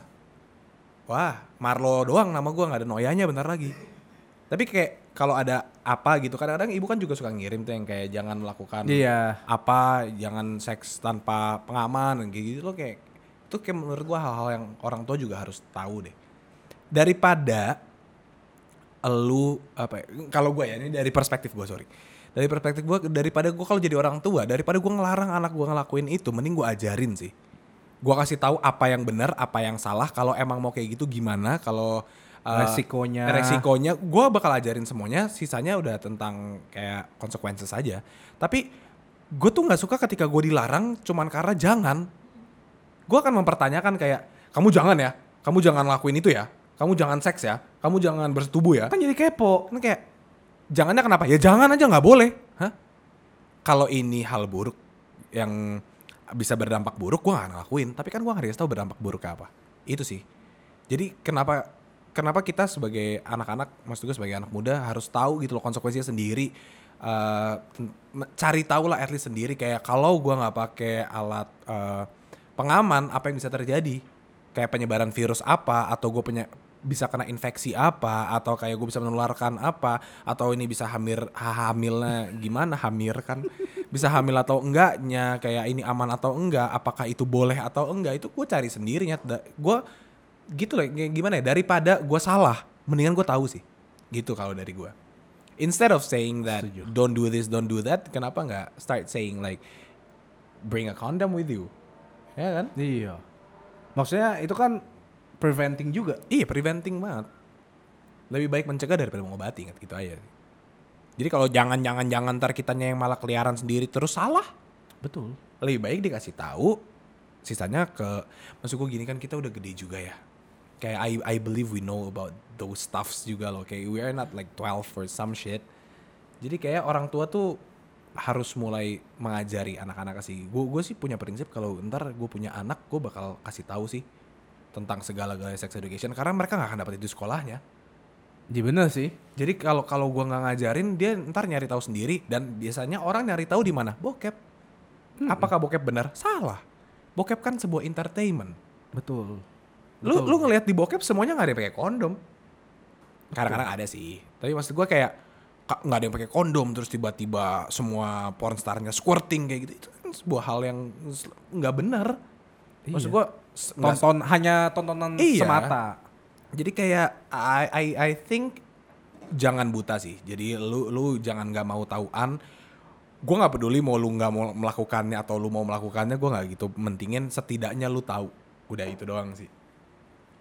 S1: wah Marlo doang nama gue nggak ada noyanya bentar lagi tapi kayak kalau ada apa gitu kadang-kadang ibu kan juga suka ngirim tuh yang kayak jangan melakukan
S2: Iya.
S1: apa jangan seks tanpa pengaman gitu, gitu loh kayak itu kayak menurut gua hal-hal yang orang tua juga harus tahu deh daripada elu apa ya, kalau gue ya ini dari perspektif gue sorry dari perspektif gue daripada gue kalau jadi orang tua daripada gue ngelarang anak gue ngelakuin itu mending gue ajarin sih gue kasih tahu apa yang benar apa yang salah kalau emang mau kayak gitu gimana kalau eh,
S2: Resikonya.
S1: resikonya gue bakal ajarin semuanya sisanya udah tentang kayak konsekuensi saja tapi gue tuh nggak suka ketika gue dilarang cuman karena jangan gue akan mempertanyakan kayak kamu jangan ya kamu jangan lakuin itu ya kamu jangan seks ya kamu jangan bersetubuh ya
S2: Kan jadi kepo.
S1: kan kayak jangannya kenapa ya jangan aja nggak boleh Hah? kalau ini hal buruk yang bisa berdampak buruk gue gak akan ngelakuin tapi kan gue nggak tahu berdampak buruk apa itu sih jadi kenapa kenapa kita sebagai anak-anak maksud gue sebagai anak muda harus tahu gitu loh konsekuensinya sendiri Eh, n- cari tahu lah at least sendiri kayak kalau gue nggak pakai alat eh, pengaman apa yang bisa terjadi kayak penyebaran virus apa atau gue punya bisa kena infeksi apa atau kayak gue bisa menularkan apa atau ini bisa hamil ha- hamilnya gimana hamil kan bisa hamil atau enggaknya kayak ini aman atau enggak apakah itu boleh atau enggak itu gue cari sendirinya gue gitu loh kayak gimana ya daripada gue salah mendingan gue tahu sih gitu kalau dari gue instead of saying that don't do this don't do that kenapa nggak start saying like bring a condom with you ya kan
S2: Iya. Maksudnya itu kan preventing juga.
S1: Iya preventing banget. Lebih baik mencegah daripada mengobati ingat gitu aja. Jadi kalau jangan jangan jangan ntar kitanya yang malah keliaran sendiri terus salah.
S2: Betul.
S1: Lebih baik dikasih tahu. Sisanya ke maksud gue gini kan kita udah gede juga ya. Kayak I I believe we know about those stuffs juga loh. Kayak we are not like 12 or some shit. Jadi kayak orang tua tuh harus mulai mengajari anak-anak sih. Gue gue sih punya prinsip kalau ntar gue punya anak gue bakal kasih tahu sih tentang segala-galanya sex education karena mereka nggak akan dapat itu di sekolahnya.
S2: Iya bener sih.
S1: Jadi kalau kalau gua nggak ngajarin dia ntar nyari tahu sendiri dan biasanya orang nyari tahu di mana? Bokep. Apakah bokep benar? Salah. Bokep kan sebuah entertainment.
S2: Betul.
S1: Lu lu ngelihat di bokep semuanya nggak ada yang pakai kondom. Kadang-kadang ada sih. Tapi maksud gua kayak "Ka- nggak ada yang pakai kondom terus tiba-tiba semua pornstarnya squirting kayak gitu itu kan sebuah hal yang s- nggak benar. Maksud
S2: Iya.
S1: gua s- nggak-
S2: Tonton hanya tontonan
S1: Iya.
S2: semata.
S1: Jadi kayak I I I think jangan buta sih. Jadi lu lu jangan nggak mau tauan. Gue nggak peduli mau lu nggak mau melakukannya atau lu mau melakukannya, gue nggak gitu. Mentingin setidaknya lu tahu. Udah itu doang sih.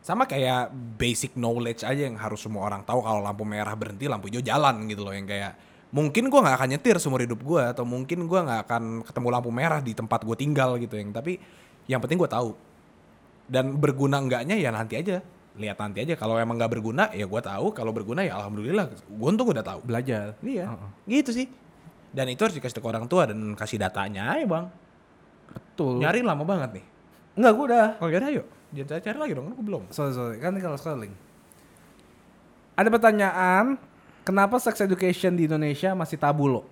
S1: Sama kayak basic knowledge aja yang harus semua orang tahu kalau lampu merah berhenti, lampu hijau jalan gitu loh yang kayak mungkin gue nggak akan nyetir seumur hidup gue atau mungkin gue nggak akan ketemu lampu merah di tempat gue tinggal gitu yang tapi yang penting gue tahu dan berguna enggaknya ya nanti aja lihat nanti aja kalau emang nggak berguna ya gue tahu kalau berguna ya alhamdulillah gue untung udah tahu
S2: Belajar.
S1: iya gitu sih dan itu harus dikasih ke orang tua dan kasih datanya ya bang
S2: Betul.
S1: nyari lama banget nih
S2: Enggak, gue udah.
S1: kalau gak ada yuk jadi cari lagi dong gue belum
S2: Sorry, sorry. Kan kalau scrolling. Ada pertanyaan, kenapa sex education di Indonesia masih tabu lo?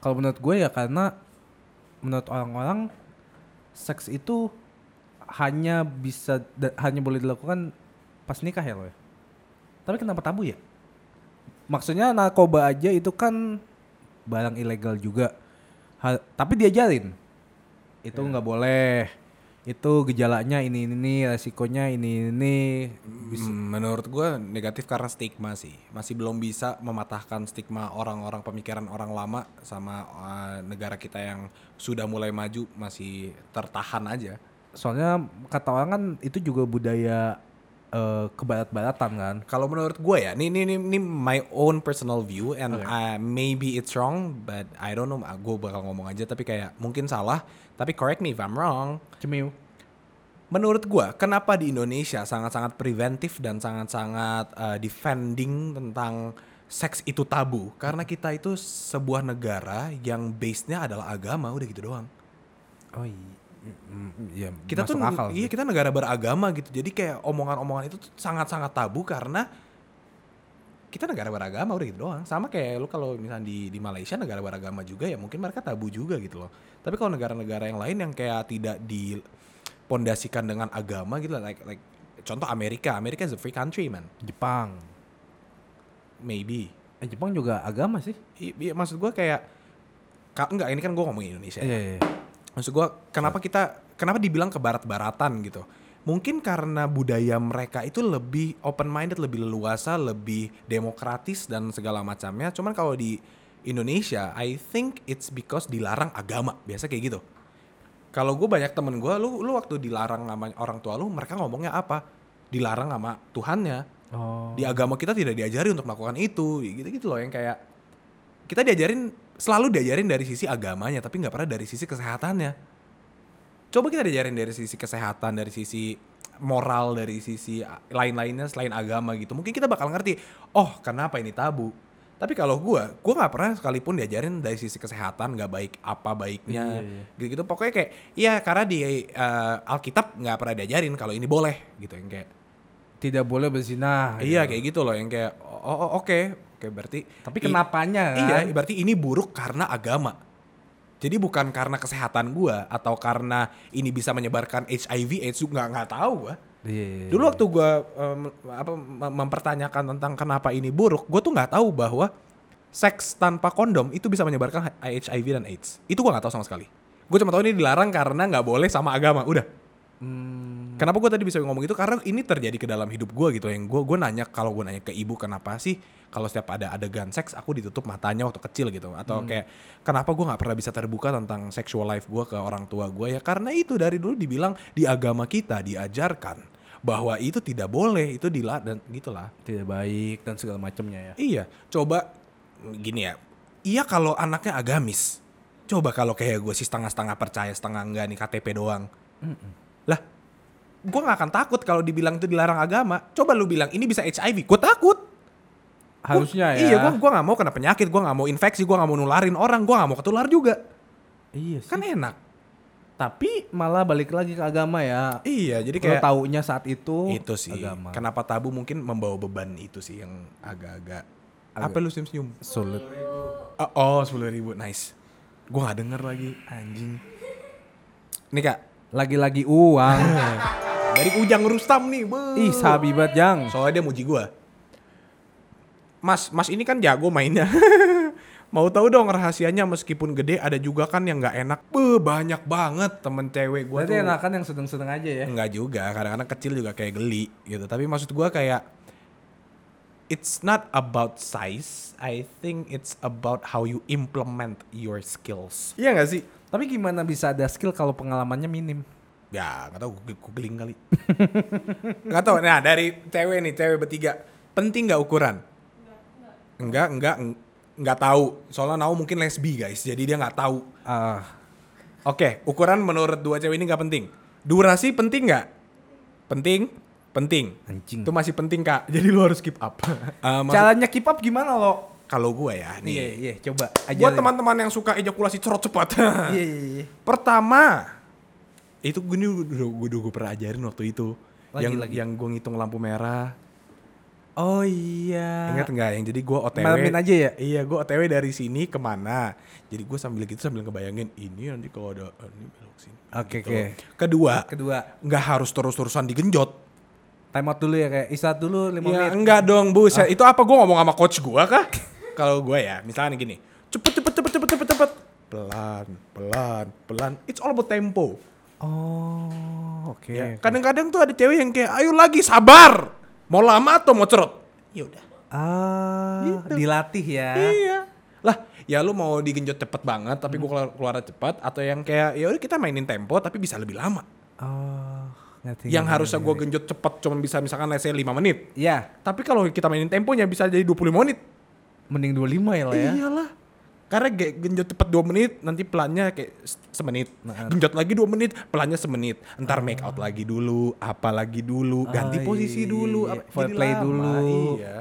S2: Kalau menurut gue ya karena menurut orang-orang seks itu hanya bisa da- hanya boleh dilakukan pas nikah ya lo ya. Tapi kenapa tabu ya? Maksudnya narkoba aja itu kan barang ilegal juga. Ha- tapi diajarin. Itu
S1: Iya.
S2: nggak boleh. Itu gejalanya ini ini, ini resikonya ini ini.
S1: Hmm, menurut gue negatif karena stigma sih masih belum bisa mematahkan stigma orang-orang pemikiran orang lama sama uh, negara kita yang sudah mulai maju masih tertahan aja
S2: Soalnya kata orang kan itu juga budaya eh, kebarat-baratan kan.
S1: kalau menurut gue ya, ini, ini, ini, ini my own personal view and uh, maybe it's wrong, but I don't know. Gue bakal ngomong aja, tapi kayak mungkin salah. Tapi correct me if I'm wrong.
S2: Cemiu.
S1: Menurut gue, kenapa di Indonesia sangat-sangat preventif dan sangat-sangat uh, defending tentang seks itu tabu? Karena kita itu sebuah negara yang base-nya adalah agama, udah gitu doang
S2: Oh iya. Ya,
S1: kita
S2: masuk
S1: tuh ne-
S2: akal
S1: iya
S2: sih.
S1: kita negara beragama gitu jadi kayak omongan-omongan itu tuh sangat-sangat tabu karena kita negara beragama udah gitu doang sama kayak lu kalau misalnya di di Malaysia negara beragama juga ya mungkin mereka tabu juga gitu loh tapi kalau negara-negara yang lain yang kayak tidak dipondasikan dengan agama gitu lah, like like contoh Amerika Amerika is a free country man
S2: Jepang.
S1: maybe
S2: Eh, Jepang juga agama sih.
S1: I- i- maksud gue kayak ka, enggak ini kan gue ngomong Indonesia ya.
S2: Iya, iya.
S1: maksud gue kenapa kita kenapa dibilang ke barat-baratan gitu mungkin karena budaya mereka itu lebih open minded lebih leluasa lebih demokratis dan segala macamnya cuman kalau di Indonesia I think it's because dilarang agama biasa kayak gitu kalau gue banyak temen gue lu lu waktu dilarang sama orang tua lu mereka ngomongnya apa dilarang sama Tuhannya
S2: Oh.
S1: di agama kita tidak diajari untuk melakukan itu gitu gitu loh yang kayak kita diajarin selalu diajarin dari sisi agamanya tapi nggak pernah dari sisi kesehatannya coba kita diajarin dari sisi kesehatan dari sisi moral dari sisi a- lain-lainnya selain agama gitu mungkin kita bakal ngerti oh kenapa ini tabu tapi kalau gua gua nggak pernah sekalipun diajarin dari sisi kesehatan nggak baik apa baiknya
S2: Iya, iya.
S1: gitu gitu pokoknya kayak iya karena di eh, Alkitab nggak pernah diajarin kalau ini boleh gitu yang kayak
S2: Tidak boleh berzina.
S1: Iya
S2: gitu.
S1: kayak gitu loh yang kayak oh, oh, oke oke berarti i-
S2: Tapi kenapanya kan?
S1: Iya berarti ini buruk karena agama. Jadi bukan karena kesehatan gua atau karena ini bisa menyebarkan HIV AIDS gua nggak nggak tahu gua.
S2: Iya, iya,
S1: Dulu
S2: iya.
S1: waktu gua em, apa mem- mempertanyakan tentang kenapa ini buruk, gua tuh nggak tahu bahwa seks tanpa kondom itu bisa menyebarkan H- HIV dan AIDS. Itu gua nggak tahu sama sekali. Gue cuma tahu ini dilarang karena nggak boleh sama agama. Udah. Kenapa gue tadi bisa ngomong itu? Karena ini terjadi ke dalam hidup gue gitu. Yang gue gue nanya kalau gue nanya ke ibu kenapa sih kalau setiap ada adegan seks aku ditutup matanya waktu kecil gitu. Atau kayak kenapa gue nggak pernah bisa terbuka tentang sexual life gue ke orang tua gue ya karena itu dari dulu dibilang di agama kita diajarkan bahwa itu tidak boleh itu dila dan gitulah.
S2: tidak baik dan segala macamnya ya.
S1: Iya, coba gini ya. Iya kalau anaknya agamis. Coba kalau kayak gue sih setengah-setengah percaya, setengah enggak nih KTP doang. Lah, gue gak akan takut kalau dibilang itu dilarang agama. Coba lu bilang ini bisa HIV, gue takut. Gua-
S2: Harusnya ya.
S1: Iya, gue gua gak mau kena penyakit, gue gak mau infeksi, gue gak mau nularin orang, gue gak mau ketular juga.
S2: Iya sih.
S1: Kan enak.
S2: Tapi malah balik lagi ke agama ya.
S1: Iya, jadi
S2: Kalau
S1: kayak
S2: taunya saat itu Kan-
S1: itu sih.
S2: agama.
S1: Kenapa tabu mungkin membawa beban itu sih yang agak-agak.
S2: Agak.
S1: Apa lu senyum-senyum?
S2: Sulit.
S1: Ah, oh sepuluh ribu, nice. Gue nggak denger lagi, anjing. Nih kak,
S2: Lagi-lagi uang.
S1: dari Ujang Rustam nih, be.
S2: Ih, sabi banget, Jang.
S1: Soalnya dia muji gue. Mas, mas ini kan jago mainnya. Mau tahu dong rahasianya meskipun gede ada juga kan yang nggak enak. Be, banyak banget temen cewek gue
S2: Berarti
S1: tuh.
S2: enakan yang sedang-sedang aja ya.
S1: Enggak juga, kadang-kadang kecil juga kayak geli gitu. Tapi maksud gua kayak it's not about size. I think it's about how you implement your skills. Iya gak sih?
S2: Tapi gimana bisa ada skill kalau pengalamannya minim?
S1: Ya, gak tau gue googling kali. gak tau. Nah, dari cewek nih, cewek bertiga. Penting gak ukuran? Enggak, enggak, enggak, enggak tahu. Soalnya Nau mungkin lesbi, guys. Jadi dia nggak tahu.
S2: Ah,
S1: Oke, ukuran menurut dua cewek ini nggak penting. Durasi penting nggak? Penting, penting.
S2: Anjing.
S1: Itu masih penting kak. Jadi lu harus keep up. Eh, maksud-
S2: caranya keep up gimana lo?
S1: kalau gue ya
S2: Iya,
S1: nih.
S2: iya, coba
S1: Buat teman-teman yang suka ejakulasi cerot cepat.
S2: Iya, iya, iya.
S1: Pertama, itu gue nih udah gue, udah gue pernah ajarin waktu itu.
S2: Lagi,
S1: yang
S2: lagi.
S1: yang gue ngitung lampu merah.
S2: Oh iya.
S1: Ingat nggak yang jadi gue OTW.
S2: Malamin aja ya?
S1: Iya, gue OTW dari sini kemana. Jadi gue sambil gitu sambil ngebayangin ini nanti kalau ada eh, ini belok sini.
S2: Oke,
S1: Gitu.
S2: oke.
S1: Kedua,
S2: Kedua,
S1: nggak harus terus-terusan digenjot.
S2: time out dulu ya kayak istirahat dulu
S1: Ya,
S2: 5 menit. Ah.
S1: enggak dong, Bu. Saya- Itu apa gua ngomong sama coach gua kah? Kalau gua ya, misalnya gini. Cepet cepet cepet cepet cepet cepet. Pelan, pelan, pelan. It's all about tempo.
S2: Oh, oke.
S1: Ya, Kadang-kadang tuh ada cewek yang kayak, "Ayo lagi, sabar. Mau lama atau mau cerot?" Ya udah.
S2: Ah, dilatih ya.
S1: Iya. Lah, ya lu mau digenjot cepet banget tapi gua keluar keluar cepet atau yang kayak ya udah kita mainin tempo tapi bisa lebih lama.
S2: Oh, ngerti.
S1: yang harusnya
S2: iya,
S1: gua genjot cepet cuman bisa misalkan let's say 5 menit.
S2: Ya,
S1: Tapi kalau kita mainin temponya bisa jadi 25 menit.
S2: mending 25 ya lah ya.
S1: Iyalah. Karena ge- genjot cepat 2 menit, nanti pelannya kayak s- semenit.
S2: Nah.
S1: genjot lagi 2 menit, pelannya semenit. Ntar make out lagi dulu, apa lagi dulu, ganti
S2: Ah,
S1: posisi
S2: iya,
S1: dulu,
S2: iya,
S1: apa,
S2: iya. Foreplay
S1: lama,
S2: dulu.
S1: Iya.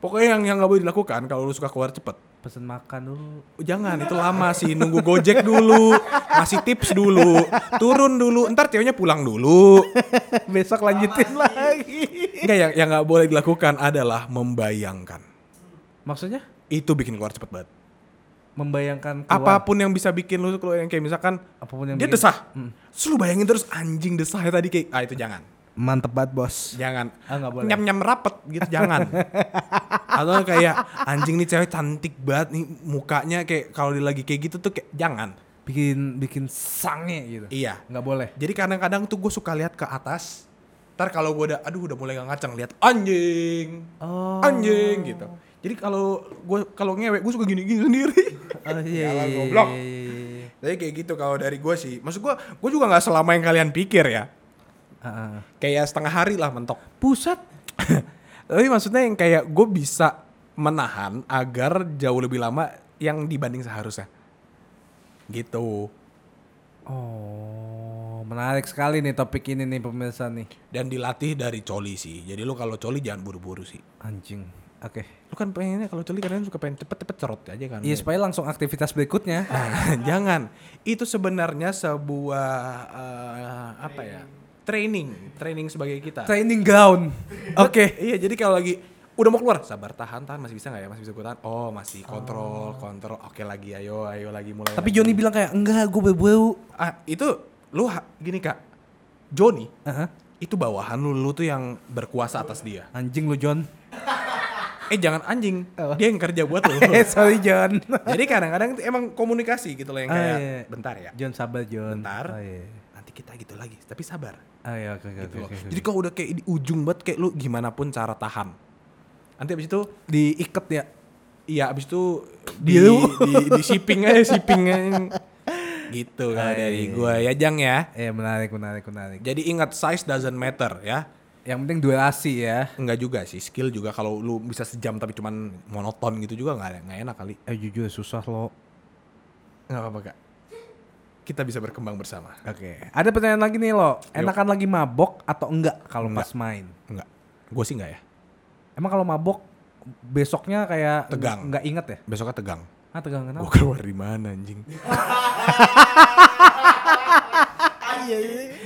S1: Pokoknya yang yang gak boleh dilakukan kalau lu suka keluar cepet.
S2: Pesen makan dulu.
S1: Jangan, itu lama sih. Nunggu gojek dulu, ngasih tips dulu, turun dulu. Ntar ceweknya pulang dulu.
S2: Besok lanjutin lagi.
S1: Enggak, yang yang gak boleh dilakukan adalah membayangkan.
S2: Maksudnya
S1: Itu bikin keluar cepet banget.
S2: membayangkan keluar,
S1: apapun yang bisa bikin lu keluar yang kayak misalkan
S2: apapun yang
S1: dia
S2: bikin-
S1: desah.
S2: Mm.
S1: Terus lu bayangin terus anjing desahnya tadi ya kayak ah itu jangan.
S2: mantep banget bos.
S1: Jangan.
S2: Ah, nggak boleh.
S1: Nyam nyam rapet gitu jangan. Atau kayak anjing nih cewek cantik banget nih mukanya kayak kalau dia lagi kayak gitu tuh kayak jangan.
S2: Bikin bikin sange gitu.
S1: Iya.
S2: Nggak boleh.
S1: Jadi kadang-kadang tuh gue suka lihat ke atas. Ntar kalau gue udah, aduh udah mulai nggak ngacang lihat anjing,
S2: Oh.
S1: anjing gitu. Jadi kalau gue kalau ngewek gue suka gini-gini sendiri.
S2: Oh, iya,
S1: Jalan,
S2: iya,
S1: goblok.
S2: iya, iya, iya.
S1: Tapi kayak gitu kalau dari gue sih. Maksud gue, gue juga nggak selama yang kalian pikir ya.
S2: Ah, ah.
S1: Kayak setengah hari lah mentok.
S2: Pusat.
S1: Tapi maksudnya yang kayak gue bisa menahan agar jauh lebih lama yang dibanding seharusnya. Gitu.
S2: Oh, menarik sekali nih topik ini nih pemirsa nih.
S1: Dan dilatih dari coli sih. Jadi lu kalau coli jangan buru-buru sih.
S2: Anjing. Oke.
S1: Lu kan pengennya kalau coli kadang suka pengen cepet-cepet cerot aja kan.
S2: Iya, supaya langsung aktivitas berikutnya.
S1: Nah, jangan. Itu sebenarnya sebuah eh, apa ya? Training, training sebagai kita.
S2: Training ground. Oke.
S1: Iya, jadi kalau lagi udah mau keluar, sabar tahan, tahan masih bisa nggak ya? Masih bisa gue tahan. Oh, masih kontrol, kontrol. Oke lagi, ayo, ayo lagi mulai.
S2: Oh. Tapi
S1: lagi.
S2: Joni bilang kayak enggak, gue berbau.
S1: ah, itu lu ha- gini kak, Joni
S2: Aha.
S1: itu bawahan lu, lu tuh yang berkuasa atas dia.
S2: Anjing lu John.
S1: Eh jangan anjing,
S2: Oh.
S1: dia yang kerja buat lu.
S2: Eh sorry John.
S1: jadi kadang-kadang tuh emang komunikasi gitu loh yang
S2: Ah,
S1: kayak
S2: iya.
S1: bentar ya,
S2: John sabar John.
S1: Bentar.
S2: Oh, iya.
S1: nanti kita gitu lagi. Tapi sabar.
S2: Oh, iya, oke, oke,
S1: gitu
S2: oke,
S1: loh.
S2: oke, oke.
S1: Jadi kalau udah kayak di ujung banget kayak lu gimana pun cara tahan. Nanti abis itu
S2: diikat ya.
S1: iya abis itu di
S2: Biru.
S1: di, di shipping aja shipping aja. gitu kalau
S2: Ay.
S1: dari gua ya Jang ya.
S2: Eh menarik, menarik, menarik.
S1: Jadi ingat size doesn't matter ya.
S2: Yang penting durasi ya.
S1: Enggak juga sih, skill juga kalau lu bisa sejam tapi cuman monoton gitu juga nggak ada- nggak enak kali.
S2: Eh jujur susah loh.
S1: Enggak apa-apa, Kak. Kita bisa berkembang bersama.
S2: Oke. Ada pertanyaan lagi nih lo. Enakan lagi mabok atau enggak kalau
S1: Enggak.
S2: pas main?
S1: Enggak. Gue sih enggak ya.
S2: Emang kalau mabok besoknya kayak
S1: Tegang.
S2: nggak inget ya?
S1: Besoknya tegang.
S2: Ah tegang
S1: Gue
S2: kenapa?
S1: keluar di mana anjing?
S2: Ah, iya,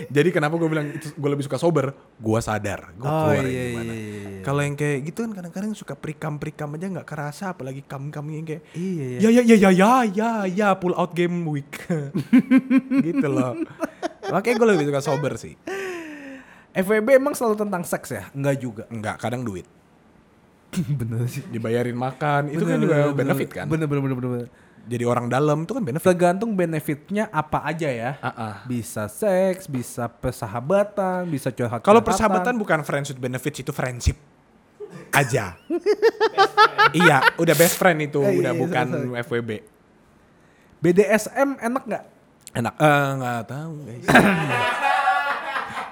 S1: Jadi kenapa gue bilang gue lebih suka sober? Gue sadar gue
S2: Oh,
S1: keluar
S2: iya,
S1: di mana.
S2: iya, iya, iya.
S1: Kalau yang kayak gitu kan kadang-kadang suka perikam-perikam aja nggak kerasa, apalagi kam-kam yang kayak
S2: Iya, iya.
S1: ya ya ya ya ya ya ya pull out game week gitu loh. Makanya gue lebih suka sober sih.
S2: FWB emang selalu tentang seks ya? Enggak juga.
S1: Enggak, kadang duit
S2: bener sih.
S1: dibayarin makan itu kan juga benefit kan.
S2: Bener bener bener bener. bener.
S1: Jadi orang dalam itu kan benefit.
S2: Tergantung benefitnya apa aja ya.
S1: Ah, ah.
S2: Bisa seks, bisa persahabatan, bisa curhat.
S1: Kalau persahabatan bukan friends with benefits itu friendship aja. iya, udah best friend itu,
S2: Eh,
S1: udah
S2: iya, iya,
S1: bukan
S2: sorry,
S1: FWB.
S2: BDSM enak nggak?
S1: Enak. Eh, nggak tahu guys.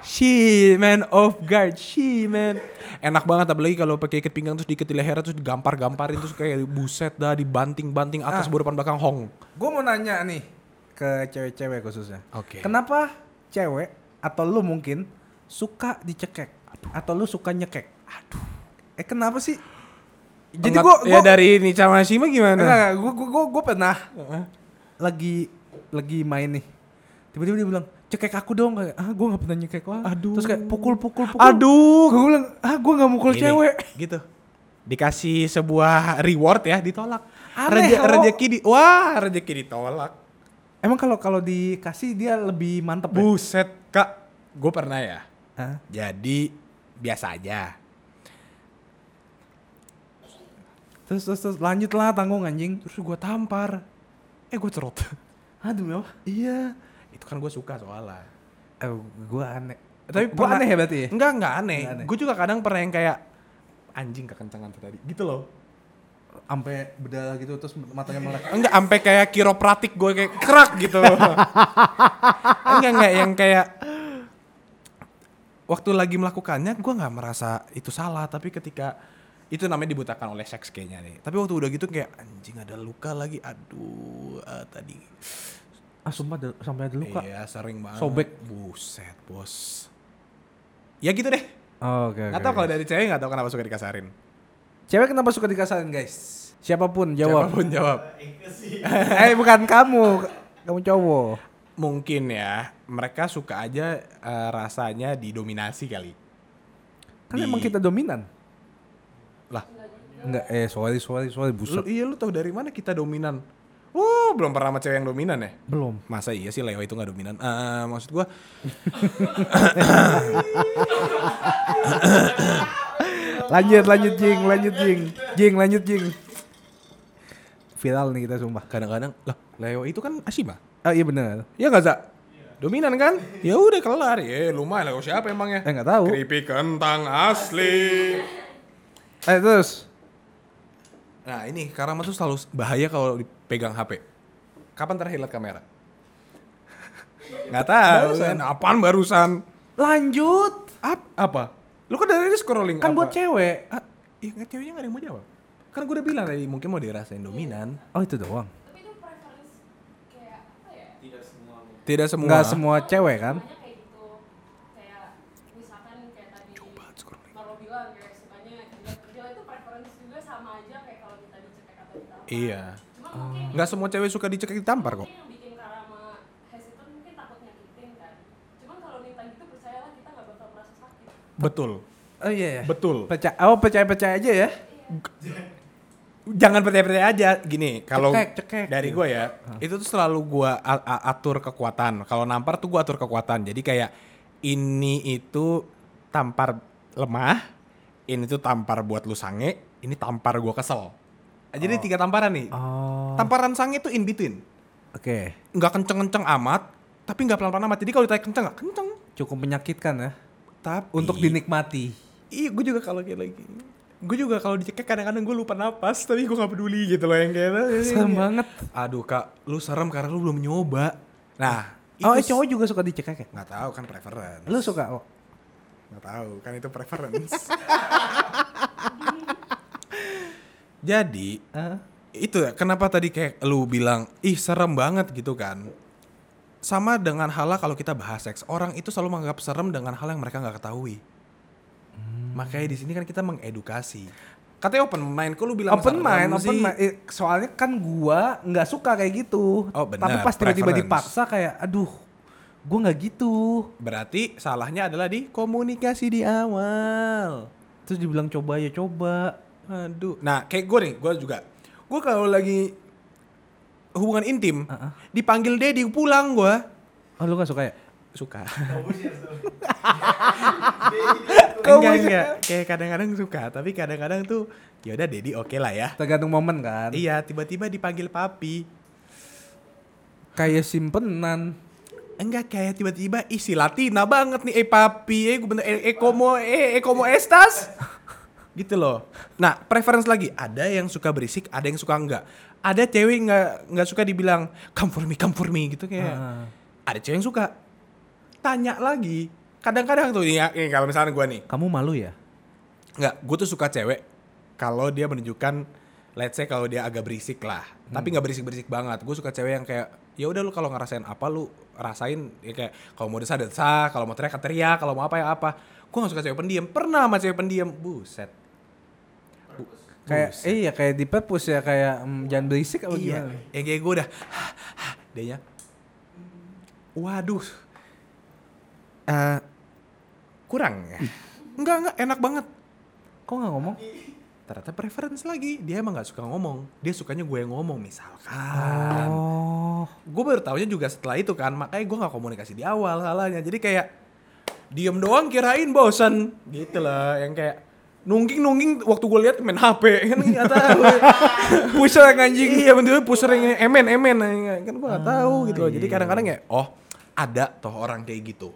S1: She man of guard, she man. Enak banget apalagi kalau pakai ikat pinggang terus diikat di leher terus digampar-gamparin terus kayak buset dah dibanting-banting
S2: Ah.
S1: atas bawah depan belakang hong.
S2: Gue mau nanya nih ke cewek-cewek khususnya.
S1: Oke.
S2: Kenapa cewek atau lu mungkin suka dicekek atau lu suka nyekek? Aduh. Eh kenapa sih? Jadi nah,
S1: Enggak-
S2: gue
S1: ya dari ini sama Shima gimana?
S2: gue gue gue pernah lagi lagi main nih. Tiba-tiba dia bilang cekek aku dong kayak ah gue gak pernah nyekek wah
S1: Aduh.
S2: terus kayak pukul pukul pukul
S1: Aduh.
S2: gue bilang ah gue gak mukul
S1: Gini,
S2: cewek
S1: gitu dikasih sebuah reward ya ditolak
S2: Aneh, oh.
S1: Reje-
S2: lo.
S1: rejeki di wah rejeki ditolak
S2: emang kalau kalau dikasih dia lebih mantep ya?
S1: buset kak gue pernah ya
S2: Hah?
S1: jadi biasa aja
S2: terus terus terus lanjut lah tanggung anjing
S1: terus gue tampar eh gue cerot
S2: aduh ya apa?
S1: iya itu kan gue suka soalnya
S2: Eh, gue aneh. Tapi gue
S1: pernah-
S2: aneh ya berarti ya?
S1: enggak enggak aneh,
S2: Enggak aneh.
S1: gue juga kadang pernah yang kayak anjing kekencangan tuh tadi gitu loh
S2: Sampai berdarah gitu terus matanya melek.
S1: Enggak, sampai kayak kiropratik gue kayak kerak gitu. enggak, enggak, yang kayak waktu lagi melakukannya gue nggak merasa itu salah tapi ketika itu namanya dibutakan oleh seks kayaknya nih tapi waktu udah gitu kayak anjing ada luka lagi aduh eh, tadi
S2: Ah sumpah ada- sampai ada luka.
S1: iya sering banget
S2: Sobek.
S1: buset bos ya gitu deh
S2: Oh, Oke oke.
S1: nggak tahu kalau dari cewek nggak tahu kenapa suka dikasarin
S2: Cewek kenapa suka dikasarin guys? Siapapun jawab.
S1: siapapun jawab
S2: eh bukan kamu, kamu cowok.
S1: mungkin ya mereka suka aja eh, rasanya didominasi kali
S2: Kan
S1: Di-
S2: emang kita dominan.
S1: Lah.
S2: Enggak, eh sorry sorry sorry
S1: Lu,
S2: busuk.
S1: iya lu tahu dari mana kita dominan? Wuh, belum pernah sama cewek yang dominan ya?
S2: Belum.
S1: Masa iya sih Leo itu nggak dominan? Eh, maksud gua
S2: Lanjut, lanjut jing, lanjut jing, jing, lanjut jing. Viral nih kita sumpah.
S1: kadang-kadang lah Leo itu kan Ashima.
S2: Oh iya benar.
S1: Iya nggak Za? Dominan kan? Ya udah kelar. Ya lumayan Leo siapa emangnya?
S2: Eh nggak tahu.
S1: Keripik kentang asli.
S2: Eh terus
S1: Nah ini Karama tuh selalu bahaya kalau dipegang HP. Kapan terakhir lihat kamera? Nggak tahu. Kan. Apaan barusan?
S2: lanjut.
S1: Ap- apa? Lu kan dari tadi scrolling
S2: Kan
S1: apa?
S2: buat cewek.
S1: Ah, iya nggak ceweknya nggak ada yang mau jawab. Kan gue udah bilang tadi mungkin mau dirasain dominan.
S2: Oh itu doang.
S1: Tidak semua.
S2: Nggak semua cewek kan?
S4: Sukanya kayak gitu. Kayak misalkan kayak tadi Marlo bilang kayak sukanya gila- gila itu preferensi juga sama aja kayak kalau kita dicekek atau ditampar.
S1: Iya.
S4: Cuma mungkin
S1: Nggak semua cewek suka dicekik ditampar kok.
S4: mungkin yang bikin Karama hesitant mungkin takut nyakitin kan. Cuman kalau Nita gitu percayalah kita nggak bakal merasa sakit.
S1: Betul.
S2: Oh iya. iya.
S1: Betul.
S2: Percaya. Oh percaya-percaya aja ya.
S1: Jangan percaya-percaya aja gini. Kalau
S2: Cekek, cekek.
S1: dari gue ya, itu tuh selalu gue atur kekuatan. Kalau nampar tuh gue atur kekuatan. Jadi kayak ini itu tampar lemah, ini tuh tampar buat lu sange, ini tampar gue kesel. Jadi tiga tamparan nih.
S2: Oh.
S1: Tamparan sange tuh in between.
S2: Oke.
S1: nggak kenceng-kenceng amat, tapi nggak pelan-pelan amat. Jadi kalau ditanya kenceng, nggak kenceng.
S2: Cukup menyakitkan ya.
S1: Tapi
S2: Untuk dinikmati.
S1: Iya, gue juga kalau kayak lagi. Gue juga kalau dicekek kadang-kadang gue lupa napas, tapi gue nggak peduli gitu loh yang kayak.
S2: Serem banget.
S1: Aduh kak, lu serem karena lu belum nyoba. Nah,
S2: Oh eh,
S1: itu
S2: cowok juga suka dicekek ya?
S1: nggak tahu kan preference.
S2: Lu suka? Oh.
S1: Nggak tahu kan itu preference. Jadi
S2: Eh?
S1: itu ya, kenapa tadi kayak lu bilang ih serem banget gitu kan sama dengan halnya kalau kita bahas seks orang itu selalu menganggap serem dengan hal yang mereka nggak ketahui
S2: Hmm.
S1: makanya di sini kan kita mengedukasi katanya open mind kok lu bilang
S2: open
S1: serem
S2: mind, open
S1: sih?
S2: mind. Eh, soalnya kan gua nggak suka kayak gitu.
S1: Oh, benar,
S2: Tapi pas tiba-tiba
S1: preference.
S2: dipaksa kayak, aduh, gua nggak gitu.
S1: berarti salahnya adalah di komunikasi di awal
S2: Terus dibilang coba ya coba.
S1: aduh nah kayak gue nih gue juga gue kalau lagi hubungan intim
S2: Uh-uh.
S1: dipanggil Dedi pulang gue
S2: Oh, lu nggak suka ya?
S1: suka
S2: Kamu
S1: enggak,
S2: sih-
S1: enggak. Kayak kadang-kadang suka, tapi kadang-kadang tuh ya udah Dedi oke lah ya.
S2: Tergantung momen kan.
S1: Iya, tiba-tiba dipanggil papi.
S2: Kayak simpenan.
S1: Enggak kayak tiba-tiba isi Latina banget nih, eh papi, eh gue bener, eh, eh como, eh, eh como estas. gitu loh. Nah, preference lagi, ada yang suka berisik, ada yang suka enggak. Ada cewek enggak enggak suka dibilang come for me, come for me gitu kayak.
S2: Ah.
S1: Ada cewek yang suka. Tanya lagi. Kadang-kadang tuh ya, ini kalau misalnya gue nih,
S2: Kamu malu ya?
S1: Nggak, gue tuh suka cewek kalau dia menunjukkan let's say kalau dia agak berisik lah. Tapi nggak berisik-berisik banget. Gue suka cewek yang kayak ya udah lu kalau ngerasain apa lu rasain ya kayak kalau mau desa desa, kalau mau teriak teriak, kalau mau apa ya apa. Gue gak suka cewek pendiam. Pernah sama cewek pendiam, buset. Bu-
S2: Kayak
S1: buset.
S2: eh iya kayak di purpose ya kayak mm, jangan berisik apa
S1: iya.
S2: gimana?
S1: Yang kayak gue udah dianya. Waduh. Eh, kurang ya. Enggak, enggak enak banget.
S2: Kok nggak ngomong?
S1: ternyata preference lagi dia emang nggak suka ngomong dia sukanya gue yang ngomong misalkan
S2: Oh.
S1: gue baru taunya juga setelah itu kan makanya gue nggak komunikasi di awal salahnya jadi kayak diem doang kirain bosen gitu lah yang kayak nungging nungging waktu gue lihat main HP kan nggak tahu pusher yang anjing iya bener pusher yang emen emen kan gue nggak tahu gitu loh jadi kadang-kadang ya oh ada toh orang kayak gitu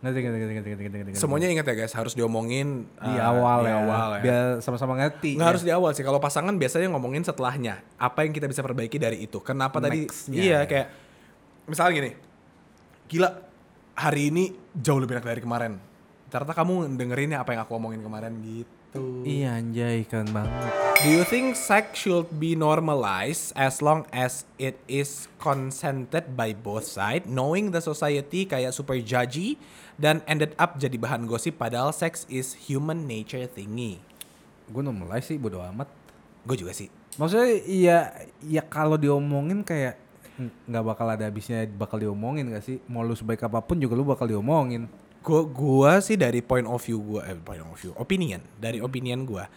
S2: Ngerti ngerti ngerti ngerti ngerti ngerti.
S1: semuanya ingat ya guys harus diomongin
S2: di
S1: eh, di
S2: awal, ya.
S1: awal ya
S2: Biar sama-sama ngerti.
S1: Nggak
S2: ya.
S1: harus di awal sih. Kalau pasangan biasanya ngomongin setelahnya. Apa yang kita bisa perbaiki dari itu? Kenapa tadi?
S2: Next-nya.
S1: Iya kayak misalnya gini. Gila hari ini jauh lebih enak dari kemarin. Ternyata kamu dengerin ya apa yang aku omongin kemarin gitu.
S2: Iya anjay keren banget.
S1: Do you think sex should be normalized as long as it is consented by both side? Knowing the society kayak super judgy dan ended up jadi bahan gosip padahal sex is human nature thingy.
S2: Gue normalize sih bodo amat.
S1: Gue juga sih.
S2: Maksudnya iya ya kalau diomongin kayak n- nggak bakal ada habisnya bakal diomongin gak sih? Mau lu sebaik apapun juga lu bakal diomongin.
S1: gua gua sih dari point of view gua eh, point of view opinion dari opinion gua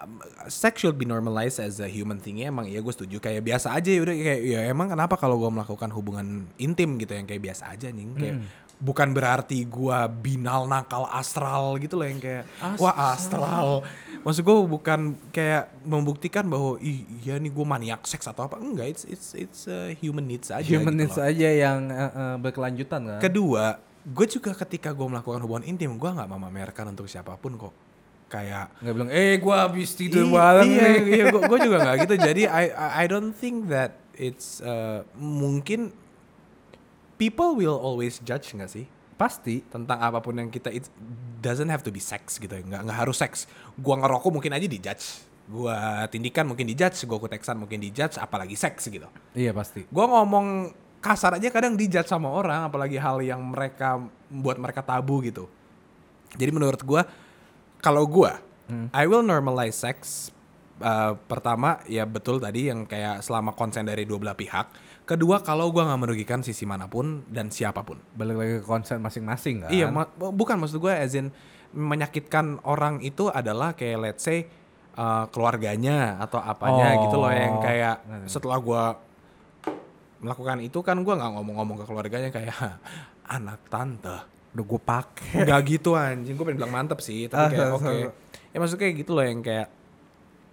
S1: um, sex should be normalized as a human thing emang iya gue setuju kayak biasa aja udah kayak ya emang kenapa kalau gue melakukan hubungan intim gitu yang kayak biasa aja nih kayak
S2: Hmm.
S1: bukan berarti gue binal nakal astral gitu loh yang kayak wah astral maksud gue bukan kayak membuktikan bahwa "Ih, iya nih gue maniak seks atau apa enggak it's it's it's a human needs aja gitu
S2: Human needs
S1: loh.
S2: aja yang eh, eh, berkelanjutan kan.
S1: Kedua, gue juga ketika gue melakukan hubungan intim, gue nggak memamerkan untuk siapapun kok. Kayak
S2: Nggak bilang, eh gue habis tidur
S1: "Ih,
S2: bareng
S1: iya,
S2: nih."
S1: iya, gue, juga nggak gitu. Jadi I I- I don't think that it's uh, mungkin people will always judge nggak sih
S2: Pasti.
S1: tentang apapun yang kita it doesn't have to be sex gitu nggak nggak harus seks gua ngerokok mungkin aja dijudge gua tindikan mungkin dijudge gua kuteksan mungkin dijudge apalagi seks gitu
S2: Iya pasti.
S1: gue ngomong kasar aja kadang dijat sama orang apalagi hal yang mereka buat mereka tabu gitu jadi menurut gue kalau gue I will normalize sex uh, pertama ya betul tadi yang kayak selama konsen dari dua belah pihak kedua kalau gue nggak merugikan sisi manapun dan siapapun
S2: Balik lagi ke konsen masing-masing kan.
S1: Iya, ma- bu- bukan maksud gue as in menyakitkan orang itu adalah kayak let's say uh, keluarganya atau apanya
S2: Oh.
S1: gitu loh yang kayak
S2: Ngerti.
S1: setelah gue melakukan itu kan gue nggak ngomong-ngomong ke keluarganya kayak "Hah, anak tante
S2: Udah gue pake.
S1: nggak gitu anjing gue pengen bilang mantep sih
S2: Ah,
S1: tapi kayak
S2: sama,
S1: oke
S2: sama.
S1: ya maksudnya kayak gitu loh yang kayak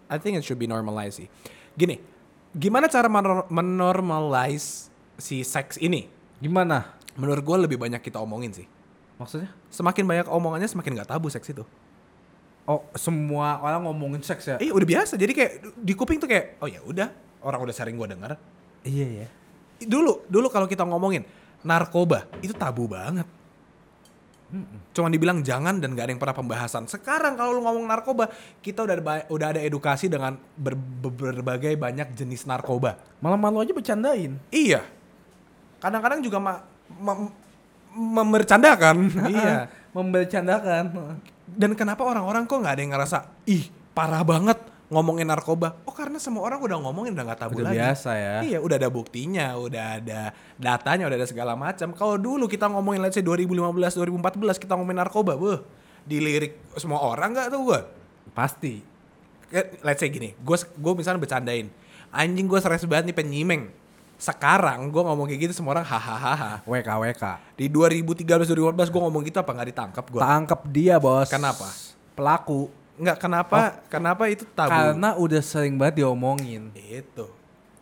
S1: I think it should be normalized sih gini gimana cara menor- menormalize si seks ini
S2: Gimana?
S1: menurut gue lebih banyak kita omongin sih
S2: Maksudnya?
S1: semakin banyak omongannya semakin nggak tabu seks itu.
S2: Oh, semua orang ngomongin seks ya?
S1: Eh udah biasa. Jadi kayak di kuping tuh kayak oh ya udah orang udah sering gua denger.
S2: Iya ya.
S1: Dulu dulu kalau kita ngomongin narkoba itu tabu banget. Cuman dibilang jangan dan gak ada yang pernah pembahasan. Sekarang kalau lu ngomong narkoba, kita udah ada, ba- udah ada edukasi dengan ber- ber- berbagai banyak jenis narkoba.
S2: Malah malu aja bercandain.
S1: Iya. Kadang-kadang juga ma- mem- membercandakan. iya.
S2: Membercandakan.
S1: Dan kenapa orang-orang kok nggak ada yang ngerasa ih parah banget ngomongin narkoba? Oh karena semua orang udah ngomongin udah nggak tabu
S2: Udah
S1: lagi.
S2: biasa ya.
S1: Iya, udah ada buktinya, udah ada datanya, udah ada segala macam. Kalau dulu kita ngomongin let's say 2015, 2014 kita ngomongin narkoba, beuh, dilirik semua orang nggak tuh gue?
S2: Pasti.
S1: Let's say gini, gue gue misalnya bercandain, anjing gue stres banget nih penyimeng. Sekarang gue ngomong kayak gitu semua orang hahaha.
S2: WK WK.
S1: Di 2013 2014 gue ngomong gitu apa nggak ditangkap gue?
S2: Tangkap dia bos.
S1: Kenapa?
S2: Pelaku.
S1: Nggak kenapa? Kenapa itu tabu?
S2: Oh. Karena udah sering banget diomongin.
S1: Itu.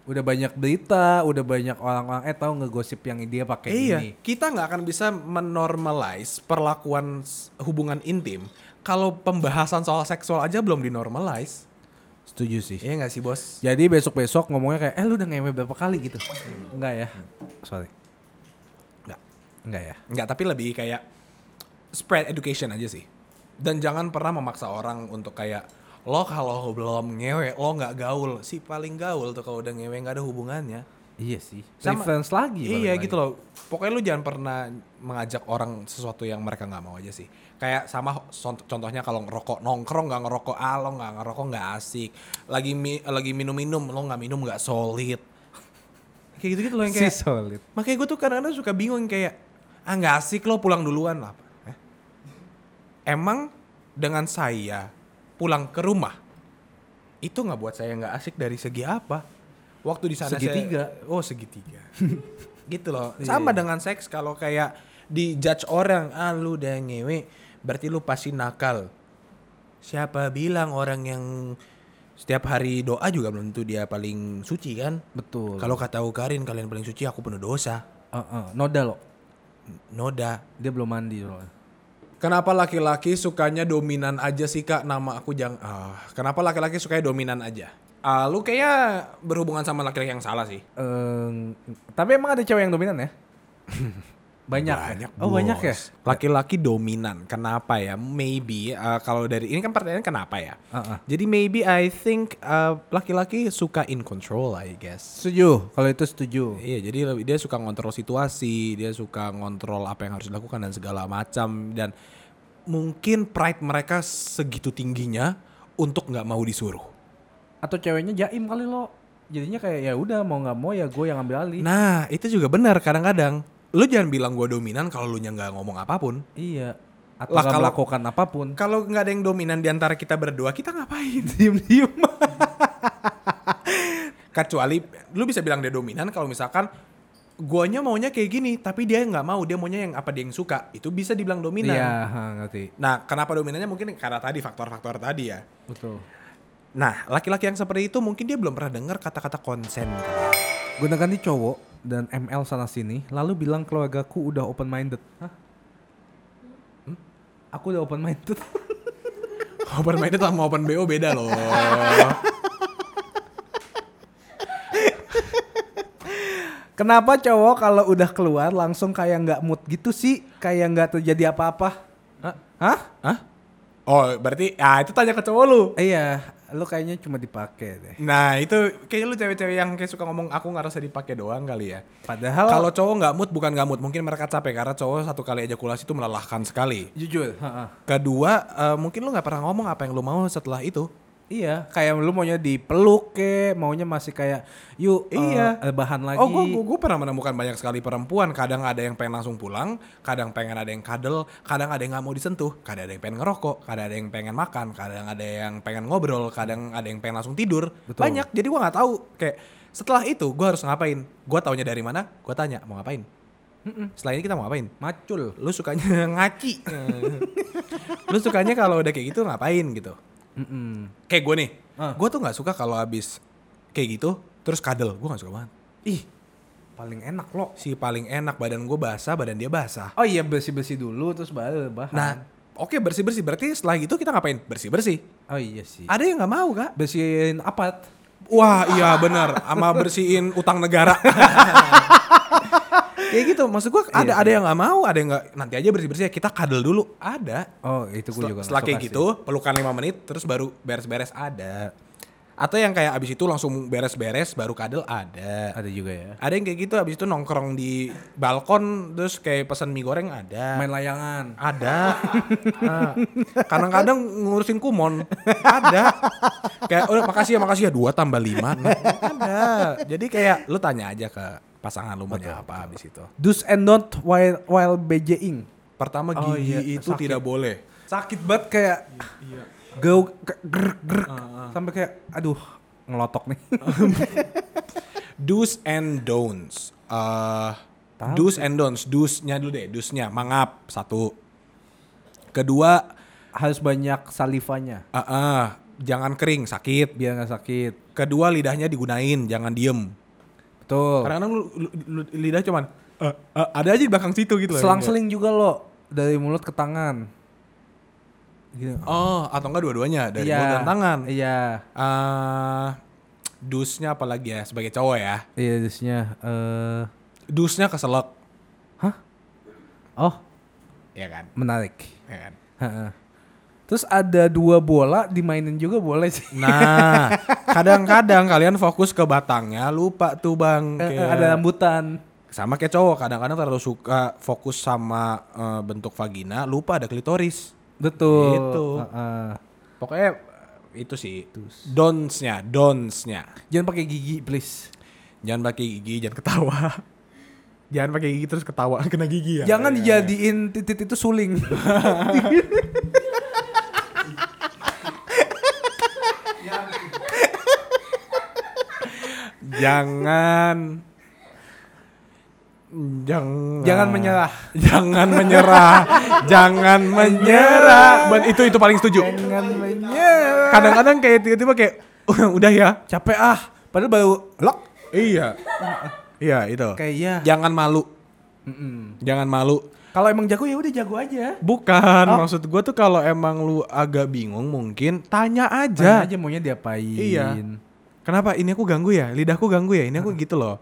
S2: Udah banyak berita, udah banyak orang-orang eh tahu ngegosip yang dia pakai
S1: iya,
S2: ini.
S1: kita nggak akan bisa menormalize perlakuan s- hubungan intim kalau pembahasan soal seksual aja belum dinormalize.
S2: Setuju sih.
S1: Iya nggak sih bos?
S2: Jadi besok-besok ngomongnya kayak, eh lu udah ngewe berapa kali gitu? Enggak ya. Sorry.
S1: Nggak.
S2: Enggak ya.
S1: Nggak, tapi lebih kayak spread education aja sih. Dan jangan pernah memaksa orang untuk kayak lo kalau belum ngewe lo nggak gaul si paling gaul tuh kalau udah ngewe nggak ada hubungannya
S2: Iya sih.
S1: Sama-
S2: Preference lagi.
S1: Iya gitu loh. Pokoknya lu jangan pernah mengajak orang sesuatu yang mereka nggak mau aja sih. Kayak sama ho- son- contohnya kalau ngerokok nongkrong nggak ngerokok, ah lo nggak ngerokok nggak asik. Lagi mi- lagi minum-minum lo nggak minum nggak solid. Kayak gitu gitu loh yang
S2: Si
S1: kayak.
S2: solid.
S1: Makanya gue tuh kadang-kadang suka bingung kayak ah nggak asik lo pulang duluan lah. Eh? Emang dengan saya pulang ke rumah itu nggak buat saya nggak asik dari segi apa? Waktu di sana saya-
S2: Segitiga.
S1: oh segitiga. gitu loh. Sama dengan seks kalau kayak di judge orang, ah lu udah ngewe, berarti lu pasti nakal. Siapa bilang orang yang setiap hari doa juga belum tentu dia paling suci kan?
S2: Betul.
S1: Kalau kata Ukarin kalian paling suci aku penuh dosa.
S2: Eh, eh, noda loh.
S1: Noda.
S2: Dia belum mandi soalnya.
S1: Kenapa laki-laki sukanya dominan aja sih kak? Nama aku jangan. Ah, kenapa laki-laki sukanya dominan aja? Ah, lu kayaknya berhubungan sama laki-laki yang salah sih.
S2: Eh, tapi emang ada cewek yang dominan ya? banyak. ya? Oh, banyak ya?
S1: Laki-laki dominan. Kenapa ya? Maybe uh, kalau dari ini kan pertanyaan kenapa ya?
S2: Uh-uh.
S1: Jadi maybe I think uh, laki-laki suka in control I guess.
S2: Setuju. Kalau itu setuju.
S1: Iya, jadi lebih- dia suka ngontrol situasi, dia suka ngontrol apa yang harus dilakukan dan segala macam dan mungkin pride mereka segitu tingginya untuk nggak mau disuruh.
S2: Atau ceweknya jaim kali lo. Jadinya kayak ya udah mau nggak mau ya gue yang ambil alih.
S1: Nah, itu juga benar kadang-kadang. Lu jangan bilang gua dominan kalau lu nya nggak ngomong apapun.
S2: Iya. atau
S1: Lah,
S2: nggak
S1: kalau-
S2: melakukan apapun
S1: Kalau nggak ada yang dominan di antara kita berdua, kita ngapain?
S2: diem-diem
S1: Kecuali lu bisa bilang dia dominan kalau misalkan guanya maunya kayak gini, tapi dia nggak mau, dia maunya yang apa dia yang suka. Itu bisa dibilang dominan.
S2: iya ha, ngerti
S1: Nah, kenapa dominannya mungkin karena tadi faktor-faktor tadi ya.
S2: betul
S1: Nah, laki-laki yang seperti itu mungkin dia belum pernah dengar kata-kata konsen.
S2: gunakan di cowok dan ML sana sini lalu bilang keluargaku udah open minded Hah? Hmm? aku udah open minded
S1: Open minded sama open BO beda loh.
S2: Kenapa cowok kalau udah keluar langsung kayak nggak mood gitu sih? Kayak nggak terjadi apa-apa? Hah?
S1: Hah? Oh, berarti ah itu tanya ke cowok lu.
S2: Iya, lu kayaknya cuma dipakai deh.
S1: Nah, itu kayaknya lu cewek-cewek yang kayak suka ngomong aku nggak usah dipakai doang kali ya.
S2: Padahal
S1: Kalau cowok nggak mood bukan nggak mood, mungkin mereka capek karena cowok satu kali ejakulasi itu melelahkan sekali.
S2: jujur,
S1: Kedua, eh, mungkin lu nggak pernah ngomong apa yang lu mau setelah itu.
S2: iya, kayak lu maunya dipeluk ke, maunya masih kayak yuk
S1: Iya.
S2: eh, rebahan lagi.
S1: Oh, gue pernah menemukan banyak sekali perempuan. Kadang ada yang pengen langsung pulang, kadang pengen ada yang kadel, kadang ada yang nggak mau disentuh, kadang ada yang pengen ngerokok, kadang ada yang pengen makan, kadang ada yang pengen ngobrol, kadang ada yang pengen langsung tidur.
S2: Betul.
S1: Banyak. Jadi gue nggak tahu. Kayak setelah itu gue harus ngapain? Gue taunya dari mana? Gue tanya mau ngapain. Setelah ini kita mau ngapain?
S2: macul.
S1: Lu sukanya ngaci. Lu sukanya kalau udah kayak gitu ngapain gitu?
S2: Mm-mm.
S1: Kayak gue nih,
S2: Ah.
S1: gue tuh nggak suka kalau abis kayak gitu terus kadel. Gue nggak suka banget.
S2: Ih, paling enak lo.
S1: si paling enak badan gue basah badan dia basah
S2: Oh iya bersih-bersih dulu terus baru rebahan.
S1: nah oke bersih bersih berarti setelah itu kita ngapain bersih bersih
S2: oh iya sih.
S1: ada yang nggak mau kak
S2: Bersihin apat.
S1: wah iya benar sama bersihin utang negara kayak gitu maksud gue ada
S2: Iya,
S1: ada yang nggak mau ada yang nggak nanti aja bersih bersih ya kita kadel dulu ada
S2: Oh itu gue
S1: Setel-
S2: juga. nggak
S1: setelah kayak
S2: suka
S1: gitu pelukan lima menit terus baru beres beres ada atau yang kayak abis itu langsung beres beres baru kadel
S2: sih.
S1: ada
S2: Ada juga ya.
S1: ada yang kayak gitu abis itu nongkrong di balkon terus kayak pesan mie goreng ada
S2: Main layangan.
S1: Ada. Ah. Kadang-kadang ngurusin kumon. Ada. Kayak udah makasih ya makasih ya dua tambah lima. Nah, ada. Jadi kayak lu tanya aja ke pasangan lu ya.
S2: Ya,
S1: maunya apa habis itu.
S2: Do's and don't while while BJing.
S1: Pertama
S2: Oh,
S1: gigi
S2: iya.
S1: itu
S2: Sakit.
S1: tidak boleh.
S2: Sakit banget kayak go ger ger sampai kayak aduh ngelotok nih.
S1: Do's and don'ts. Eh, do's and don'ts. Do's-nya dulu deh. Do's-nya mangap satu. Kedua,
S2: Harus banyak salivanya
S1: eh, eh, jangan kering sakit.
S2: biar nggak sakit.
S1: Kedua lidahnya digunain, jangan diem.
S2: Betul.
S1: Kadang-kadang lu, lu- lu- lidah cuman Oh. "Eh, eh," ada aja di belakang situ gitu loh.
S2: Selang-seling juga lo dari mulut ke tangan. Gitu.
S1: Oh, atau enggak dua-duanya dari
S2: Iya.
S1: mulut dan tangan. Eh
S2: Iya.
S1: dusnya apalagi ya sebagai cowok ya.
S2: Iya dusnya. eh
S1: Dusnya keselak,
S2: Hah? Oh
S1: ya kan?
S2: menarik.
S1: Ya kan?
S2: Heeh. Terus ada dua bola dimainin juga boleh sih.
S1: Nah, kadang-kadang kalian fokus ke batangnya, lupa tuh bang.
S2: Eh, eh,
S1: Kayak-
S2: ada rambutan.
S1: sama kayak cowok, kadang-kadang terlalu suka fokus sama eh, bentuk vagina, lupa ada klitoris.
S2: Betul.
S1: Gitu.
S2: Heeh.
S1: Pokoknya eh, itu sih dons-nya, dons-nya.
S2: Jangan pakai gigi please.
S1: Jangan pakai gigi, jangan ketawa. jangan pakai gigi terus ketawa kena gigi ya.
S2: Jangan dijadiin titit itu suling.
S1: Nah. Jangan Jangan
S2: Jangan menyerah.
S1: Jangan menyerah. jangan menyerah. Ben, itu itu paling setuju.
S2: Jangan menyerah.
S1: Kadang-kadang kayak tiba-tiba kayak udah ya.
S2: Capek ah. Padahal baru lock.
S1: Iya. Iya, itu.
S2: Kayak ya.
S1: Jangan malu. Jangan malu. Oh.
S2: Kalau emang jago ya udah jago aja.
S1: Bukan, maksud gue tuh kalau emang lu agak bingung mungkin tanya aja.
S2: Tanya aja maunya diapain.
S1: Iya. Kenapa ini aku ganggu ya? Lidahku ganggu ya? Ini aku gitu loh.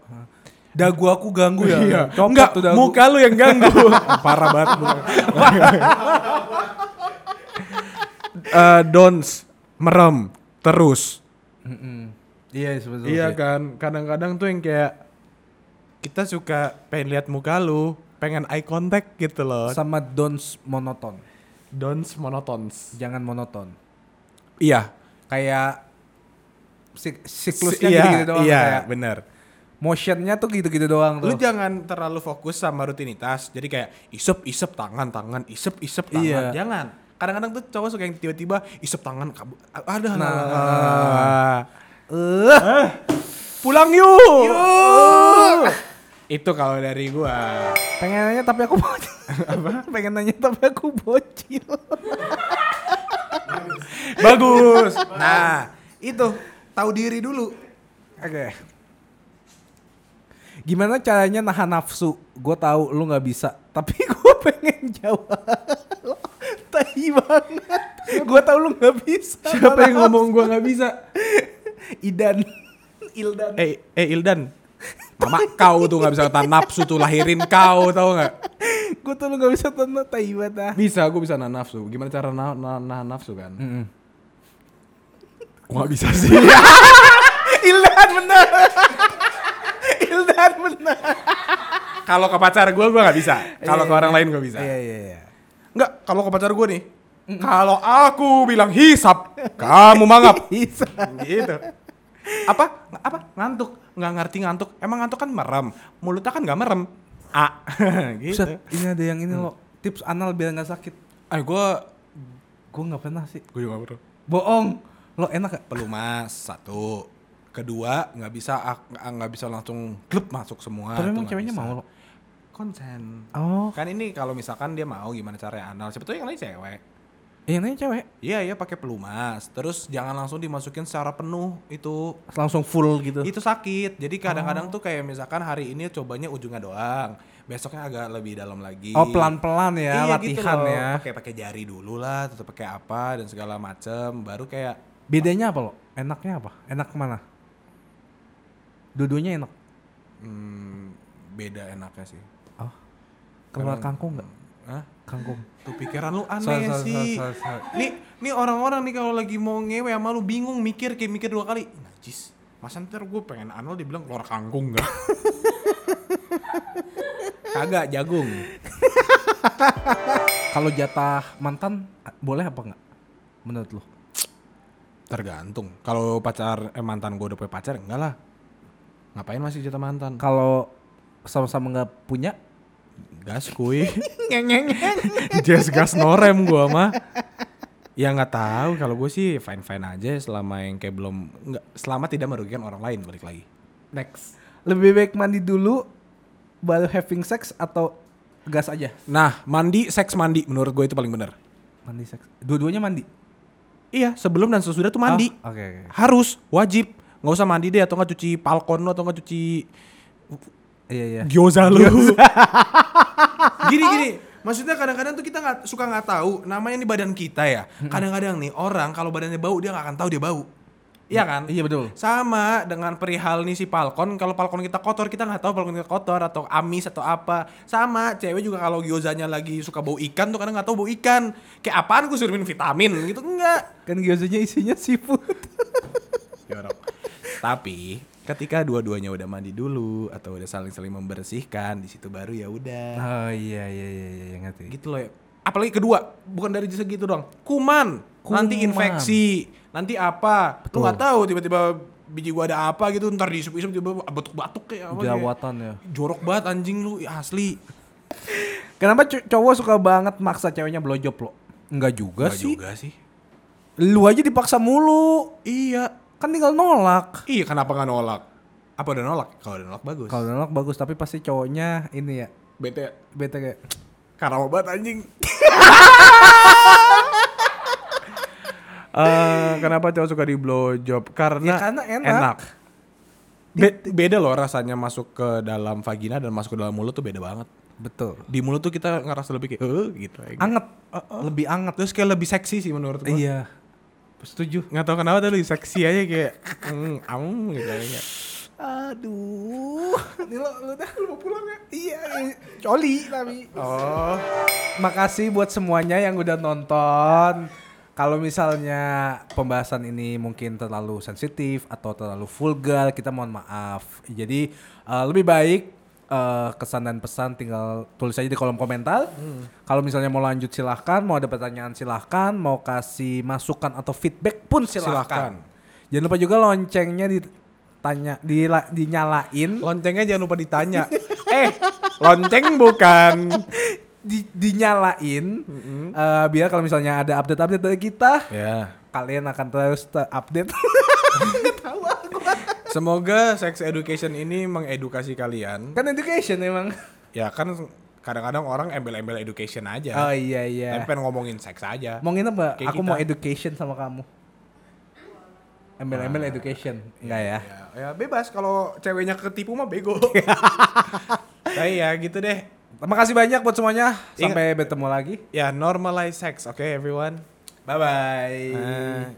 S2: Dagu aku ganggu ya.
S1: Iya.
S2: Copot
S1: Enggak,
S2: tuh dagu.
S1: muka lu yang ganggu. Parah banget. muka. Eh, dons, merem, terus.
S2: Mm-mm. Iya sebetulnya.
S1: Iya kan, kadang-kadang tuh yang kayak kita suka pengen lihat muka lu, pengen eye contact gitu loh.
S2: Sama dons monoton.
S1: Dons monotons.
S2: Jangan monoton.
S1: Iya.
S2: Kayak sik-
S1: Siklusnya
S2: siklusnya gitu-gitu doang
S1: Iya,
S2: kayak
S1: bener.
S2: motionnya tuh gitu-gitu doang
S1: Lu
S2: tuh
S1: jangan terlalu fokus sama rutinitas. Jadi kayak isep-isep tangan, tangan, isep-isep tangan.
S2: Iya.
S1: Jangan. Kadang-kadang tuh cowok suka yang tiba-tiba isep tangan. kabu- Ada. Nah. Eh. Pulang yuk. Eh. Itu kalau dari gua.
S2: pengen nanya tapi aku bocil apa pengen nanya tapi aku bocil
S1: Bagus. Nah, itu tahu diri dulu.
S2: Oke. Gimana caranya nahan nafsu? Gue tahu lu nggak bisa, tapi gue pengen jawab. Lo Tai banget. Gue tahu lu nggak bisa.
S1: Siapa yang
S2: Padahal
S1: ngomong gua nggak bisa?
S2: Idan. Ildan.
S1: Eh, eh Ildan. Mama kau tuh nggak bisa tahan nafsu tuh lahirin kau tahu nggak?
S2: Gue tahu lu nggak bisa tenang tai banget. ah.
S1: Bisa, gue bisa nahan nafsu. Gimana cara na- na- nahan nafsu kan? Gua nggak bisa sih.
S2: Ildan benar. Ildan benar.
S1: Kalau ke pacar gue, gue nggak bisa. Kalau ke orang lain gue bisa.
S2: Iya iya iya.
S1: Nggak, kalau ke pacar gue nih. Kalau aku bilang hisap, kamu mangap.
S2: Bisa.
S1: gitu apa Ng- apa ngantuk nggak ngerti ngantuk emang ngantuk kan merem mulutnya kan nggak merem a gitu
S2: Buset, Eh, ini ada yang ini lo. Tips anal biar nggak sakit.
S1: ah gue
S2: Gue nggak pernah sih.
S1: gue juga nggak pernah
S2: Bohong. Lo enak gak?
S1: Ah, pelumas satu kedua nggak bisa ak- nggak nggak bisa langsung klub masuk semua itu
S2: Tapi emang
S1: nggak
S2: ceweknya
S1: bisa.
S2: mau lo.
S1: konsen
S2: Oh,
S1: kan ini kalau misalkan dia mau gimana caranya anal sebetulnya yang lain cewek
S2: yang nanya cewek.
S1: iya iya pakai pelumas terus jangan langsung dimasukin secara penuh itu
S2: langsung full gitu.
S1: itu sakit jadi
S2: Oh.
S1: kadang-kadang tuh kayak misalkan hari ini cobanya ujungnya doang besoknya agak lebih dalam lagi
S2: Oh pelan-pelan ya
S1: Iya, gitu
S2: latihan
S1: loh.
S2: ya.
S1: pakai pakai jari dulu lah atau pakai apa dan segala macem baru kayak
S2: Bedanya apa lo? Enaknya apa? Enak mana? Dudunya enak.
S1: hmm, beda enaknya sih
S2: Oh. Keluar
S1: Karena-
S2: kangkung nggak?
S1: Hah?
S2: Kangkung.
S1: tuh pikiran lu aneh
S2: Sorry, sorry,
S1: sih
S2: sorry, sorry, sorry.
S1: nih nih orang-orang nih kalau lagi mau ngewe sama lu bingung mikir kayak mikir dua kali najis masa ntar gue pengen anal dibilang keluar kangkung nggak kagak jagung
S2: Kalau jatah mantan a- boleh apa nggak? Menurut lo?
S1: Tergantung. Kalau pacar eh, mantan gue udah punya pacar enggak lah. Ngapain masih jatah mantan?
S2: Kalau sama-sama nggak punya?
S1: Gas kuy. Jazz gas norem gue mah. Ya nggak tahu kalau gue sih fine fine aja selama yang kayak belum nggak selama tidak merugikan orang lain balik lagi.
S2: Next. Lebih baik mandi dulu baru having sex atau gas aja?
S1: Nah mandi seks mandi menurut gue itu paling bener.
S2: Mandi seks. Dua-duanya mandi.
S1: Iya sebelum dan sesudah tuh mandi
S2: Ah, Oke. oke.
S1: harus wajib nggak usah mandi deh atau nggak cuci palkon lu atau nggak cuci
S2: Iya iya.
S1: Gyoza lu. gini gini, maksudnya kadang-kadang tuh kita nggak suka nggak tahu namanya ini badan kita ya. Kadang-kadang nih orang kalau badannya bau dia nggak akan tahu dia bau. Iya kan?
S2: Iya betul.
S1: Sama dengan perihal nih si Falcon, kalau Falcon kita kotor kita nggak tahu Falcon kita kotor atau amis atau apa. Sama cewek juga kalau gyozanya lagi suka bau ikan tuh kadang nggak tahu bau ikan. Kayak apaan gue suruh minum vitamin gitu enggak.
S2: Kan gyozanya isinya seafood.
S1: Tapi ketika dua-duanya udah mandi dulu atau udah saling-saling membersihkan di situ baru ya udah.
S2: Oh iya iya iya iya iya, ngerti.
S1: gitu loh ya. apalagi kedua bukan dari jasa gitu doang kuman, nanti
S2: Kuman.
S1: infeksi nanti apa
S2: Betul.
S1: lu nggak tahu tiba-tiba biji gua ada apa gitu ntar diisup-isup tiba-tiba batuk-batuk kayak apa
S2: Jerawatan ya.
S1: kayak. jorok banget anjing lu ih, asli
S2: Kenapa cu- cowok suka banget maksa ceweknya blowjob lo? Enggak juga
S1: Nggak
S2: sih.
S1: juga sih
S2: Lu aja dipaksa mulu. Iya. Kan tinggal nolak.
S1: iya kenapa nggak nolak apa udah nolak kalau udah nolak bagus
S2: Kalau nolak bagus tapi pasti cowoknya ini ya
S1: bete
S2: bete kayak
S1: karena banget anjing kenapa cowok suka di blow job? Karena,
S2: Ya, karena enak. enak.
S1: Be- beda loh rasanya masuk ke dalam vagina dan masuk ke dalam mulut tuh beda banget.
S2: betul.
S1: Di mulut tuh kita ngerasa lebih kayak "Eh," gitu.
S2: Anget, lebih anget.
S1: Terus kayak lebih seksi sih menurut gue.
S2: Iya. Setuju.
S1: Nggak tau kenapa tuh lebih seksi aja kayak mm, am gitu aja.
S2: Aduh. Ini lo lo dah lu mau pulang ya? Iya, iya. coli tapi.
S1: Oh.
S2: Makasih buat semuanya yang udah nonton. Kalau misalnya pembahasan ini mungkin terlalu sensitif atau terlalu vulgar, kita mohon maaf. Jadi eh, lebih baik eh, kesan dan pesan tinggal tulis aja di kolom komentar. Kalau misalnya mau lanjut silahkan, mau ada pertanyaan silahkan, mau kasih masukan atau feedback pun
S1: Silahkan.
S2: silahkan. Jangan lupa juga loncengnya di tanya dila- dinyalain
S1: Loncengnya jangan lupa ditanya. eh, lonceng bukan.
S2: di- dinyalain eh, biar kalau misalnya ada update-update dari kita
S1: Ya.
S2: kalian akan terus update
S1: Semoga sex education ini mengedukasi kalian.
S2: kan education emang
S1: Ya kan kadang-kadang orang embel-embel education
S2: oh
S1: aja.
S2: iya iya
S1: Tapi pengen ngomongin seks aja.
S2: mau nginep nggak?
S1: Kayak
S2: aku
S1: kita.
S2: mau education sama kamu embel-embel education enggak ya
S1: Ya, ya bebas kalau ceweknya ketipu mah bego. Tapi ya gitu deh.
S2: terima kasih banyak buat semuanya
S1: Ingat-
S2: sampai bertemu lagi
S1: Ya normalize sex, oke everyone.
S2: bye bye